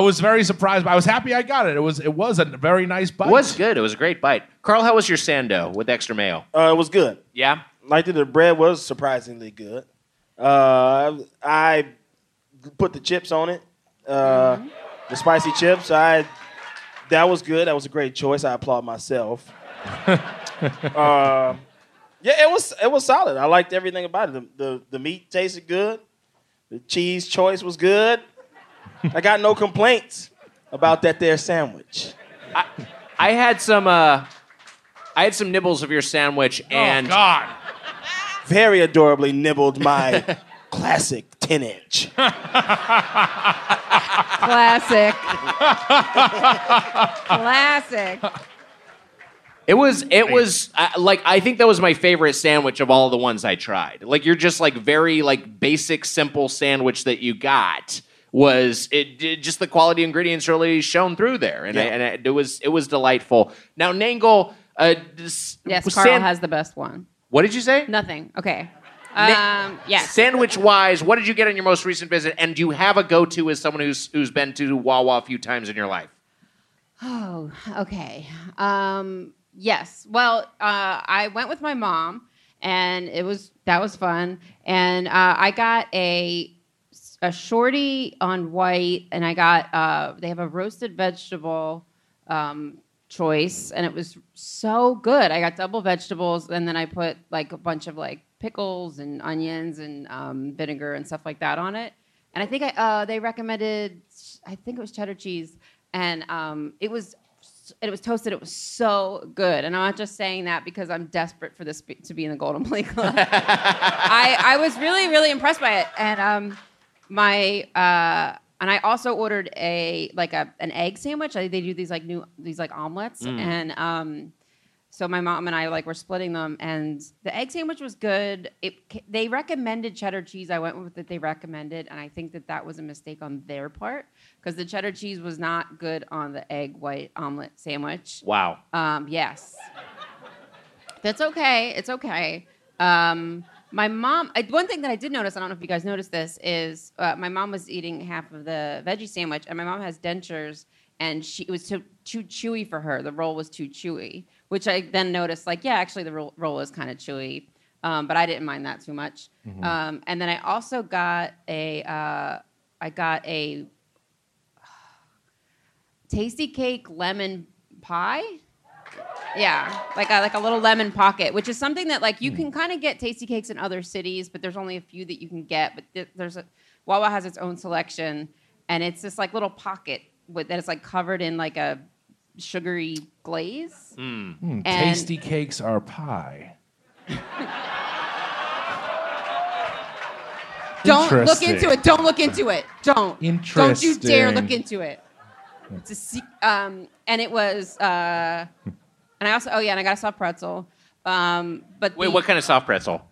Speaker 2: was very surprised. but I was happy I got it. It was it was a very nice bite.
Speaker 1: It was good. It was a great bite. Carl, how was your sando with extra mayo?
Speaker 6: Uh, it was good.
Speaker 1: Yeah.
Speaker 6: Like the bread was surprisingly good. Uh, I put the chips on it. Uh, The spicy chips. I that was good. That was a great choice. I applaud myself. uh, yeah, it was it was solid. I liked everything about it. The, the the meat tasted good. The cheese choice was good. I got no complaints about that there sandwich.
Speaker 1: I had some. Uh, I had some nibbles of your sandwich, and
Speaker 2: Oh, God,
Speaker 6: very adorably nibbled my classic 10 inch.
Speaker 2: [LAUGHS]
Speaker 7: Classic. Classic.
Speaker 1: It was it was I like I think that was my favorite sandwich of all the ones I tried. Like you're just like very like basic simple sandwich that you got was it, it- just the quality ingredients really shone through there and, I,
Speaker 7: Yeah.
Speaker 1: and I, it was it was delightful. Now Nangle uh this,
Speaker 7: Yes, Carl
Speaker 1: san-
Speaker 7: has the best one.
Speaker 1: What did you say?
Speaker 7: Nothing. Okay. Um, yes.
Speaker 1: Sandwich wise, what did you get on your most recent visit and do you have a go-to as someone who's who's been to Wawa a few times in your life?
Speaker 7: Oh, okay. Um, yes. Well, uh, I went with my mom, and it was that was fun. And uh, I got a a shorty on white, and I got uh, they have a roasted vegetable um, choice, and it was so good. I got double vegetables, and then I put like a bunch of like pickles and onions and um, vinegar and stuff like that on it. And I think I, uh, they recommended, I think it was cheddar cheese, and um, it was it was toasted. It was so good, and I'm not just saying that because I'm desperate for this be- to be in the Golden Plate Club. I, I was really really impressed by it, and um, my uh, and I also ordered a like a an egg sandwich. I, they do these like new these like omelets,
Speaker 12: Mm.
Speaker 7: and um, so my mom and I like were splitting them, and the egg sandwich was good. It ca- they recommended cheddar cheese. I went with what they recommended, and I think that that was a mistake on their part because the cheddar cheese was not good on the egg white omelet sandwich.
Speaker 1: Wow.
Speaker 7: Um, yes, that's okay. It's okay. Um, my mom. I, one thing that I did notice, I don't know if you guys noticed this, is uh, my mom was eating half of the veggie sandwich, and my mom has dentures, and she it was too, too chewy for her. The roll was too chewy, which I then noticed, like, yeah, actually the roll, roll is kind of chewy, um, but I didn't mind that too much.
Speaker 12: Mhm.
Speaker 7: Um, and then I also got a, uh, I got a tasty cake lemon pie. Yeah, like a, like a little lemon pocket, which is something that like you can kind of get tasty cakes in other cities, but there's only a few that you can get. But th- there's a Wawa has its own selection, and it's this like little pocket with that is like covered in like a sugary glaze.
Speaker 2: Hmm,
Speaker 7: And-
Speaker 2: tasty cakes are pie.
Speaker 7: Don't look
Speaker 2: Interesting.
Speaker 7: into it. Don't look into it. Don't. Don't you dare look
Speaker 2: Interesting.
Speaker 7: into it. It's a se- um, and it was uh, and I also oh yeah, and I got a soft pretzel. Um, but
Speaker 1: Wait,
Speaker 7: the-
Speaker 1: what kind of soft pretzel?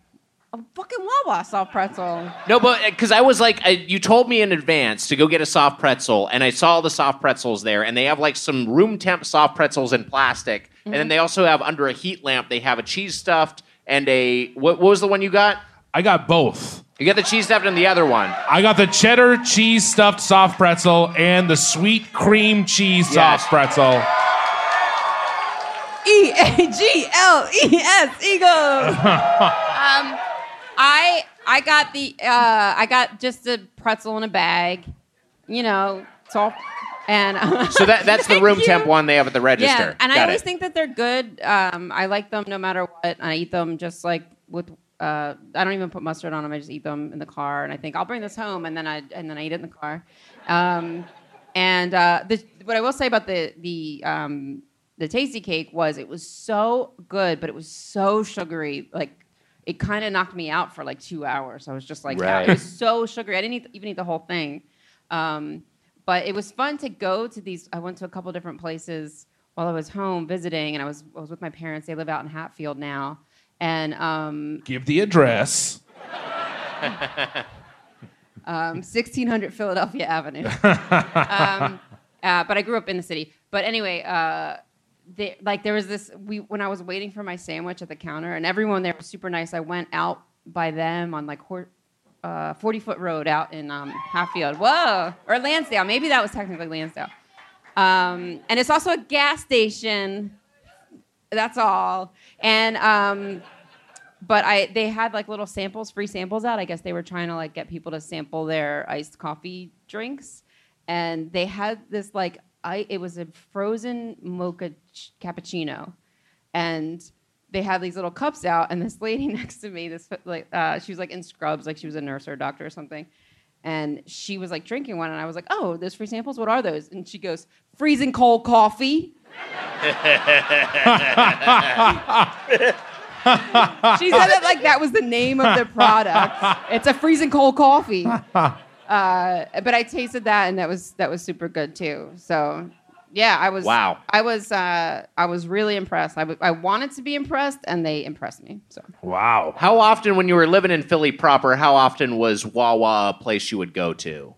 Speaker 7: a fucking Wawa soft pretzel.
Speaker 1: No, but because I was like, I, you told me in advance to go get a soft pretzel, and I saw all the soft pretzels there, and they have like some room temp soft pretzels in plastic, and then
Speaker 7: Mm-hmm.
Speaker 2: Mhm.
Speaker 1: they also have under a heat lamp they have a cheese stuffed and a what, what was the one you got?
Speaker 2: I got both.
Speaker 1: You got the cheese stuffed and the other one.
Speaker 2: I got the cheddar cheese stuffed soft pretzel and the sweet cream cheese soft pretzel.
Speaker 7: E A G L E
Speaker 1: [LAUGHS]
Speaker 7: S Eagles. um, I I got the uh, I got just a pretzel in a bag, you know, soft and [LAUGHS]
Speaker 1: So that that's the room temp one they have at the register.
Speaker 7: yeah. And I
Speaker 1: Got
Speaker 7: always
Speaker 1: it.
Speaker 7: think that they're good. Um, I like them no matter what. I eat them just like with uh, I don't even put mustard on them. I just eat them in the car, and I think I'll bring this home, and then I and then I eat it in the car. Um, and uh, the, what I will say about the the um, the tasty cake was it was so good, but it was so sugary. Like it kind of knocked me out for like two hours. I was just like, out.
Speaker 12: Right.
Speaker 7: it was so sugary. I didn't eat, even eat the whole thing. Um, but it was fun to go to these. I went to a couple different places while I was home visiting, and I was I was with my parents. They live out in Hatfield now, and um,
Speaker 2: Give the address.
Speaker 7: um, 1600 Philadelphia Avenue. um, uh, but I grew up in the city. But anyway, uh, they, like there was this we when I was waiting for my sandwich at the counter, and everyone there was super nice. I went out by them on like hor- uh, 40 foot road out in um, Hatfield. Whoa, or Lansdale. Maybe that was technically Lansdale. Um, and it's also a gas station. That's all. And um, but I they had like little samples, free samples out. I guess they were trying to like get people to sample their iced coffee drinks, and they had this like I it was a frozen mocha ch- cappuccino, and they had these little cups out. And this lady [LAUGHS] next to me, this like uh, she was like in scrubs, like she was a nurse or a doctor or something. And she was like drinking one, and I was like, "Oh, there's free samples. What are those?" And she goes, "Freezing cold coffee." she said it like that was the name of the product. It's a freezing cold coffee. Uh, but I tasted that, and that was that was super good too. So, yeah, I was
Speaker 1: Wow.
Speaker 7: I was uh, I was really impressed. I, w- I wanted to be impressed, and they impressed me. So
Speaker 2: Wow.
Speaker 1: How often, when you were living in Philly proper, how often was Wawa a place you would go to?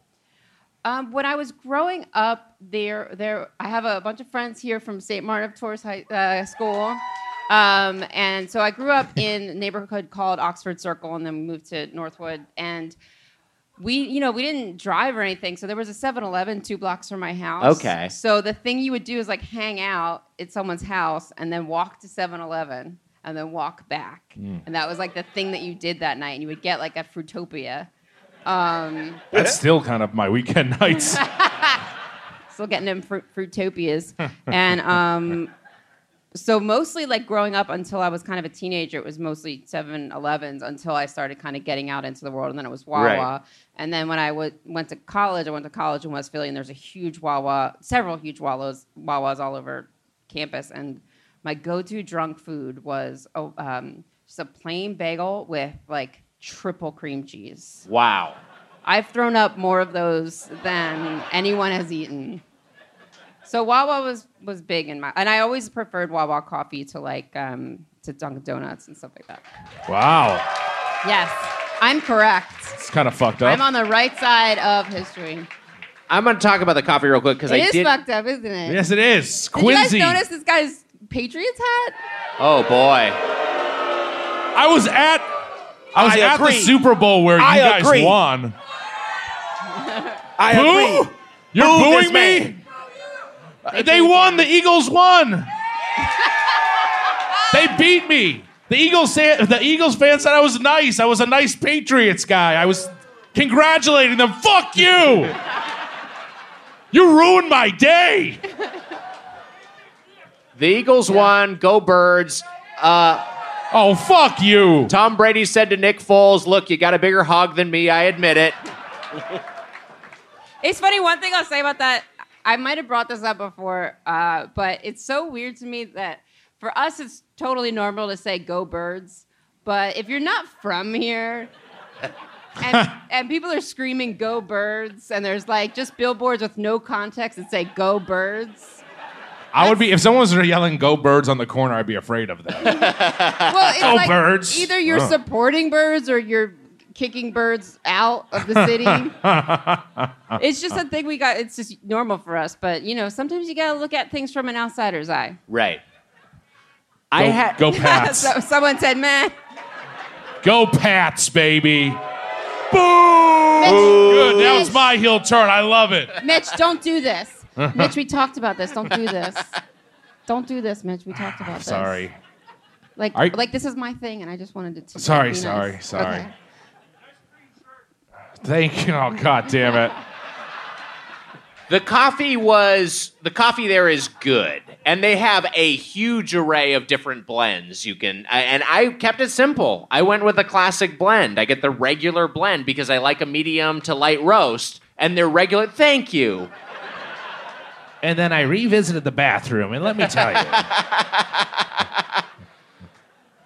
Speaker 7: Um, when I was growing up, there, there, I have a bunch of friends here from St. Martin of Tours High uh, School, um, and so I grew up in a neighborhood called Oxford Circle, and then moved to Northwood, and we, you know, we didn't drive or anything, so there was a 7-Eleven two blocks from my house.
Speaker 1: Okay.
Speaker 7: So the thing you would do is like hang out at someone's house and then walk to 7-Eleven and then walk back. And that was like the thing that you did that night, and you would get like a Fruitopia. Um,
Speaker 2: That's still kind of my weekend [LAUGHS]
Speaker 7: [LAUGHS]
Speaker 2: nights.
Speaker 7: still getting them fruit fruitopias [LAUGHS] and um so mostly like growing up until i was kind of a teenager it was mostly 7-elevens until i started kind of getting out into the world and then it was wawa
Speaker 12: Right.
Speaker 7: and then when i w- went to college i went to college in west philly and there's a huge wawa several huge wawas wawas all over campus and my go-to drunk food was oh, um, just a plain bagel with like triple cream cheese
Speaker 1: Wow.
Speaker 7: I've thrown up more of those than anyone has eaten. So Wawa was was big in my, and I always preferred Wawa coffee to like um, to Dunkin' Donuts and stuff like that.
Speaker 2: wow.
Speaker 7: Yes, I'm correct.
Speaker 2: It's kind of fucked
Speaker 7: I'm on the right side of history.
Speaker 1: I'm going to talk about the coffee real quick because
Speaker 7: It
Speaker 1: I
Speaker 7: is
Speaker 1: did.
Speaker 7: fucked up, isn't it?
Speaker 2: Yes, it is.
Speaker 7: Did you guys notice this guy's Patriots hat?
Speaker 1: Oh boy.
Speaker 2: I was at I was
Speaker 1: I
Speaker 2: at
Speaker 1: agree.
Speaker 2: the Super Bowl where
Speaker 1: I
Speaker 2: you guys
Speaker 1: agree.
Speaker 2: won.
Speaker 6: I
Speaker 2: Boo?
Speaker 6: agree.
Speaker 2: You're
Speaker 6: Boo this
Speaker 2: booing me? They, won. The Eagles won. they beat me. The Eagles said the Eagles fan said I was nice. I was a nice Patriots guy. I was congratulating them. Fuck you. you ruined my day.
Speaker 1: The Eagles won. Go Birds. Uh,
Speaker 2: oh, fuck you.
Speaker 1: Tom Brady said to Nick Foles, Look, you got a bigger hog than me. I admit it.
Speaker 7: It's funny. One thing I'll say about that, I might have brought this up before, uh, but it's so weird to me that for us, it's totally normal to say "Go Birds," but if you're not from here. and, and people are screaming "Go Birds!" and there's like just billboards with no context that say "Go Birds."
Speaker 2: I would be if someone was yelling "Go birds" on the corner. I'd be afraid of that.
Speaker 7: Well, it's
Speaker 2: Go
Speaker 7: like
Speaker 2: Oh, birds. Oh.
Speaker 7: Either you're
Speaker 2: Ugh.
Speaker 7: supporting birds or you're kicking birds out of the
Speaker 2: [LAUGHS]
Speaker 7: city. it's just a thing we got. It's just normal for us. But you know, sometimes you gotta look at things from an outsider's eye.
Speaker 1: Right.
Speaker 2: I Go- ha- go Pats.
Speaker 7: So- someone said, "Man,
Speaker 2: Go Pats, baby. Boom! Good. Now it's my heel turn. I love it.
Speaker 7: Mitch, don't
Speaker 2: [LAUGHS]
Speaker 7: do this. Mitch, we talked about this. Don't do this. Don't do this, Mitch. We talked about this.
Speaker 2: Sorry.
Speaker 7: Like,
Speaker 2: Are you-
Speaker 7: like this is my thing, and I just wanted to.
Speaker 2: Sorry,
Speaker 7: be nice.
Speaker 2: sorry, sorry.
Speaker 7: Okay.
Speaker 2: Thank you. Oh, God damn it.
Speaker 1: The coffee was the coffee there is good, and they have a huge array of different blends you can. I- And I kept it simple. I went with a classic blend. I get the regular blend because I like a medium to light roast, and they're regular. Thank you.
Speaker 2: And then I revisited the bathroom, and let me tell you.
Speaker 1: [LAUGHS]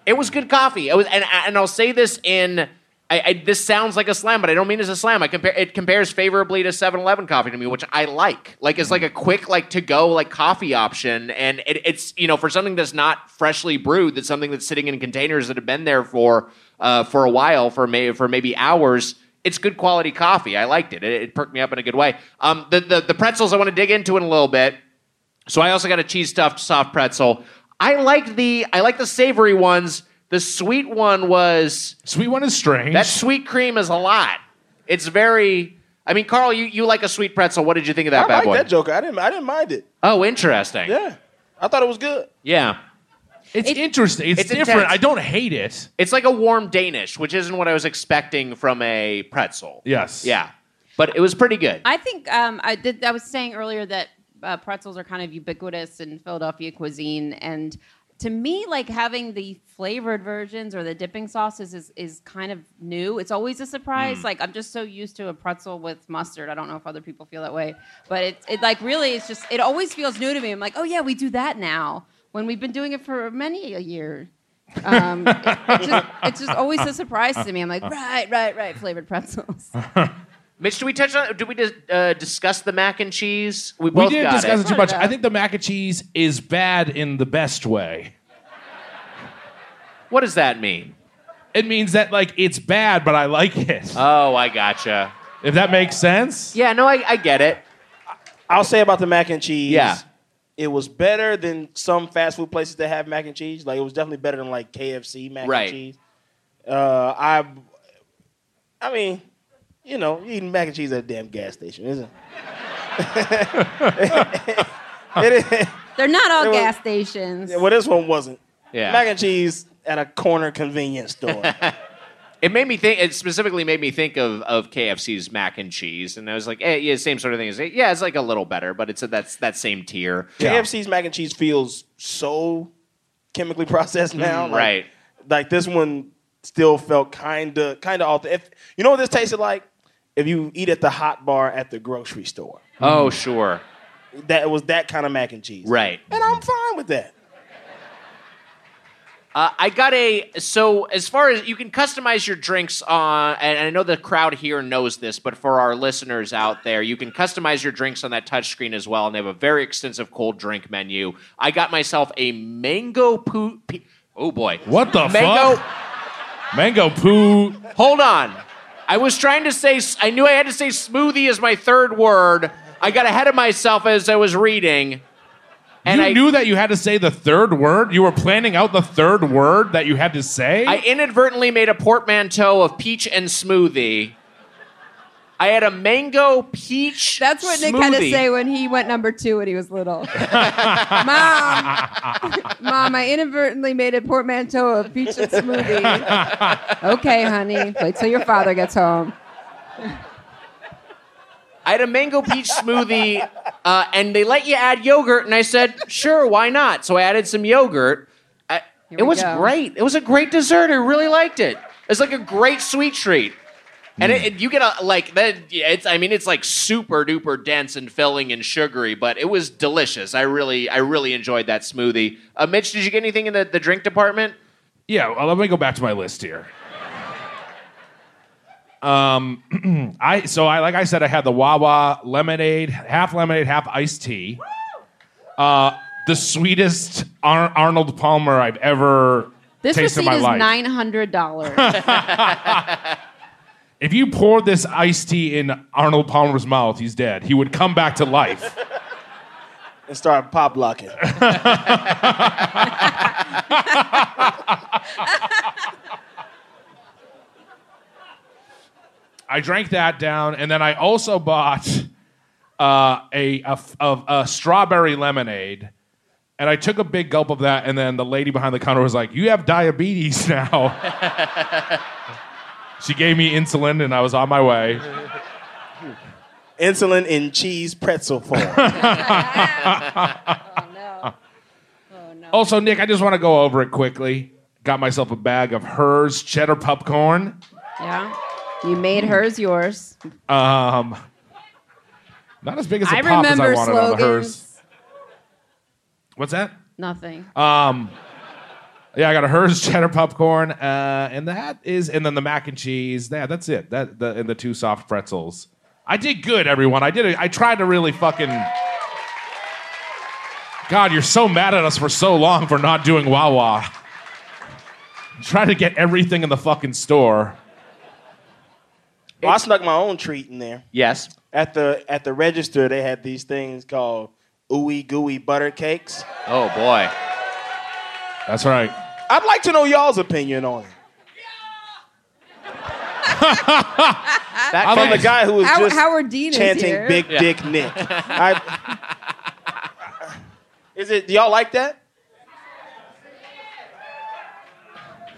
Speaker 1: It was good coffee. It was, and and I'll say this in. I, I, this sounds like a slam, but I don't mean it's a slam. I compare it compares favorably to 7-Eleven coffee to me, which I like. Like it's like a quick like to go like coffee option, and it, it's you know for something that's not freshly brewed, that's something that's sitting in containers that have been there for uh, for a while, for may, for maybe hours. It's good quality coffee. I liked it. It, it perked me up in a good way. Um, the, the the pretzels I want to dig into in a little bit. So I also got a cheese stuffed soft pretzel. I liked the I like the savory ones. The sweet one was
Speaker 2: sweet one is strange.
Speaker 1: That sweet cream is a lot. It's very. I mean, Carl, you, you like a sweet pretzel. What did you think of that
Speaker 6: I
Speaker 1: bad
Speaker 6: like
Speaker 1: boy?
Speaker 6: that Joker. I didn't. I didn't mind it.
Speaker 1: Oh, interesting.
Speaker 6: Yeah, I thought it was good.
Speaker 1: Yeah.
Speaker 2: It's interesting. It's,
Speaker 1: it's
Speaker 2: different.
Speaker 1: intense.
Speaker 2: I don't hate it.
Speaker 1: It's like a warm Danish, which isn't what I was expecting from a pretzel.
Speaker 2: Yes.
Speaker 1: Yeah. But it was pretty good.
Speaker 7: I think um, I did. I was saying earlier that uh, pretzels are kind of ubiquitous in Philadelphia cuisine, and to me, like having the flavored versions or the dipping sauces is is kind of new. It's always a surprise.
Speaker 12: Mm.
Speaker 7: Like I'm just so used to a pretzel with mustard. I don't know if other people feel that way, but it it like really it's just it always feels new to me. I'm like, oh yeah, we do that now when we've been doing it for many a year. Um, it, it just, it's just always a surprise to me. I'm like, right, right, right, flavored pretzels.
Speaker 1: Mitch, did we touch on? Did we dis- uh, discuss the mac and cheese? We
Speaker 2: We
Speaker 1: both
Speaker 2: didn't
Speaker 1: got
Speaker 2: discuss it too
Speaker 1: it
Speaker 2: much. I think the mac and cheese is bad in the best way.
Speaker 1: What does that mean?
Speaker 2: It means that like it's bad, but I like it.
Speaker 1: Oh, I gotcha.
Speaker 2: If that makes sense.
Speaker 1: Yeah, no, I, I get it.
Speaker 6: I'll say about the mac and cheese.
Speaker 2: Yeah.
Speaker 6: It was better than some fast food places that have mac and cheese. Like it was definitely better than like KFC mac
Speaker 1: Right.
Speaker 6: and cheese. Uh, I, I mean, you know, you eating mac and cheese at a damn gas station,
Speaker 1: [LAUGHS]
Speaker 6: isn't it? [LAUGHS] it is.
Speaker 7: They're not all
Speaker 6: It was-
Speaker 7: gas stations.
Speaker 6: Yeah, well, this one wasn't.
Speaker 1: Yeah.
Speaker 6: Mac and cheese at a corner convenience store.
Speaker 1: It made me think. It specifically made me think of of KFC's mac and cheese, and I was like, eh, yeah, same sort of thing. It's like, yeah, it's like a little better, but it's at that's that same tier.
Speaker 6: KFC's mac and cheese feels so chemically [LAUGHS] processed now.
Speaker 1: Mm,
Speaker 6: like-
Speaker 1: right.
Speaker 6: Like this one still felt kinda kinda off. The, if you know what this tasted like, if you eat at the hot bar at the grocery store,
Speaker 1: Oh, sure.
Speaker 6: that it was that kind of mac and cheese.
Speaker 1: Right.
Speaker 6: And I'm fine with that.
Speaker 1: Uh, I got a so as far as you can customize your drinks on, and I know the crowd here knows this, but for our listeners out there, you can customize your drinks on that touchscreen as well, and they have a very extensive cold drink menu. I got myself a mango poo. Pe- oh boy,
Speaker 2: What the
Speaker 1: mango,
Speaker 2: fuck? Mango poo.
Speaker 1: Hold on, I was trying to say. I knew I had to say smoothie as my third word. I got ahead of myself as I was reading. And
Speaker 2: you
Speaker 1: I-
Speaker 2: knew that you had to say the third word. You were planning out the third word that you had to say.
Speaker 1: I inadvertently made a portmanteau of peach and smoothie. I had a mango peach.
Speaker 7: That's what Nick had to
Speaker 1: smoothie.
Speaker 7: say when he went number two when he was little. Mom, mom, I inadvertently made a portmanteau of peach and smoothie. Okay, honey, wait till your father gets home.
Speaker 1: I had a mango peach smoothie, uh, and they let you add yogurt, and I said, sure, why not? So I added some yogurt. I, it
Speaker 7: we
Speaker 1: was
Speaker 7: go.
Speaker 1: great. It was a great dessert. I really liked it. It's like a great sweet treat. And it, it- you get a like that. yeah, It's I mean it's like super duper dense and filling and sugary, but it was delicious. I really I really enjoyed that smoothie. Uh, Mitch, did you get anything in the, the drink department?
Speaker 2: Yeah, well, let me go back to my list here. Um, [CLEARS THROAT] I so I like I said I had the Wawa lemonade, half lemonade, half iced tea. Uh, the sweetest Ar- Arnold Palmer I've ever
Speaker 7: This
Speaker 2: tasted in
Speaker 7: receipt
Speaker 2: my
Speaker 7: is
Speaker 2: life.
Speaker 7: nine hundred dollars.
Speaker 2: if you pour this iced tea in Arnold Palmer's mouth, he's dead. He would come back to life.
Speaker 6: and start pop
Speaker 1: [LAUGHS]
Speaker 6: locking.
Speaker 2: I drank that down, and then I also bought uh, a, a, f- of- a strawberry lemonade. And I took a big gulp of that, and then the lady behind the counter was like, You have diabetes [LAUGHS] now. she gave me insulin, and I was on my way.
Speaker 6: Insulin in cheese
Speaker 1: [LAUGHS]
Speaker 6: pretzel form.
Speaker 2: Also, Nick, I just want to go over it quickly. Got myself a bag of hers cheddar popcorn.
Speaker 7: yeah, you made hers yours.
Speaker 2: Um, not as big as a
Speaker 7: I
Speaker 2: pop as I
Speaker 7: remember
Speaker 2: wanted on the hers. What's that?
Speaker 7: Nothing.
Speaker 2: Um, yeah, I got a hers [LAUGHS] cheddar popcorn, uh, and that is, and then the mac and cheese. Yeah, that's it. That the, and the two soft pretzels. I did good, everyone. I did. it. I tried to really fucking. God, you're so mad at us for so long for not doing Wawa. Try to get everything in the fucking store.
Speaker 6: Well, I snuck my own treat in there.
Speaker 1: Yes.
Speaker 6: At the at the register, they had these things called ooey gooey butter cakes.
Speaker 1: Oh boy.
Speaker 2: That's right.
Speaker 7: Um,
Speaker 6: I'd like to know y'all's opinion on
Speaker 7: [LAUGHS]
Speaker 6: it. I'm the guy who was
Speaker 7: How-
Speaker 6: just
Speaker 7: Howard Dean is
Speaker 6: chanting
Speaker 7: here.
Speaker 6: "Big
Speaker 7: Yeah.
Speaker 6: Dick Nick." I, is it? Do y'all like that?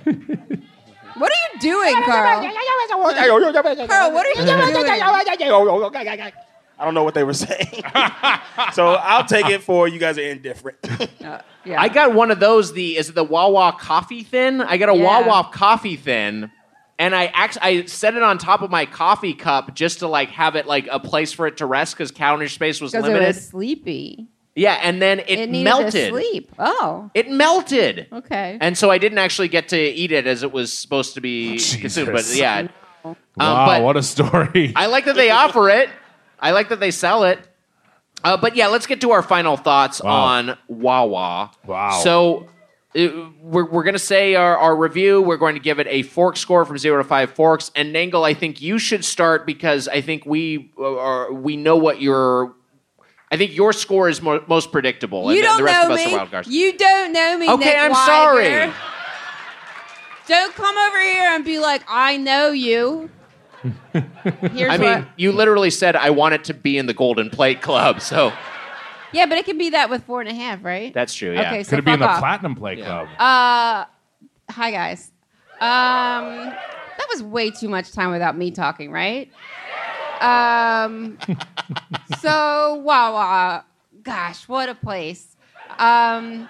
Speaker 7: What are you doing, Carl? Carl, what are you doing?
Speaker 6: I don't know what they were saying. [LAUGHS] so I'll take it for you guys are indifferent. [LAUGHS]
Speaker 1: I got one of those. The is it the Wawa coffee thin? I got a
Speaker 6: Yeah.
Speaker 1: Wawa coffee thin, and I actually I set it on top of my coffee cup just to like have it like a place for it to rest because counter space was
Speaker 7: Because it
Speaker 1: limited.
Speaker 7: was sleepy.
Speaker 1: yeah, and then it,
Speaker 7: It needed
Speaker 1: melted.
Speaker 7: to sleep. Oh,
Speaker 1: It melted.
Speaker 7: okay.
Speaker 1: And so I didn't actually get to eat it as it was supposed to be consumed. But
Speaker 2: Oh, Jesus.
Speaker 1: yeah, Um,
Speaker 2: wow,
Speaker 1: but-
Speaker 2: what a story. [LAUGHS]
Speaker 1: I like that they offer it. I like that they sell it. Uh, but yeah, let's get to our final thoughts
Speaker 2: Wow.
Speaker 1: on Wawa.
Speaker 2: Wow.
Speaker 1: So uh, we're, we're going to say our, our review. We're going to give it a fork score from zero to five forks. And Nangle, I think you should start because I think we uh, are, we know what your. I think your score is mo- most predictable.
Speaker 7: you
Speaker 1: and,
Speaker 7: don't
Speaker 1: and the rest
Speaker 7: know
Speaker 1: of us
Speaker 7: me.
Speaker 1: are wild cards.
Speaker 7: You don't know me.
Speaker 1: Okay,
Speaker 7: Nick
Speaker 1: I'm
Speaker 7: Weiger.
Speaker 1: sorry.
Speaker 7: Don't come over here and be like, I
Speaker 1: [LAUGHS]
Speaker 7: know you. Here's
Speaker 1: I
Speaker 7: what.
Speaker 1: mean, you literally said I want it to be in the Golden Plate Club. [LAUGHS] So
Speaker 7: Yeah, but it can be that with four and a half, right?
Speaker 1: that's true. Yeah.
Speaker 7: Okay, so Could it be in fuck the off.
Speaker 2: Platinum Play Club.
Speaker 7: Uh, hi guys. Um, that was way too much time without me talking, right?
Speaker 1: [LAUGHS]
Speaker 7: Um, so Wawa, gosh, what a place. Um,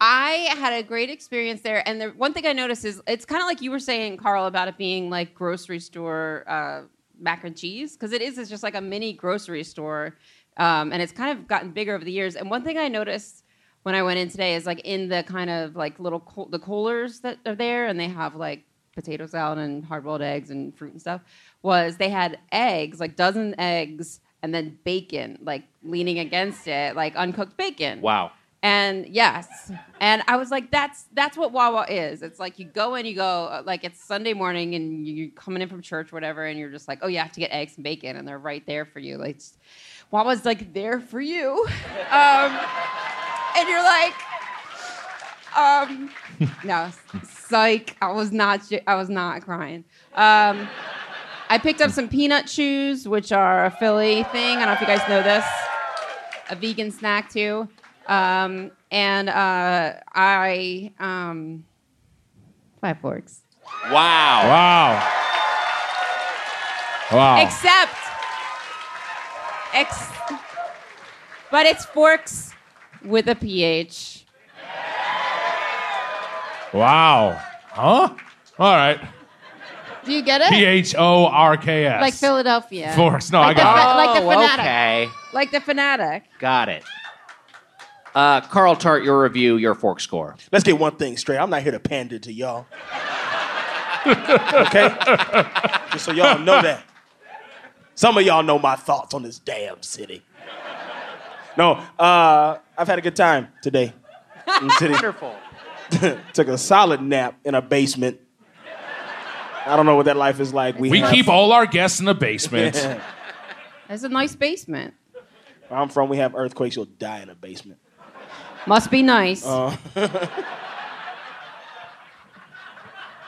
Speaker 7: I had a great experience there, and the one thing I noticed is it's kind of like you were saying, Carl, about it being like grocery store uh, mac and cheese because it is. It's just like a mini grocery store, um, and it's kind of gotten bigger over the years. And one thing I noticed when I went in today is like in the kind of like little cool the coolers that are there, and they have like potato salad and hard boiled eggs and fruit and stuff. Was they had eggs, like dozen eggs, and then bacon, like leaning against it, like uncooked bacon.
Speaker 1: Wow.
Speaker 7: And yes, and I was like, that's that's what Wawa is. It's like you go in, you go uh, like it's Sunday morning, and you- you're coming in from church, whatever, and you're just like, oh, you have to get eggs and bacon, and they're right there for you. Like s- Wawa's like there for you, [LAUGHS] um, and you're like, um, [LAUGHS] no, psych. I was not. j- I was not crying. Um, I picked up some peanut shoes, which are a Philly thing. I don't know if you guys know this a vegan snack too. Um, and uh, I um, five forks.
Speaker 1: Wow.
Speaker 2: Wow. Wow.
Speaker 7: Except, ex, but it's forks with a ph.
Speaker 2: wow. Huh? All right.
Speaker 7: Do you get it?
Speaker 2: P H O R K S.
Speaker 7: Like Philadelphia.
Speaker 2: Forks. No, I
Speaker 7: like
Speaker 2: got
Speaker 7: the, fa- Like the
Speaker 1: Oh,
Speaker 7: fanatic.
Speaker 1: okay.
Speaker 7: Like the fanatic.
Speaker 1: Got it. Uh, Carl Tart, your review, your fork score.
Speaker 6: Let's get one thing straight. I'm not here to pander to y'all. okay? Just so y'all know that. Some of y'all know my thoughts on this damn city. No, uh, I've had a good time
Speaker 2: [LAUGHS]
Speaker 6: today. in the city.
Speaker 1: Wonderful.
Speaker 6: [LAUGHS] Took a solid nap in a basement. I don't know what that life is like.
Speaker 2: We keep all our guests in the basement.
Speaker 7: That's a nice basement.
Speaker 6: Where I'm from, we have earthquakes. You'll die in a basement.
Speaker 7: Must be nice.
Speaker 2: Oh.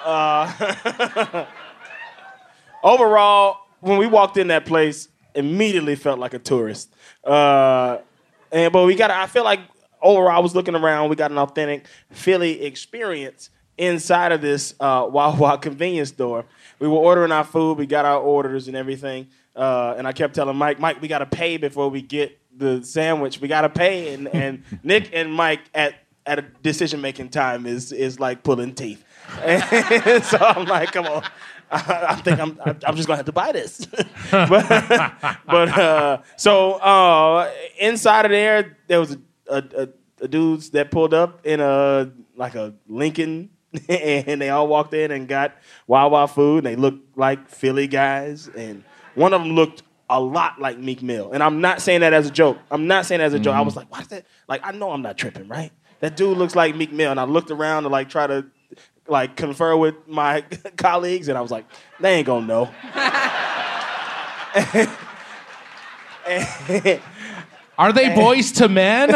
Speaker 6: Uh, uh, overall, when we walked in that place, immediately felt like a tourist. Uh, and but we got, I feel like overall, I was looking around. We got an authentic Philly experience inside of this uh, [LAUGHS] Wawa convenience store. We were ordering our food. We got our orders and everything. Uh, and I kept telling Mike, Mike, we gotta pay before we get the sandwich. We gotta pay. And, and Nick and Mike at at a decision making time is is like pulling teeth. [LAUGHS] And so I'm like, come on. I, I think I'm I'm I'm just gonna have to buy this. [LAUGHS] but but uh, so uh, inside of there, there was a, a, a, a dudes that pulled up in a like a Lincoln, [LAUGHS] and they all walked in and got Wawa food. And they looked like Philly guys, and one of them looked a lot like Meek Mill. And I'm not saying that as a joke. I'm not saying that as a joke. I was like, why is that? Like I know I'm not tripping, right? That dude looks like Meek Mill, and I looked around to like try to like confer with my [LAUGHS] colleagues, and I was like, they ain't gonna know.
Speaker 2: Are they boys to men?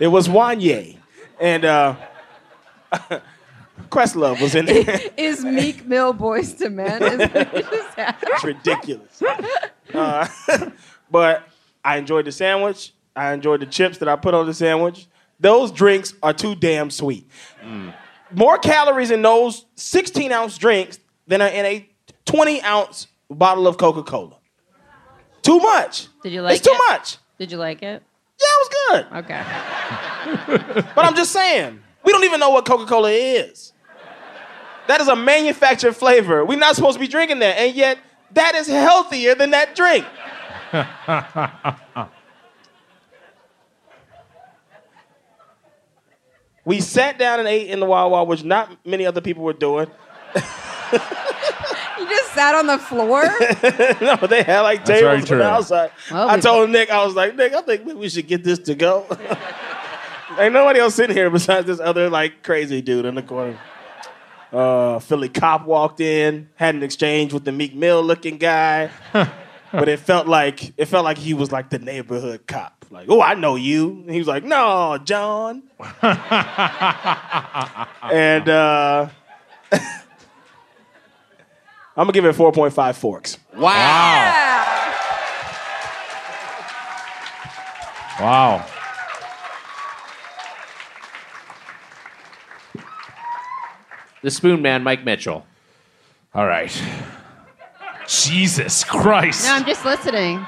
Speaker 6: it was Wanye, and uh, [LAUGHS] Questlove was in there. [LAUGHS]
Speaker 7: Is Meek Mill boys to men?
Speaker 2: [LAUGHS]
Speaker 7: Is that what just happened?
Speaker 6: it's ridiculous. Uh, [LAUGHS] but I enjoyed the sandwich. I enjoyed the chips that I put on the sandwich. Those drinks are too damn sweet. More calories in those 16 ounce drinks than are in a 20 ounce bottle of Coca Cola. Too much.
Speaker 7: Did you like
Speaker 6: it's too
Speaker 7: it?
Speaker 6: much.
Speaker 7: Did you like it?
Speaker 6: Yeah, it was good.
Speaker 7: Okay.
Speaker 6: But I'm just saying, we don't even know what Coca Cola is. That is a manufactured flavor. We're not supposed to be drinking that, and yet that is healthier than that drink. We sat down and ate in the Wawa, which not many other people were doing.
Speaker 7: You just sat on the
Speaker 6: [LAUGHS]
Speaker 2: [LAUGHS]
Speaker 7: floor?
Speaker 6: no, they had like
Speaker 7: That's
Speaker 6: tables
Speaker 7: very
Speaker 6: on
Speaker 7: true.
Speaker 6: the outside.
Speaker 7: Well,
Speaker 6: I
Speaker 7: we-
Speaker 6: told Nick, I was like, Nick, I think maybe we should get this to go. [LAUGHS] Ain't nobody else sitting here besides this other like crazy dude in the corner. Uh, Philly cop walked in, had an exchange with the Meek Mill looking
Speaker 7: [LAUGHS]
Speaker 6: guy, but it felt like it felt like he was like the neighborhood cop. Like, oh, I know you. And he was like, no,
Speaker 7: [LAUGHS]
Speaker 6: John. and uh, [LAUGHS] I'm gonna give it 4.5 forks.
Speaker 1: Wow.
Speaker 2: Wow.
Speaker 1: The Spoon Man, Mike Mitchell.
Speaker 2: All right. Jesus Christ.
Speaker 7: No, I'm just listening.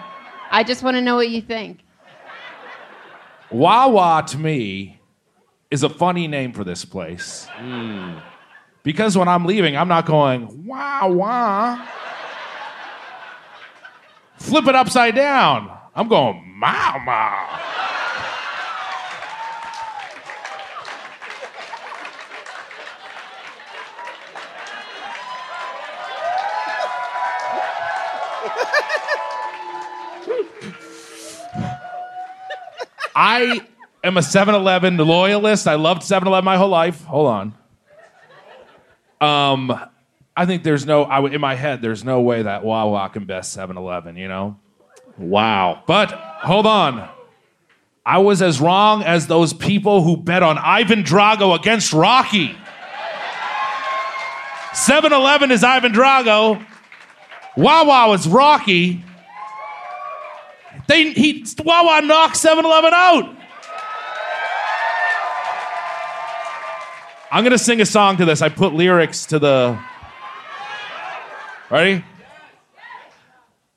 Speaker 7: I just want to know what you think.
Speaker 2: Wawa to me is a funny name for this place. Because when I'm leaving, I'm not going, wow, wow. Flip it upside down. I'm going, mama. I am a 7 Eleven loyalist. I loved 7 Eleven my whole life. Hold on. Um, I think there's no, I, would- in my head, there's no way that Wawa can best 7 Eleven, you know? Wow. But hold on. I was as wrong as those people who bet on Ivan Drago against Rocky. 7 Eleven is Ivan Drago. Wawa is Rocky. They he Wawa knocked 7-Eleven out. I'm gonna sing a song to this. I put lyrics to the. Ready?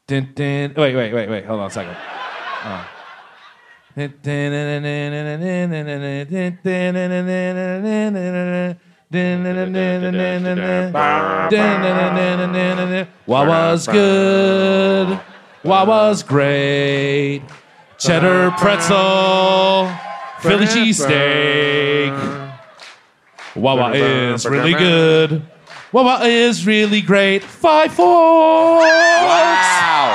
Speaker 2: Dun, dun. Wait, wait, wait, wait. Hold on a second. Oh. Dun, dun, dun, dun, dun, dun, dun, dun, dun, dun, dun, dun, dun, dun, dun, dun, dun, dun, dun, dun, dun, dun, dun, dun, dun, dun, dun, dun, dun, dun. Wawa's good. Wawa's great. Cheddar pretzel. Philly cheesesteak. Wawa is really good. Wawa is really great. Five forks. Wow.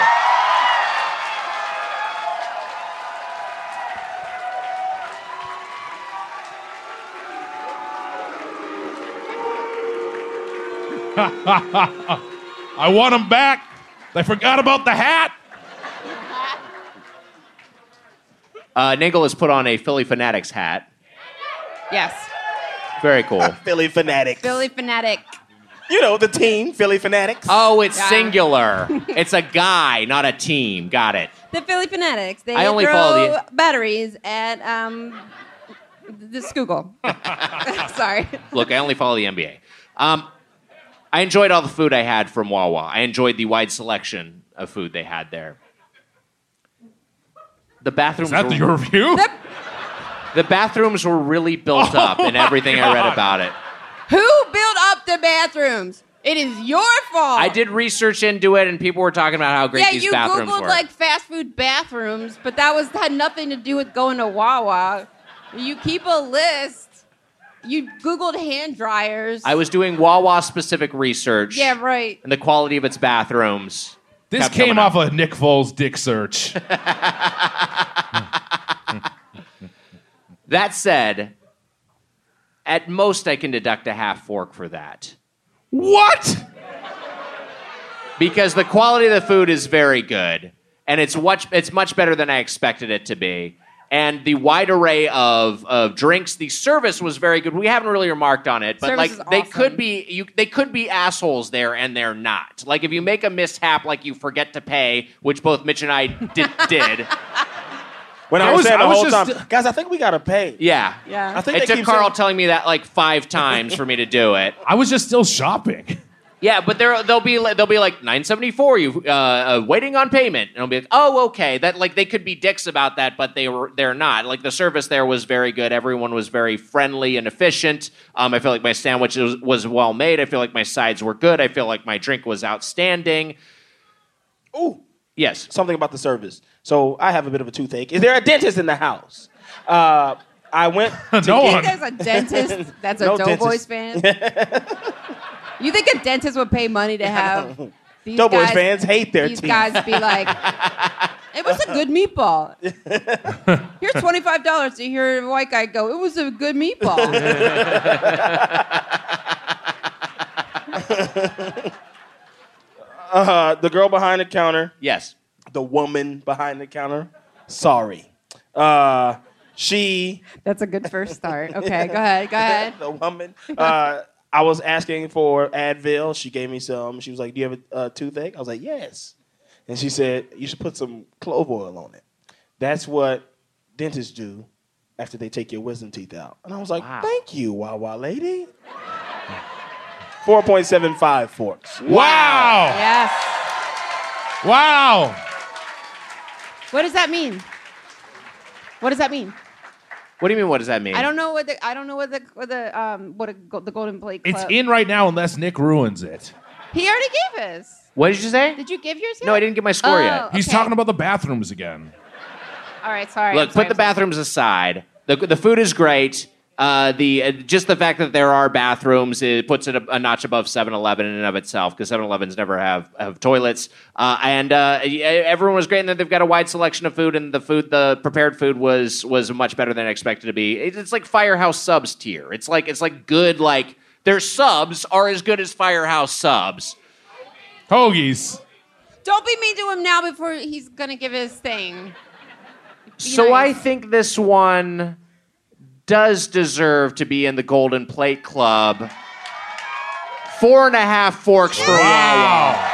Speaker 2: I want them back. They forgot about the hat.
Speaker 1: Uh, Nagel has put on a Philly Fanatics hat.
Speaker 7: Yes.
Speaker 1: Very cool.
Speaker 6: [LAUGHS] Philly Fanatics.
Speaker 7: Philly Fanatic.
Speaker 6: You know, the team, Philly Fanatics.
Speaker 1: Oh, it's
Speaker 2: [LAUGHS]
Speaker 1: singular. it's a guy, not a team. Got it.
Speaker 7: The Philly Fanatics. They
Speaker 1: I only
Speaker 7: throw
Speaker 1: follow
Speaker 7: batteries at um,
Speaker 1: [LAUGHS]
Speaker 7: the Skoogle. [LAUGHS] Sorry.
Speaker 1: Look, I only follow the NBA. Um, I enjoyed all the food I had from Wawa. I enjoyed the wide selection of food they had there. The bathrooms.
Speaker 2: that
Speaker 1: were,
Speaker 2: your review?
Speaker 1: The bathrooms were really
Speaker 7: [LAUGHS]
Speaker 1: built
Speaker 7: Oh
Speaker 1: up in everything I read about it.
Speaker 7: Who built up the bathrooms? It is your fault.
Speaker 1: I did research into it, and people were talking about how great
Speaker 7: yeah,
Speaker 1: these
Speaker 7: you
Speaker 1: bathrooms
Speaker 7: googled
Speaker 1: were.
Speaker 7: like fast food bathrooms, but that was had nothing to do with going to Wawa. You keep a list. You googled hand dryers.
Speaker 1: I was doing Wawa specific research
Speaker 7: yeah, right.
Speaker 1: and the quality of its bathrooms.
Speaker 2: [LAUGHS] This
Speaker 1: kept
Speaker 2: came
Speaker 1: coming up.
Speaker 2: off of Nick Foles' dick search. [LAUGHS]
Speaker 1: That said, at most I can deduct a half fork for that.
Speaker 2: What?
Speaker 1: Because the quality of the food is very good, and it's much, it's much better than I expected it to be. And the wide array of, of drinks, the service was very good. We haven't really remarked on it, but
Speaker 7: Service
Speaker 1: like
Speaker 7: is
Speaker 1: they
Speaker 7: awesome.
Speaker 1: could be you, they could be assholes there, and they're not. Like if you make a mishap, like you forget to pay, which both Mitch and I did. [LAUGHS] did
Speaker 6: When I was, saying the whole time, guys, I think we gotta pay.
Speaker 1: Yeah.
Speaker 6: Yeah. I think
Speaker 1: it
Speaker 6: they
Speaker 1: took
Speaker 6: keep
Speaker 1: Carl
Speaker 6: saying-
Speaker 1: telling me that like five times for me to do it.
Speaker 2: I was just still shopping. [LAUGHS]
Speaker 1: Yeah, but there they'll be li- they'll be like nine seventy four. You uh, uh, waiting on payment, and I'll be like, oh okay. That like they could be dicks about that, but they were they're not. Like the service there was very good. Everyone was very friendly and efficient. Um, I feel like my sandwich was, was well made. I feel like my sides were good. I feel like my drink was outstanding.
Speaker 6: Ooh.
Speaker 1: Yes.
Speaker 6: Something about the service. So I have a bit of a toothache. Is there a dentist in the house? Uh, I [LAUGHS] went. To
Speaker 7: you
Speaker 6: get-
Speaker 7: think there's a dentist that's a
Speaker 6: No
Speaker 7: Doughboys
Speaker 6: dentist.
Speaker 7: fan? you think a dentist would pay money
Speaker 6: [LAUGHS]
Speaker 7: to have these
Speaker 6: Doughboys
Speaker 7: guys-
Speaker 6: fans hate their
Speaker 7: These
Speaker 6: teeth.
Speaker 7: guys be like, it was a
Speaker 6: [LAUGHS]
Speaker 7: good meatball. Here's twenty five dollars to hear a white guy go. It was a
Speaker 6: [LAUGHS]
Speaker 7: good meatball.
Speaker 6: uh, the girl behind the counter.
Speaker 1: Yes.
Speaker 6: The woman behind the counter. Sorry. Uh, she.
Speaker 7: That's a good first start. Okay, go ahead. Go ahead.
Speaker 6: [LAUGHS] the woman. Uh, I was asking for Advil. She gave me some. She was like, "Do you have a, a toothache?" I was like, "Yes." And she said, "You should put some clove oil on it." That's what dentists do after they take your wisdom teeth out. And I was like, "Thank you, Wawa lady." [LAUGHS] Four point seven five forks.
Speaker 2: Wow.
Speaker 7: Yes.
Speaker 2: Wow.
Speaker 7: What does that mean? What does that mean?
Speaker 1: What do you mean? What does that mean?
Speaker 7: I don't know what the I don't know what the what the um what a, go- the Golden Plate
Speaker 2: It's
Speaker 7: Club.
Speaker 2: in right now unless Nick ruins it.
Speaker 7: He already gave us.
Speaker 1: What did you say?
Speaker 7: Did you give yours? Yet?
Speaker 1: No, I didn't get my score yet.
Speaker 7: Oh,
Speaker 2: He's
Speaker 7: okay.
Speaker 2: talking about the bathrooms again.
Speaker 7: All right, sorry.
Speaker 1: Look,
Speaker 7: I'm sorry,
Speaker 1: put the bathrooms aside. The, the food is great. Uh, the uh, just the fact that there are bathrooms it puts it a, a notch above 7-Eleven in and of itself because 7-Elevens never have have toilets. Uh, and uh, e- everyone was great, and that they've got a wide selection of food, and the food, the prepared food was was much better than I expected to be. It, it's like Firehouse subs tier. It's like it's like good. Like their subs are as good as Firehouse subs.
Speaker 2: Hoagies.
Speaker 7: Don't be mean to him now before he's gonna give his thing.
Speaker 1: So I think this one does deserve to be in the Golden Plate Club. Four and a half forks for Wawa.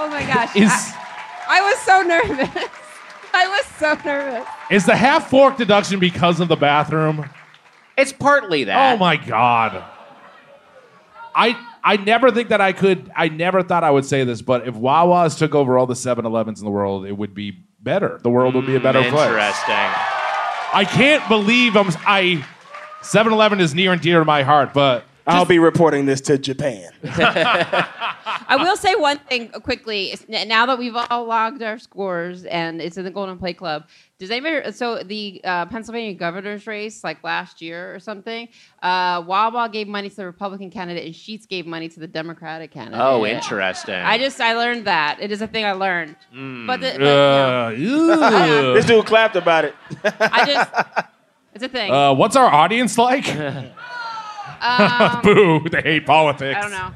Speaker 7: Oh [LAUGHS] my gosh.
Speaker 2: Is
Speaker 7: I, I was so nervous. [LAUGHS] I was so nervous.
Speaker 2: is the half fork deduction because of the bathroom?
Speaker 1: It's partly that.
Speaker 2: Oh my god. I I never think that I could I never thought I would say this, but if Wawa's took over all the 7-Elevens in the world, it would be better. The world would be a better place.
Speaker 1: Interesting.
Speaker 2: I can't believe I'm I 7-Eleven is near and dear to my heart, but
Speaker 6: I'll be reporting this to Japan.
Speaker 1: Uh-huh.
Speaker 7: I will say one thing quickly. It's- n- Now that we've all logged our scores and it's in the Golden Play Club, does anybody? So the uh, Pennsylvania governor's race, like last year or something, uh, Wawa gave money to the Republican candidate and Sheets gave money to the Democratic candidate.
Speaker 1: Oh, interesting.
Speaker 7: I just I learned that it is a thing I learned.
Speaker 1: Hmm.
Speaker 7: But, the, but
Speaker 2: Uh,
Speaker 1: [LAUGHS]
Speaker 2: ew.
Speaker 6: this dude clapped about it.
Speaker 7: I just It's a
Speaker 1: Oh,
Speaker 7: thing.
Speaker 2: Uh, what's our audience like? [LAUGHS]
Speaker 7: Um,
Speaker 2: Boo! They hate politics.
Speaker 7: I don't know.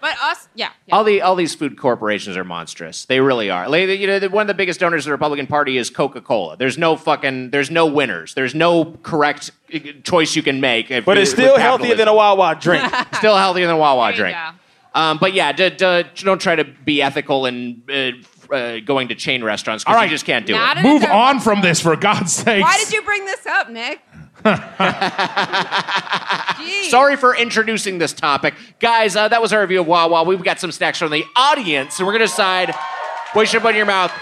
Speaker 7: But us, yeah.
Speaker 1: All the all these food corporations are monstrous. They really are. Like, you know, the- one of the biggest donors to the Republican Party is Coca-Cola. There's no fucking there's no winners. There's no correct uh, choice you can make. if
Speaker 6: But
Speaker 1: you-
Speaker 6: it's
Speaker 1: with
Speaker 6: still healthier
Speaker 1: capitalism.
Speaker 6: than a Wawa drink.
Speaker 1: [LAUGHS] still healthier than a Wawa
Speaker 6: There you
Speaker 1: drink. Um, but yeah, d- d- don't try to be ethical in uh, f- uh, going to chain restaurants because you just can't do
Speaker 7: Not
Speaker 1: it.
Speaker 7: in a Move joke.
Speaker 2: on from this, for God's sake.
Speaker 7: Why did you bring this up, Nick?
Speaker 1: [LAUGHS] Sorry for introducing this topic. Guys, uh, that was our review of Wawa. We've got some snacks from the audience, and we're going to decide what you should put in your mouth.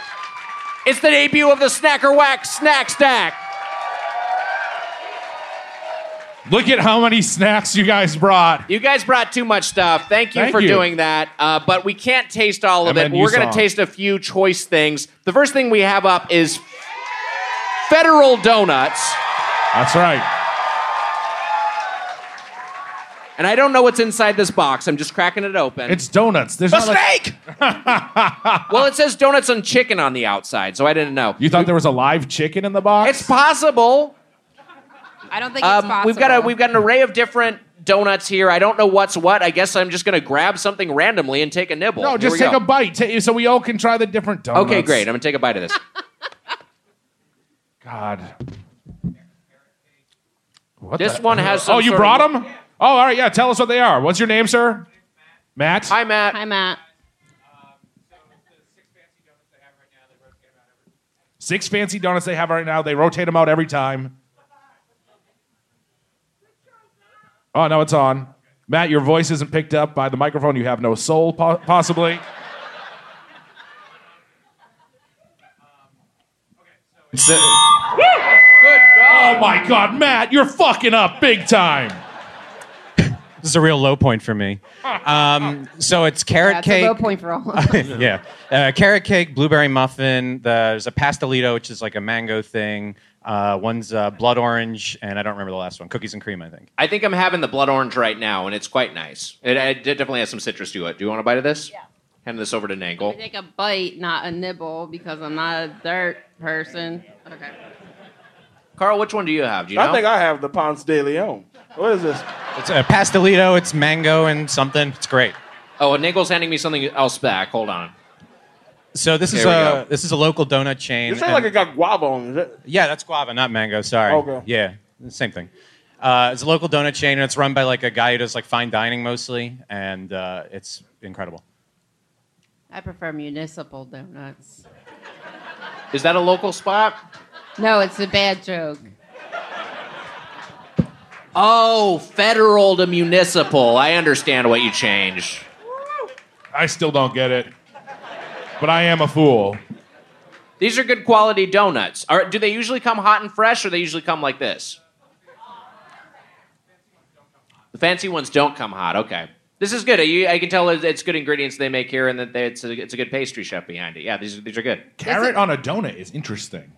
Speaker 1: It's the debut of the Snacker Whack Snack Stack.
Speaker 2: Look at how many snacks you guys brought.
Speaker 1: You guys brought too much stuff. Thank you
Speaker 2: Thank
Speaker 1: for
Speaker 2: you.
Speaker 1: doing that. Uh, but we can't taste all of it.
Speaker 2: MNU
Speaker 1: We're going to
Speaker 2: song.
Speaker 1: taste a few choice things. The first thing we have up is Federal Donuts.
Speaker 2: That's right.
Speaker 1: And I don't know what's inside this box. I'm just cracking it open.
Speaker 2: It's donuts. There's not like-
Speaker 1: snake! well, it says donuts and chicken on the outside, so I didn't know.
Speaker 2: you thought there was a live chicken in the box?
Speaker 1: It's possible.
Speaker 7: I don't think it's
Speaker 1: Um,
Speaker 7: possible.
Speaker 1: we've got a we've got an array of different donuts here. I don't know what's what. I guess I'm just gonna grab something randomly and take a nibble.
Speaker 2: no,
Speaker 1: Here
Speaker 2: just
Speaker 1: we
Speaker 2: take
Speaker 1: go.
Speaker 2: a bite ta- so we all can try the different donuts.
Speaker 1: Okay, great. I'm gonna take a bite of
Speaker 2: [LAUGHS]
Speaker 1: this.
Speaker 2: God. What
Speaker 1: This
Speaker 2: the-
Speaker 1: one has some
Speaker 2: Oh, you
Speaker 1: sort
Speaker 2: brought
Speaker 1: of-
Speaker 2: them? Oh, all right. Yeah, tell us what they are. What's your name, sir? Matt.
Speaker 1: Hi, Matt.
Speaker 7: Hi, Matt.
Speaker 2: Six fancy donuts they have right now. They rotate them out every time. Oh, no, it's on. Matt, your voice isn't picked up by the microphone. You have no soul, po- possibly. Um, Oh my God, Matt, you're fucking up big time.
Speaker 12: This is a real low point for me. Um, so it's carrot
Speaker 7: That's
Speaker 12: cake.
Speaker 7: a low point for
Speaker 1: [LAUGHS]
Speaker 7: all. of us.
Speaker 12: yeah, uh, carrot cake, blueberry muffin. the- there's a pastelito, which is like a mango thing. Uh, one's uh, blood orange, and I don't remember the last one. Cookies and cream, I think.
Speaker 1: I think I'm having the blood orange right now, and it's quite nice. It, it definitely has some citrus to it. Do you want a bite of this? Yeah. Hand this over to
Speaker 7: I
Speaker 1: Nangle.
Speaker 7: take a bite, not a nibble, because I'm not a dirt person. Okay.
Speaker 1: Carl, which one do you have? Do you know?
Speaker 6: I think I have the Ponce de Leon. What is this?
Speaker 12: It's a pastelito. It's mango and something. It's great.
Speaker 1: Oh, and Nangle's handing me something else back. Hold on.
Speaker 12: So this is
Speaker 1: Here we
Speaker 12: a this is a local donut chain.
Speaker 6: It sounds like
Speaker 12: and-
Speaker 6: it got guava on it.
Speaker 12: Yeah, that's guava, not mango. Sorry.
Speaker 6: Okay.
Speaker 12: Yeah, same thing. Uh, it's a local donut chain, and it's run by like a guy who does like fine dining mostly, and uh, it's incredible.
Speaker 7: I prefer municipal donuts.
Speaker 1: Is that a local spot?
Speaker 7: No, it's a bad joke.
Speaker 1: Oh, federal to municipal. I understand what you changed.
Speaker 2: I still don't get it, but I am a fool.
Speaker 1: These are good quality donuts. Are, do they usually come hot and fresh, or they usually come like this? The fancy ones don't come hot. Okay, this is good. You- I can tell it- it's good ingredients they make here, and that they- it's a, it's a good pastry chef behind it. Yeah, these are- these are good.
Speaker 2: Carrot on a donut is interesting.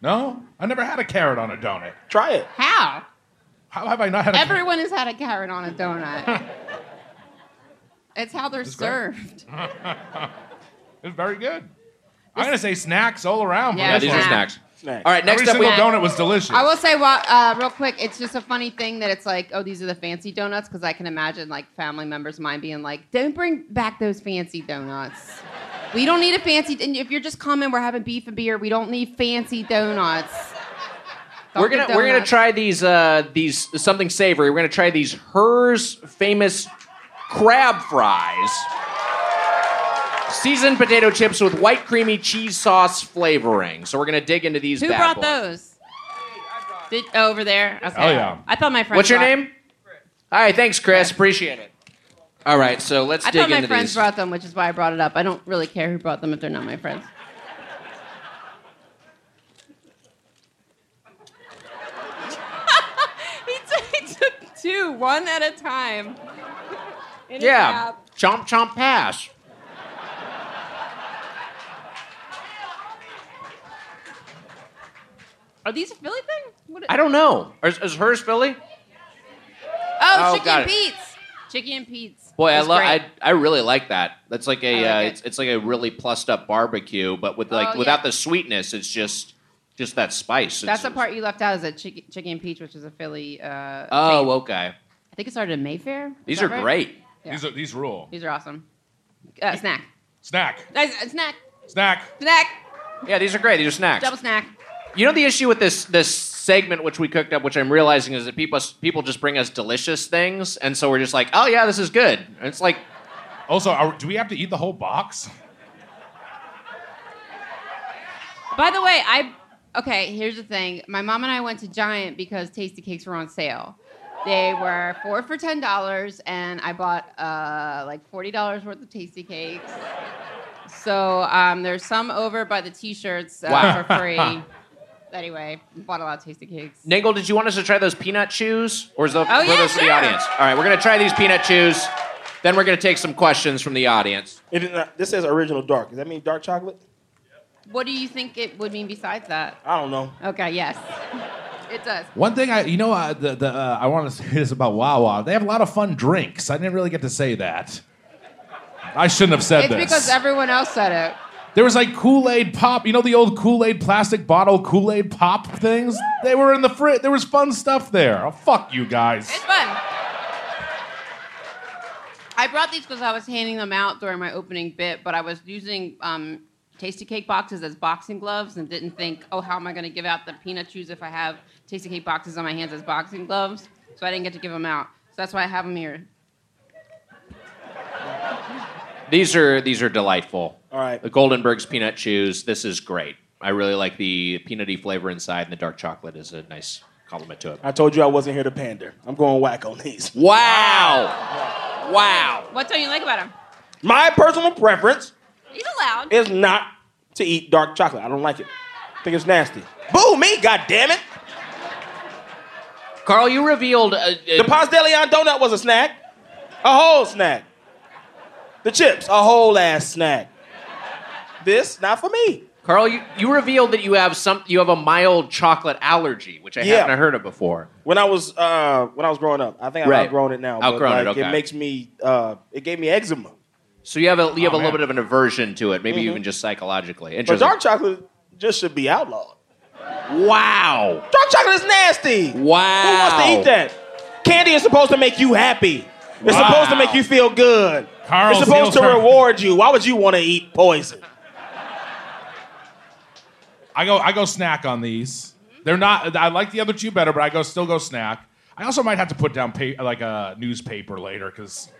Speaker 2: No, I never had a carrot on a donut.
Speaker 6: Try it.
Speaker 7: How?
Speaker 2: How have I not had a
Speaker 7: Everyone has had a carrot on a
Speaker 1: [LAUGHS]
Speaker 7: donut. it's how they're served.
Speaker 2: It's very good. I'm gonna say snacks all around.
Speaker 7: Yeah, Yeah, these are snacks.
Speaker 1: Snacks. All right, next
Speaker 2: Every
Speaker 1: up we
Speaker 2: single
Speaker 1: have-
Speaker 2: donut was delicious.
Speaker 7: I will say, well, uh, real quick, it's just a funny thing that it's like, oh, these are the fancy donuts, because I can imagine like family members of mine being like, don't bring back those fancy donuts. We don't need a fancy. And if you're just coming, we're having beef and beer. We don't need fancy donuts.
Speaker 1: We're gonna
Speaker 7: Dunkin'
Speaker 1: we're gonna
Speaker 7: Donuts.
Speaker 1: try these uh, these something savory. We're gonna try these hers famous crab fries, seasoned potato chips with white creamy cheese sauce flavoring. So we're gonna dig into these.
Speaker 7: Who
Speaker 1: bad
Speaker 7: brought
Speaker 1: boys.
Speaker 7: those? Did, oh, over there. Okay.
Speaker 1: Oh, yeah.
Speaker 7: I thought my friend.
Speaker 1: What's your
Speaker 7: brought-
Speaker 1: name? All right, thanks, Chris. Appreciate it. All right, so let's
Speaker 7: I
Speaker 1: dig
Speaker 7: thought my
Speaker 1: into
Speaker 7: friends
Speaker 1: these.
Speaker 7: brought them, which is why I brought it up. I don't really care who brought them if they're not my friends. [LAUGHS] he, t- he took two, one at a time. In a
Speaker 1: yeah,
Speaker 7: cap.
Speaker 1: chomp chomp pass.
Speaker 7: Are these a Philly thing? What
Speaker 1: I don't know. Is, is hers Philly?
Speaker 7: Oh,
Speaker 1: Oh,
Speaker 7: chicken
Speaker 1: got
Speaker 7: and
Speaker 1: it.
Speaker 7: Pete's. Chicken and Pete's.
Speaker 1: Boy, I
Speaker 7: That's
Speaker 1: love. I,
Speaker 7: great.
Speaker 1: I really like that. That's like a
Speaker 7: I like
Speaker 1: uh,
Speaker 7: it.
Speaker 1: it's, it's like a really plussed up barbecue, but with like
Speaker 7: Oh,
Speaker 1: without
Speaker 7: yeah.
Speaker 1: the sweetness, it's just Just that spice.
Speaker 7: That's
Speaker 1: It's-
Speaker 7: the part you left out is a chicken, chicken and peach, which is a Philly. Uh,
Speaker 1: oh, okay.
Speaker 7: I think it started in Mayfair. Is
Speaker 1: These
Speaker 7: that
Speaker 1: are
Speaker 7: right?
Speaker 1: great.
Speaker 7: Yeah.
Speaker 2: These are these rule.
Speaker 7: These are awesome. Uh, snack.
Speaker 2: Snack.
Speaker 7: Nice, uh, snack.
Speaker 2: Snack.
Speaker 7: Snack.
Speaker 1: Yeah, these are great. These are snacks.
Speaker 7: Double snack.
Speaker 1: You know the issue with this this segment which we cooked up, which I'm realizing is that people people just bring us delicious things, and so we're just like, oh yeah, this is good. And it's like,
Speaker 2: also, are, do we have to eat the whole box?
Speaker 7: By the way, I okay. Here's the thing. My mom and I went to Giant because Tasty Cakes were on sale. They were four for ten dollars, and I bought uh, like forty dollars worth of Tasty Cakes. So um, there's some over by the T-shirts uh,
Speaker 1: Wow.
Speaker 7: for free. anyway, bought a lot of Tasty Cakes.
Speaker 1: Nangle, did you want us to try those peanut chews, or is the,
Speaker 7: Oh,
Speaker 1: for
Speaker 7: yeah,
Speaker 1: those for the
Speaker 7: sure.
Speaker 1: audience? All right, we're gonna try these peanut chews. Then we're gonna take some questions from the audience.
Speaker 6: It is not, this says original dark. Does that mean dark chocolate?
Speaker 7: What do you think it would mean besides that?
Speaker 6: I don't know.
Speaker 7: Okay, yes, [LAUGHS] it does.
Speaker 2: One thing I, you know, uh, the, the, uh, I want to say this about Wawa. They have a lot of fun drinks. I didn't really get to say that. I shouldn't have said
Speaker 7: it's
Speaker 2: this.
Speaker 7: because everyone else said it.
Speaker 2: there was like Kool Aid pop. You know the old Kool Aid plastic bottle Kool Aid pop things. They were in the fridge. There was fun stuff there. Oh, fuck you guys.
Speaker 7: It's fun. I brought these because I was handing them out during my opening bit, but I was using um, tasty cake boxes as boxing gloves and didn't think, oh, how am I going to give out the peanut chews if I have tasty cake boxes on my hands as boxing gloves? So I didn't get to give them out. So that's why I have them here.
Speaker 1: These are these are delightful.
Speaker 6: All right.
Speaker 1: The Goldenberg's peanut chews. This is great. I really like the peanutty flavor inside, and the dark chocolate is a nice compliment to it.
Speaker 6: I told you I wasn't here to pander. I'm going whack on these.
Speaker 1: Wow. Wow.
Speaker 7: What don't you like about them?
Speaker 6: My personal preference
Speaker 7: He's allowed.
Speaker 6: is not to eat dark chocolate. I don't like it. I think it's nasty. Boo me, God damn it!
Speaker 1: Carl, you revealed uh,
Speaker 6: the Ponce de Leon donut was a snack, a whole snack. The chips, a whole ass snack. This not for me.
Speaker 1: Carl, you, you revealed that you have some you have a mild chocolate allergy, which I
Speaker 6: Yeah.
Speaker 1: haven't heard of before.
Speaker 6: When I was uh, when I was growing up, I think I've
Speaker 1: Right.
Speaker 6: outgrown it now. but,
Speaker 1: Outgrown it,
Speaker 6: like,
Speaker 1: okay.
Speaker 6: It makes me. Uh, it gave me eczema.
Speaker 1: So you have a you have
Speaker 6: Oh,
Speaker 1: a little
Speaker 6: man.
Speaker 1: bit of an aversion to it, maybe
Speaker 6: Mhm.
Speaker 1: even just psychologically.
Speaker 6: But
Speaker 1: Interesting.
Speaker 6: dark chocolate just should be outlawed.
Speaker 1: wow.
Speaker 6: Dark chocolate is nasty.
Speaker 1: Wow.
Speaker 6: Who wants to eat that? Candy is supposed to make you happy. It's
Speaker 2: Wow.
Speaker 6: supposed to make you feel good.
Speaker 2: Carl's
Speaker 6: it's supposed
Speaker 2: heel
Speaker 6: to
Speaker 2: turn.
Speaker 6: reward you. Why would you want to eat poison?
Speaker 2: I go I go snack on these. They're not. I like the other two better, but I go still go snack. I also might have to put down pa- like a newspaper later because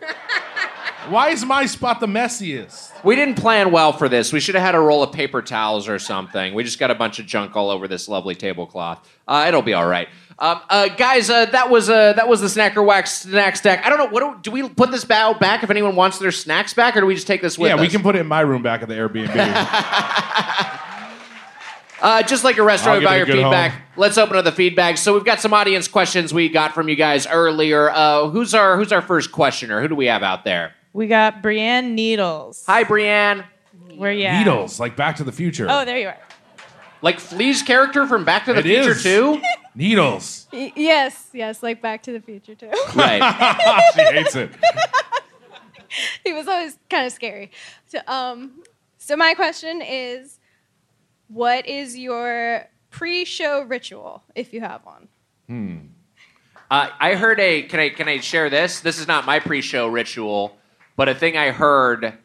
Speaker 2: why is my spot the messiest?
Speaker 1: We didn't plan well for this. We should have had a roll of paper towels or something. We just got a bunch of junk all over this lovely tablecloth. Uh, it'll be all right, um, uh, guys. Uh, that was uh, that was the snacker wax snack stack. I don't know. What do, do we put this bow back if anyone wants their snacks back, or do we just take this with
Speaker 2: yeah,
Speaker 1: us?
Speaker 2: we can put it in my room back at the Airbnb.
Speaker 1: [LAUGHS] Uh, just like a
Speaker 2: I'll
Speaker 1: restaurant,
Speaker 2: give
Speaker 1: about
Speaker 2: it a
Speaker 1: your
Speaker 2: good
Speaker 1: feedback.
Speaker 2: home.
Speaker 1: Let's open up the feedback. So we've got some audience questions we got from you guys earlier. Uh, who's our Who's our first questioner? Who do we have out there?
Speaker 13: We got Brienne Needles.
Speaker 1: Hi, Brienne.
Speaker 13: Where you at?
Speaker 2: Needles, like Back to the Future.
Speaker 13: Oh, there you are.
Speaker 1: Like Flea's character from Back to the
Speaker 2: It
Speaker 1: Future
Speaker 2: is.
Speaker 1: too.
Speaker 2: [LAUGHS]
Speaker 1: [LAUGHS]
Speaker 2: Needles. [LAUGHS]
Speaker 14: Y- yes, yes, like Back to the Future too. [LAUGHS]
Speaker 1: Right.
Speaker 2: she hates it.
Speaker 14: he was always kind of scary. So, um, so my question is, what is your pre-show ritual if you have one?
Speaker 1: Hmm. Uh, I heard a. Can I Can I share this? This is not my pre-show ritual, but a thing I heard.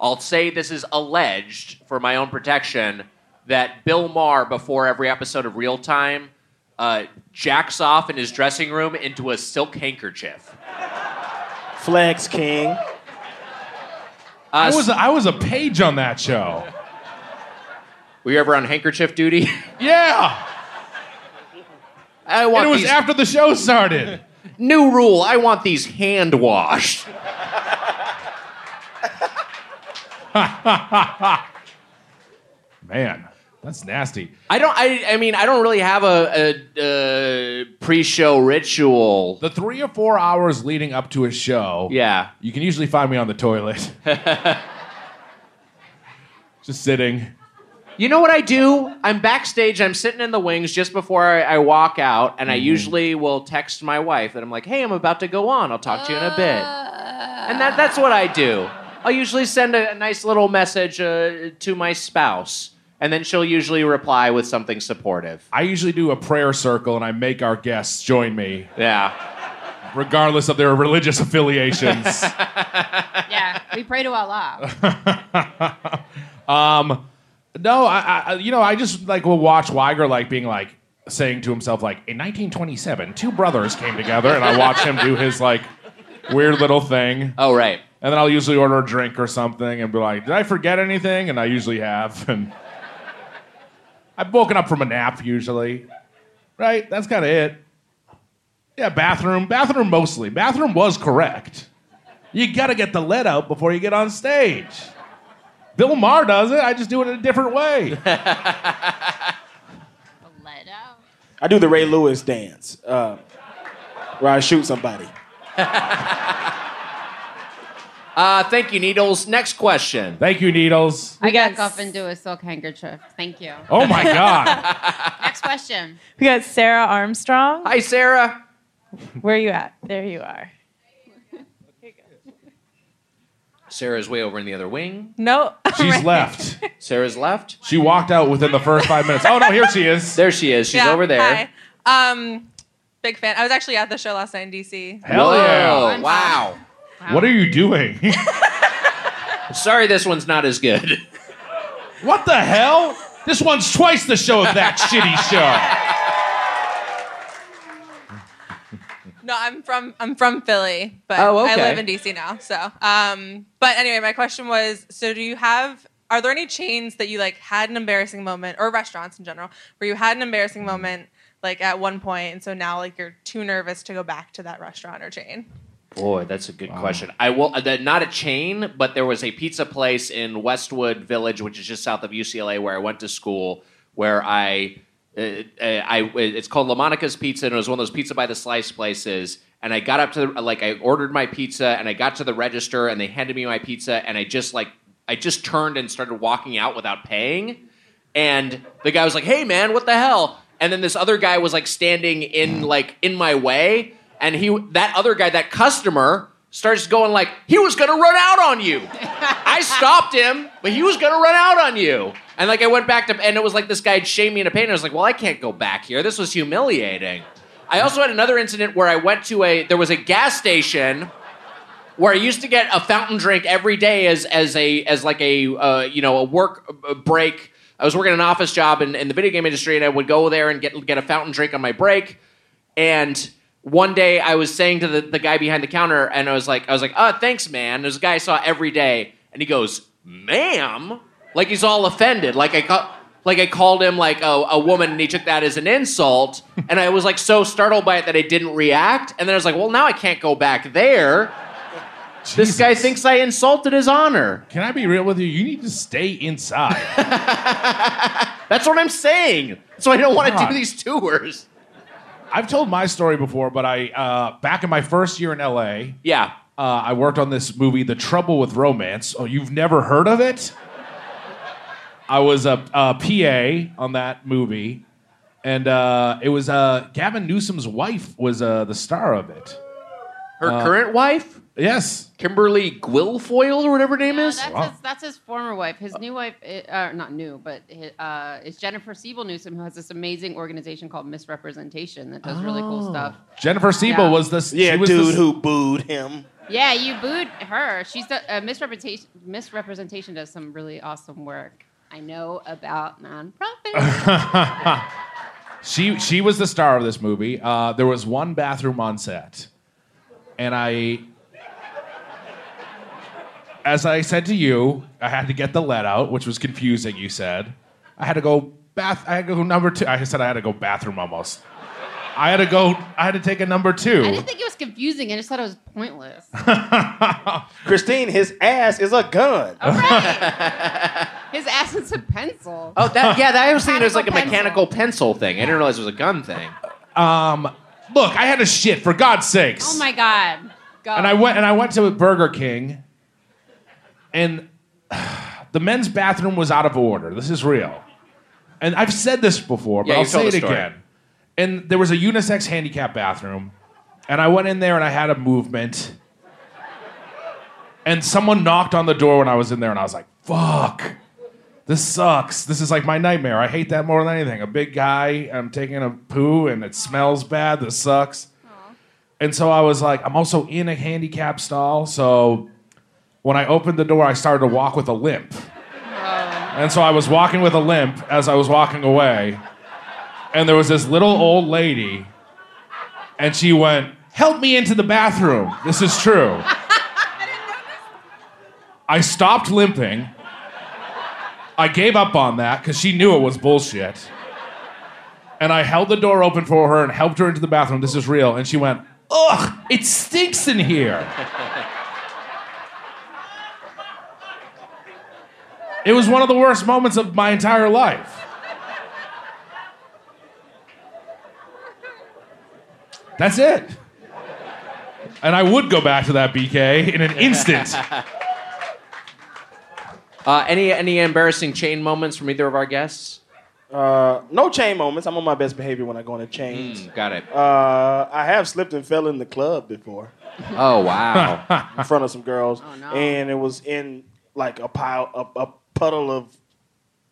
Speaker 1: I'll say this is alleged for my own protection that Bill Maher, before every episode of Real Time, uh, jacks off in his dressing room into a silk handkerchief.
Speaker 6: Flex King.
Speaker 1: Uh,
Speaker 2: I was I was a page on that show.
Speaker 1: Were you ever on handkerchief duty?
Speaker 2: Yeah.
Speaker 1: [LAUGHS] I want
Speaker 2: it was
Speaker 1: these-
Speaker 2: after the show started.
Speaker 1: New rule: I want these hand washed.
Speaker 2: [LAUGHS] Man, that's nasty.
Speaker 1: I don't. I. I mean, I don't really have a, a, uh pre-show ritual.
Speaker 2: The three or four hours leading up to a show.
Speaker 1: Yeah.
Speaker 2: You can usually find me on the toilet. Just sitting.
Speaker 1: You know what I do? I'm backstage. I'm sitting in the wings just before I, I walk out, and I usually will text my wife that I'm like, "Hey, I'm about to go on. I'll talk to you in a bit." And that, that's what I do. I'll usually send a, a nice little message uh, to my spouse, and then she'll usually reply with something supportive.
Speaker 2: I usually do a prayer circle and I make our guests join me.
Speaker 1: Yeah.
Speaker 2: Regardless of their religious affiliations.
Speaker 7: yeah, we pray to Allah.
Speaker 2: um, no, I, I, I- you know, I just like will watch Weiger like being like saying to himself like, in 1927, two brothers came together, and I watch him do his like weird little thing.
Speaker 1: Oh right.
Speaker 2: And then I'll usually order a drink or something and be like, did I forget anything? And I usually have. [LAUGHS] And I've woken up from a nap usually. Right? That's kind of it. Yeah, bathroom. Bathroom mostly. Bathroom was correct. You gotta get the lead out before you get on stage. Bill Maher does it. I just do it in a different way.
Speaker 6: I do the Ray Lewis dance, uh, where I shoot somebody.
Speaker 1: Uh, thank you, Needles. Next question.
Speaker 2: Thank you, Needles.
Speaker 7: I got up into a silk handkerchief. Thank you.
Speaker 2: Oh my God.
Speaker 15: [LAUGHS]
Speaker 7: Next question.
Speaker 13: We got Sarah Armstrong.
Speaker 1: Hi, Sarah.
Speaker 13: Where you at? There you are.
Speaker 1: Sarah's way over in the other wing.
Speaker 13: No.
Speaker 2: She's left.
Speaker 1: Sarah's left.
Speaker 2: She walked out within the first five minutes. Oh no, here she is.
Speaker 1: There she is. She's
Speaker 15: Yeah,
Speaker 1: over there.
Speaker 15: Hi. Um, big fan. I was actually at the show last night in DC.
Speaker 2: Hell yeah.
Speaker 1: Wow.
Speaker 2: What are you doing? [LAUGHS]
Speaker 1: Sorry, this one's not as good. [LAUGHS]
Speaker 2: What the hell? This one's twice the show of that [LAUGHS] shitty show.
Speaker 15: No, I'm from I'm from Philly, but
Speaker 2: Oh,
Speaker 15: I
Speaker 2: okay.
Speaker 15: live in DC now. So, um, but anyway, my question was: so do you have? Are there any chains that you like had an embarrassing moment, or restaurants in general, where you had an embarrassing moment like at one point, and so now like you're too nervous to go back to that restaurant or chain?
Speaker 1: Boy, that's a good question. I will uh, that- not a chain, but there was a pizza place in Westwood Village, which is just south of UCLA, where I went to school. Where I, uh, uh, I it's called La Monica's Pizza, and it was one of those pizza by the slice places. And I got up to the, like I ordered my pizza, and I got to the register, and they handed me my pizza, and I just like I just turned and started walking out without paying. and the guy was like, "Hey, man, what the hell?" And then this other guy was like standing in like in my way, and he that other guy, that customer, starts going like, "He was gonna run out on you." I stopped him, but he was gonna run out on you. And like I went back to, and it was like this guy had shamed me in a pain. And I was like, "Well, I can't go back here. This was humiliating." I also had another incident where I went to a there was a gas station where I used to get a fountain drink every day as as a as like a uh, you know a work uh, break. I was working an office job in, in the video game industry, and I would go there and get get a fountain drink on my break. And one day, I was saying to the, the guy behind the counter, and I was like, I was like, oh, thanks, man. There's a guy I saw every day, and he goes, ma'am, like he's all offended, like I ca- Like I called him like a, a woman, and he took that as an insult. And I was like so startled by it that I didn't react. And then I was like, "Well, now I can't go back there." This guy thinks I insulted his honor.
Speaker 2: Can I be real with you? You need to stay inside.
Speaker 1: That's what I'm saying. So I don't want to
Speaker 2: God.
Speaker 1: do these tours.
Speaker 2: I've told my story before, but I uh, back in my first year in LA.
Speaker 1: Yeah.
Speaker 2: Uh, I worked on this movie, The Trouble with Romance. Oh, you've never heard of it? I was a, a PA on that movie, and uh, it was uh, Gavin Newsom's wife was uh, the star of it.
Speaker 1: Her
Speaker 2: Uh,
Speaker 1: current wife,
Speaker 2: Yes.
Speaker 1: Kimberly Guilfoyle or whatever her name is.
Speaker 7: That's, his, that's his former wife. His new wife, i- uh, not new, but hi- uh, is Jennifer Siebel Newsom, who has this amazing organization called Misrepresentation that does really cool stuff.
Speaker 2: Jennifer Siebel
Speaker 7: Yeah.
Speaker 2: was the
Speaker 6: Yeah,
Speaker 2: she was
Speaker 6: dude
Speaker 2: the-
Speaker 6: who booed him.
Speaker 7: Yeah, you booed her. She's the, uh, misrepresentation. Misrepresentation does some really awesome work. I know about nonprofits.
Speaker 2: she she was the star of this movie. Uh, there was one bathroom on set, and I, as I said to you, I had to get the lead out, which was confusing. You said I had to go bath. I had to go number two. I said I had to go bathroom almost. I had to go. I had to take a number two.
Speaker 7: I didn't think it was confusing. I just thought it was pointless.
Speaker 6: Christine, his ass is a gun.
Speaker 7: His ass is a pencil.
Speaker 1: Oh, that yeah. That I was thinking it was like a
Speaker 7: Mechanical
Speaker 1: mechanical pencil thing. I didn't realize it was a gun thing.
Speaker 2: um, look, I had to shit for God's sakes.
Speaker 7: Oh my god. Go.
Speaker 2: And I went and I went to Burger King, and the men's bathroom was out of order. This is real, and I've said this before, but
Speaker 1: Yeah,
Speaker 2: I'll
Speaker 1: you've told
Speaker 2: say it
Speaker 1: the story.
Speaker 2: again. And there was a unisex handicap bathroom, and I went in there and I had a movement, and someone knocked on the door when I was in there, and I was like, "Fuck." This sucks. This is like my nightmare. I hate that more than anything. A big guy, I'm taking a poo and it smells bad. This sucks. And so I was like, I'm also in a handicap stall. So when I opened the door, I started to walk with a limp. And so I was walking with a limp as I was walking away. And there was this little old lady, and she went, Help me into the bathroom. This is true. I stopped limping. I gave up on that because she knew it was bullshit. And I held the door open for her and helped her into the bathroom. This is real. And she went, Ugh, it stinks in here. It was one of the worst moments of my entire life. That's it. And I would go back to that BK in an instant.
Speaker 1: Uh, any any embarrassing chain moments from either of our guests?
Speaker 6: Uh, no chain moments. I'm on my best behavior when I go into chains.
Speaker 1: Got it.
Speaker 6: Uh, I have slipped and fell in the club before.
Speaker 1: Oh wow.
Speaker 6: in front of some girls,
Speaker 7: Oh,
Speaker 6: and it was in like a pile, a, a puddle of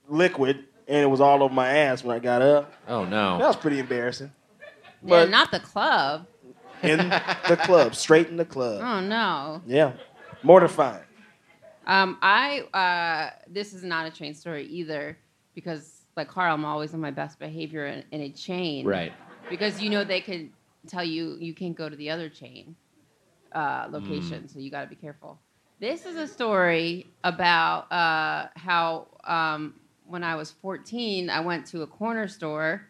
Speaker 6: liquid, and it was all over my ass when I got up.
Speaker 1: Oh
Speaker 6: That
Speaker 1: no.
Speaker 6: was pretty embarrassing.
Speaker 7: Yeah,
Speaker 6: But-
Speaker 7: not the club. [LAUGHS]
Speaker 6: In the club, straight in the club.
Speaker 7: Oh no.
Speaker 6: Yeah, mortifying.
Speaker 7: Um, I uh, this is not a chain story either because like Carl, I'm always on my best behavior in, in a chain.
Speaker 1: Right.
Speaker 7: Because you know they can tell you you can't go to the other chain uh, location, so you got to be careful. This is a story about uh, how um, when I was 14, I went to a corner store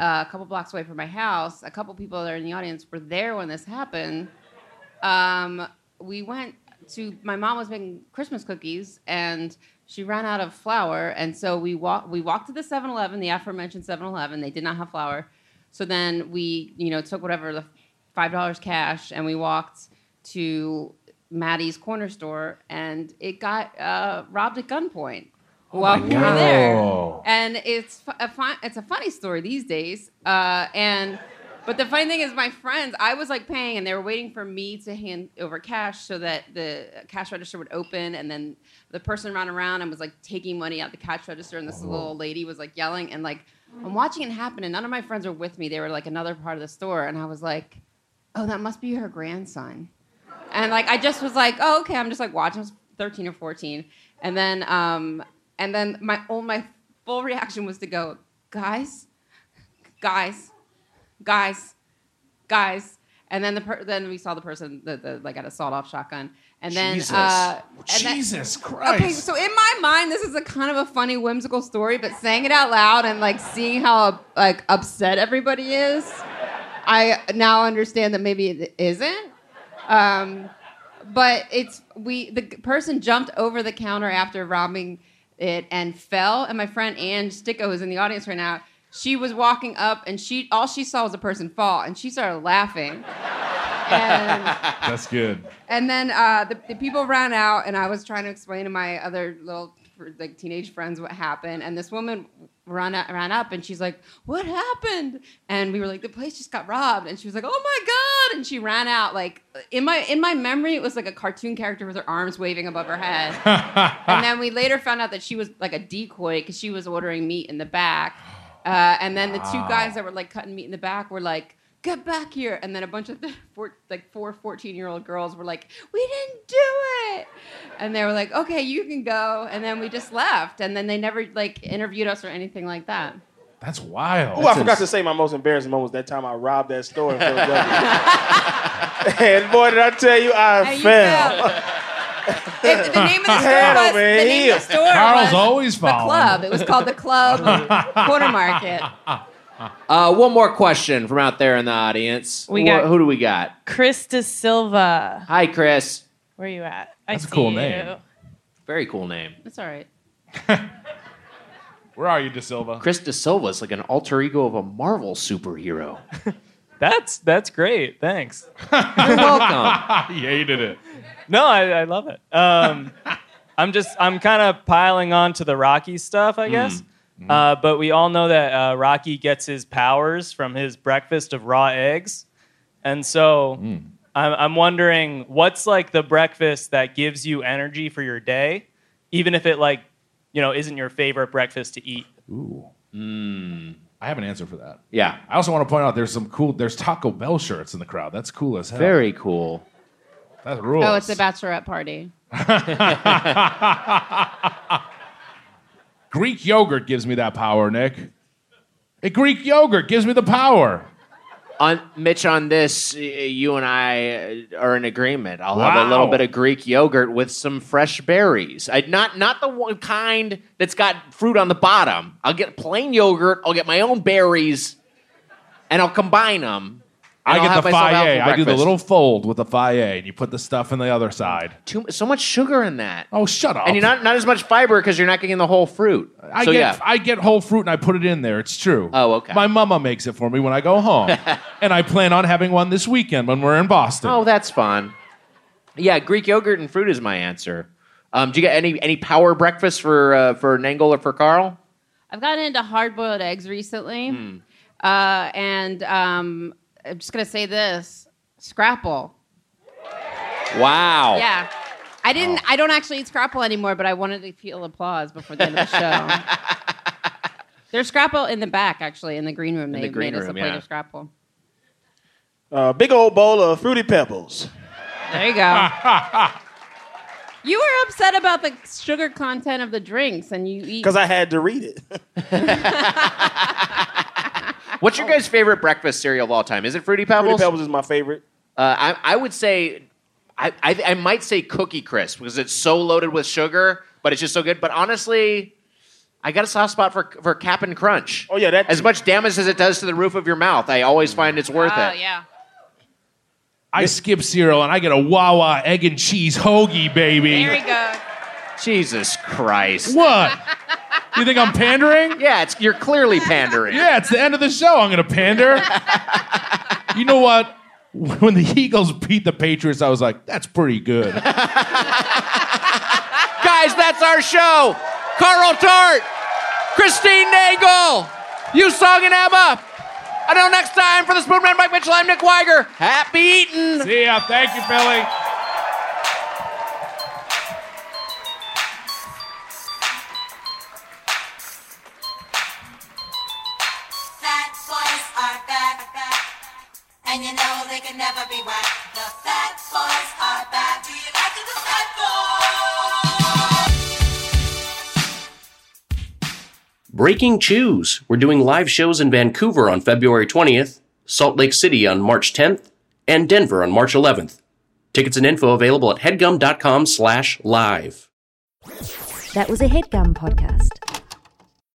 Speaker 7: uh, a couple blocks away from my house. A couple people that are in the audience were there when this happened. Um, we went to my mom was making Christmas cookies and she ran out of flour, and so we walked we walked to the 7-Eleven, the aforementioned 7-Eleven. They did not have flour, so then we you know took whatever the five dollars cash and we walked to Maddie's corner store, and it got uh, robbed at gunpoint while we were
Speaker 16: God.
Speaker 7: there
Speaker 16: Whoa.
Speaker 7: and it's fu- a fun, it's a funny story these days. Uh, and but the funny thing is, my friends, I was like paying, and they were waiting for me to hand over cash so that the cash register would open, and then the person ran around and was like taking money out the cash register, and this little old lady was like yelling, and like I'm watching it happen, and none of my friends were with me. They were like another part of the store, and I was like, oh, that must be her grandson. And like I just was like, oh, okay, I'm just like watching. I was 13 or 14, and then um, and then my oh, my full reaction was to go, guys, guys, guys, guys, and then the per- then we saw the person the, the like had a sawed off shotgun, and then
Speaker 2: Jesus.
Speaker 7: uh, and then-
Speaker 2: Jesus
Speaker 7: Okay,
Speaker 2: Christ.
Speaker 7: so in my mind, this is a kind of a funny, whimsical story, but saying it out loud and like seeing how like upset everybody is, I now understand that maybe it isn't. Um, but it's we the person jumped over the counter after robbing it and fell. And my friend Ann Sticko is in the audience right now. She was walking up and she all she saw was a person fall and she started laughing. And
Speaker 2: That's good.
Speaker 7: and then uh, the, the people ran out, and I was trying to explain to my other little like teenage friends what happened. And this woman ran out, ran up, and she's like, "What happened?" And we were like, "The place just got robbed." And she was like, "Oh my god!" And she ran out. Like in my in my memory, it was like a cartoon character with her arms waving above her head. and then we later found out that she was like a decoy because she was ordering meat in the back. Uh, and then the two
Speaker 16: Wow.
Speaker 7: guys that were like cutting meat in the back were like, get back here. And then a bunch of the [LAUGHS] four, like four 14 year old girls were like, we didn't do it. And they were like, okay, you can go. And then we just left. And then they never like interviewed us or anything like that.
Speaker 2: That's wild.
Speaker 6: Oh, I forgot to say my most embarrassing moment was that time I robbed that store in
Speaker 7: [LAUGHS]
Speaker 6: Philadelphia. and boy, did I tell you, I
Speaker 7: And you
Speaker 6: fell.
Speaker 7: If the name of the store
Speaker 6: Head
Speaker 7: was,
Speaker 6: over
Speaker 7: the name of
Speaker 6: heels.
Speaker 7: the store
Speaker 1: Carl's
Speaker 7: was
Speaker 1: always
Speaker 7: the
Speaker 1: following.
Speaker 7: club. It was called
Speaker 1: [LAUGHS]
Speaker 7: the club corner market.
Speaker 1: Uh, one more question from out there in the audience.
Speaker 13: We
Speaker 1: Wh-
Speaker 13: got-
Speaker 1: who do we got?
Speaker 13: Chris De Silva,
Speaker 1: Hi, Chris.
Speaker 13: where you at?
Speaker 1: That's
Speaker 13: I
Speaker 1: a cool
Speaker 13: see
Speaker 1: name.
Speaker 13: you.
Speaker 1: Very cool name.
Speaker 7: That's all right.
Speaker 2: Where are you, De Silva? [LAUGHS]
Speaker 1: Chris De Silva's like an alter ego of a Marvel superhero.
Speaker 17: That's that's great. Thanks.
Speaker 1: You're
Speaker 2: [LAUGHS]
Speaker 1: welcome.
Speaker 2: yeah, you did it.
Speaker 17: No, I, I love it. Um, I'm just I'm kind of piling on to the Rocky stuff,
Speaker 6: Mm.
Speaker 17: I guess. Uh, but we all know that uh, Rocky gets his powers from his breakfast of raw eggs, and so I'm, I'm wondering what's like the breakfast that gives you energy for your day, even if it like you know isn't your favorite breakfast to eat?
Speaker 2: Ooh. Hmm. I have an answer for that.
Speaker 1: Yeah.
Speaker 2: I also want to point out there's some cool, there's Taco Bell shirts in the crowd. That's cool as hell.
Speaker 1: Very cool.
Speaker 2: That rules.
Speaker 7: Oh, it's a bachelorette party.
Speaker 2: Greek yogurt gives me that power, Nick. A Greek yogurt gives me the power.
Speaker 1: On Mitch, on this, y- you and I uh, are in agreement. I'll have a
Speaker 2: Wow.
Speaker 1: little bit of Greek yogurt with some fresh berries. I, not not the one kind that's got fruit on the bottom. I'll get plain yogurt. I'll get my own berries, and I'll combine them.
Speaker 2: I get the faille. I do the little fold with the faille, and you put the stuff in the other side.
Speaker 1: Too, so much sugar in that.
Speaker 2: Oh, shut up.
Speaker 1: And you're not not as much fiber because you're not getting the whole fruit.
Speaker 2: I
Speaker 1: so
Speaker 2: get
Speaker 1: yeah,
Speaker 2: I get whole fruit and I put it in there. It's true.
Speaker 1: Oh, okay.
Speaker 2: My mama makes it for me when I go home, [LAUGHS] and I plan on having one this weekend when we're in Boston.
Speaker 1: Oh, that's fun. Yeah, Greek yogurt and fruit is my answer. Um, do you get any any power breakfast for uh, for Nangle or for Carl?
Speaker 7: I've gotten into hard boiled eggs recently.
Speaker 6: Hmm.
Speaker 7: Uh, and um, I'm just going to say this Scrapple.
Speaker 1: Wow.
Speaker 7: Yeah. I didn't.
Speaker 6: Oh.
Speaker 7: I don't actually eat scrapple anymore, but I wanted to feel applause before the end of the show.
Speaker 6: [LAUGHS]
Speaker 7: There's scrapple in the back, actually, in the green room. They
Speaker 6: the green
Speaker 7: made us a
Speaker 6: room,
Speaker 7: plate
Speaker 6: yeah.
Speaker 7: of scrapple.
Speaker 6: Uh, big old bowl of fruity pebbles.
Speaker 7: There
Speaker 6: [LAUGHS]
Speaker 7: you go. you were upset about the sugar content of the drinks, and you eat.
Speaker 6: Because I had to read it.
Speaker 1: What's your guys' favorite breakfast cereal of all time? Is it Fruity Pebbles?
Speaker 6: Fruity Pebbles is my favorite.
Speaker 1: Uh, I, I would say, I, I, I might say Cookie Crisp because it's so loaded with sugar, but it's just so good. But honestly, I got a soft spot for for Cap'n Crunch. Oh yeah, that as much damage as it does to the roof of your mouth, I always find it's worth it.
Speaker 7: Oh, yeah.
Speaker 2: I skip cereal and I get a Wawa egg and cheese hoagie, baby.
Speaker 7: There we go.
Speaker 1: Jesus Christ!
Speaker 2: What? You think I'm pandering?
Speaker 1: Yeah, it's you're clearly pandering.
Speaker 2: Yeah, it's the end of the show. I'm gonna pander. you know what? [LAUGHS] When the Eagles beat the Patriots, I was like, "That's pretty good."
Speaker 1: Guys, that's our show. Carl Tart, Christine Nagel, you Song and Emma. Until next time, for the Spoonman, Mike Mitchell, I'm Nick Weiger. Happy eating.
Speaker 2: See ya. Thank you, Billy.
Speaker 16: Fat boys are back, back, and you know they can never be whacked. The fat boys are back. Do you like the fat boys?
Speaker 18: Breaking Chews. We're doing live shows in Vancouver on February 20th, Salt Lake City on March 10th, and Denver on March 11th. Tickets and info available at headgum.com slash live.
Speaker 19: That was a headgum podcast.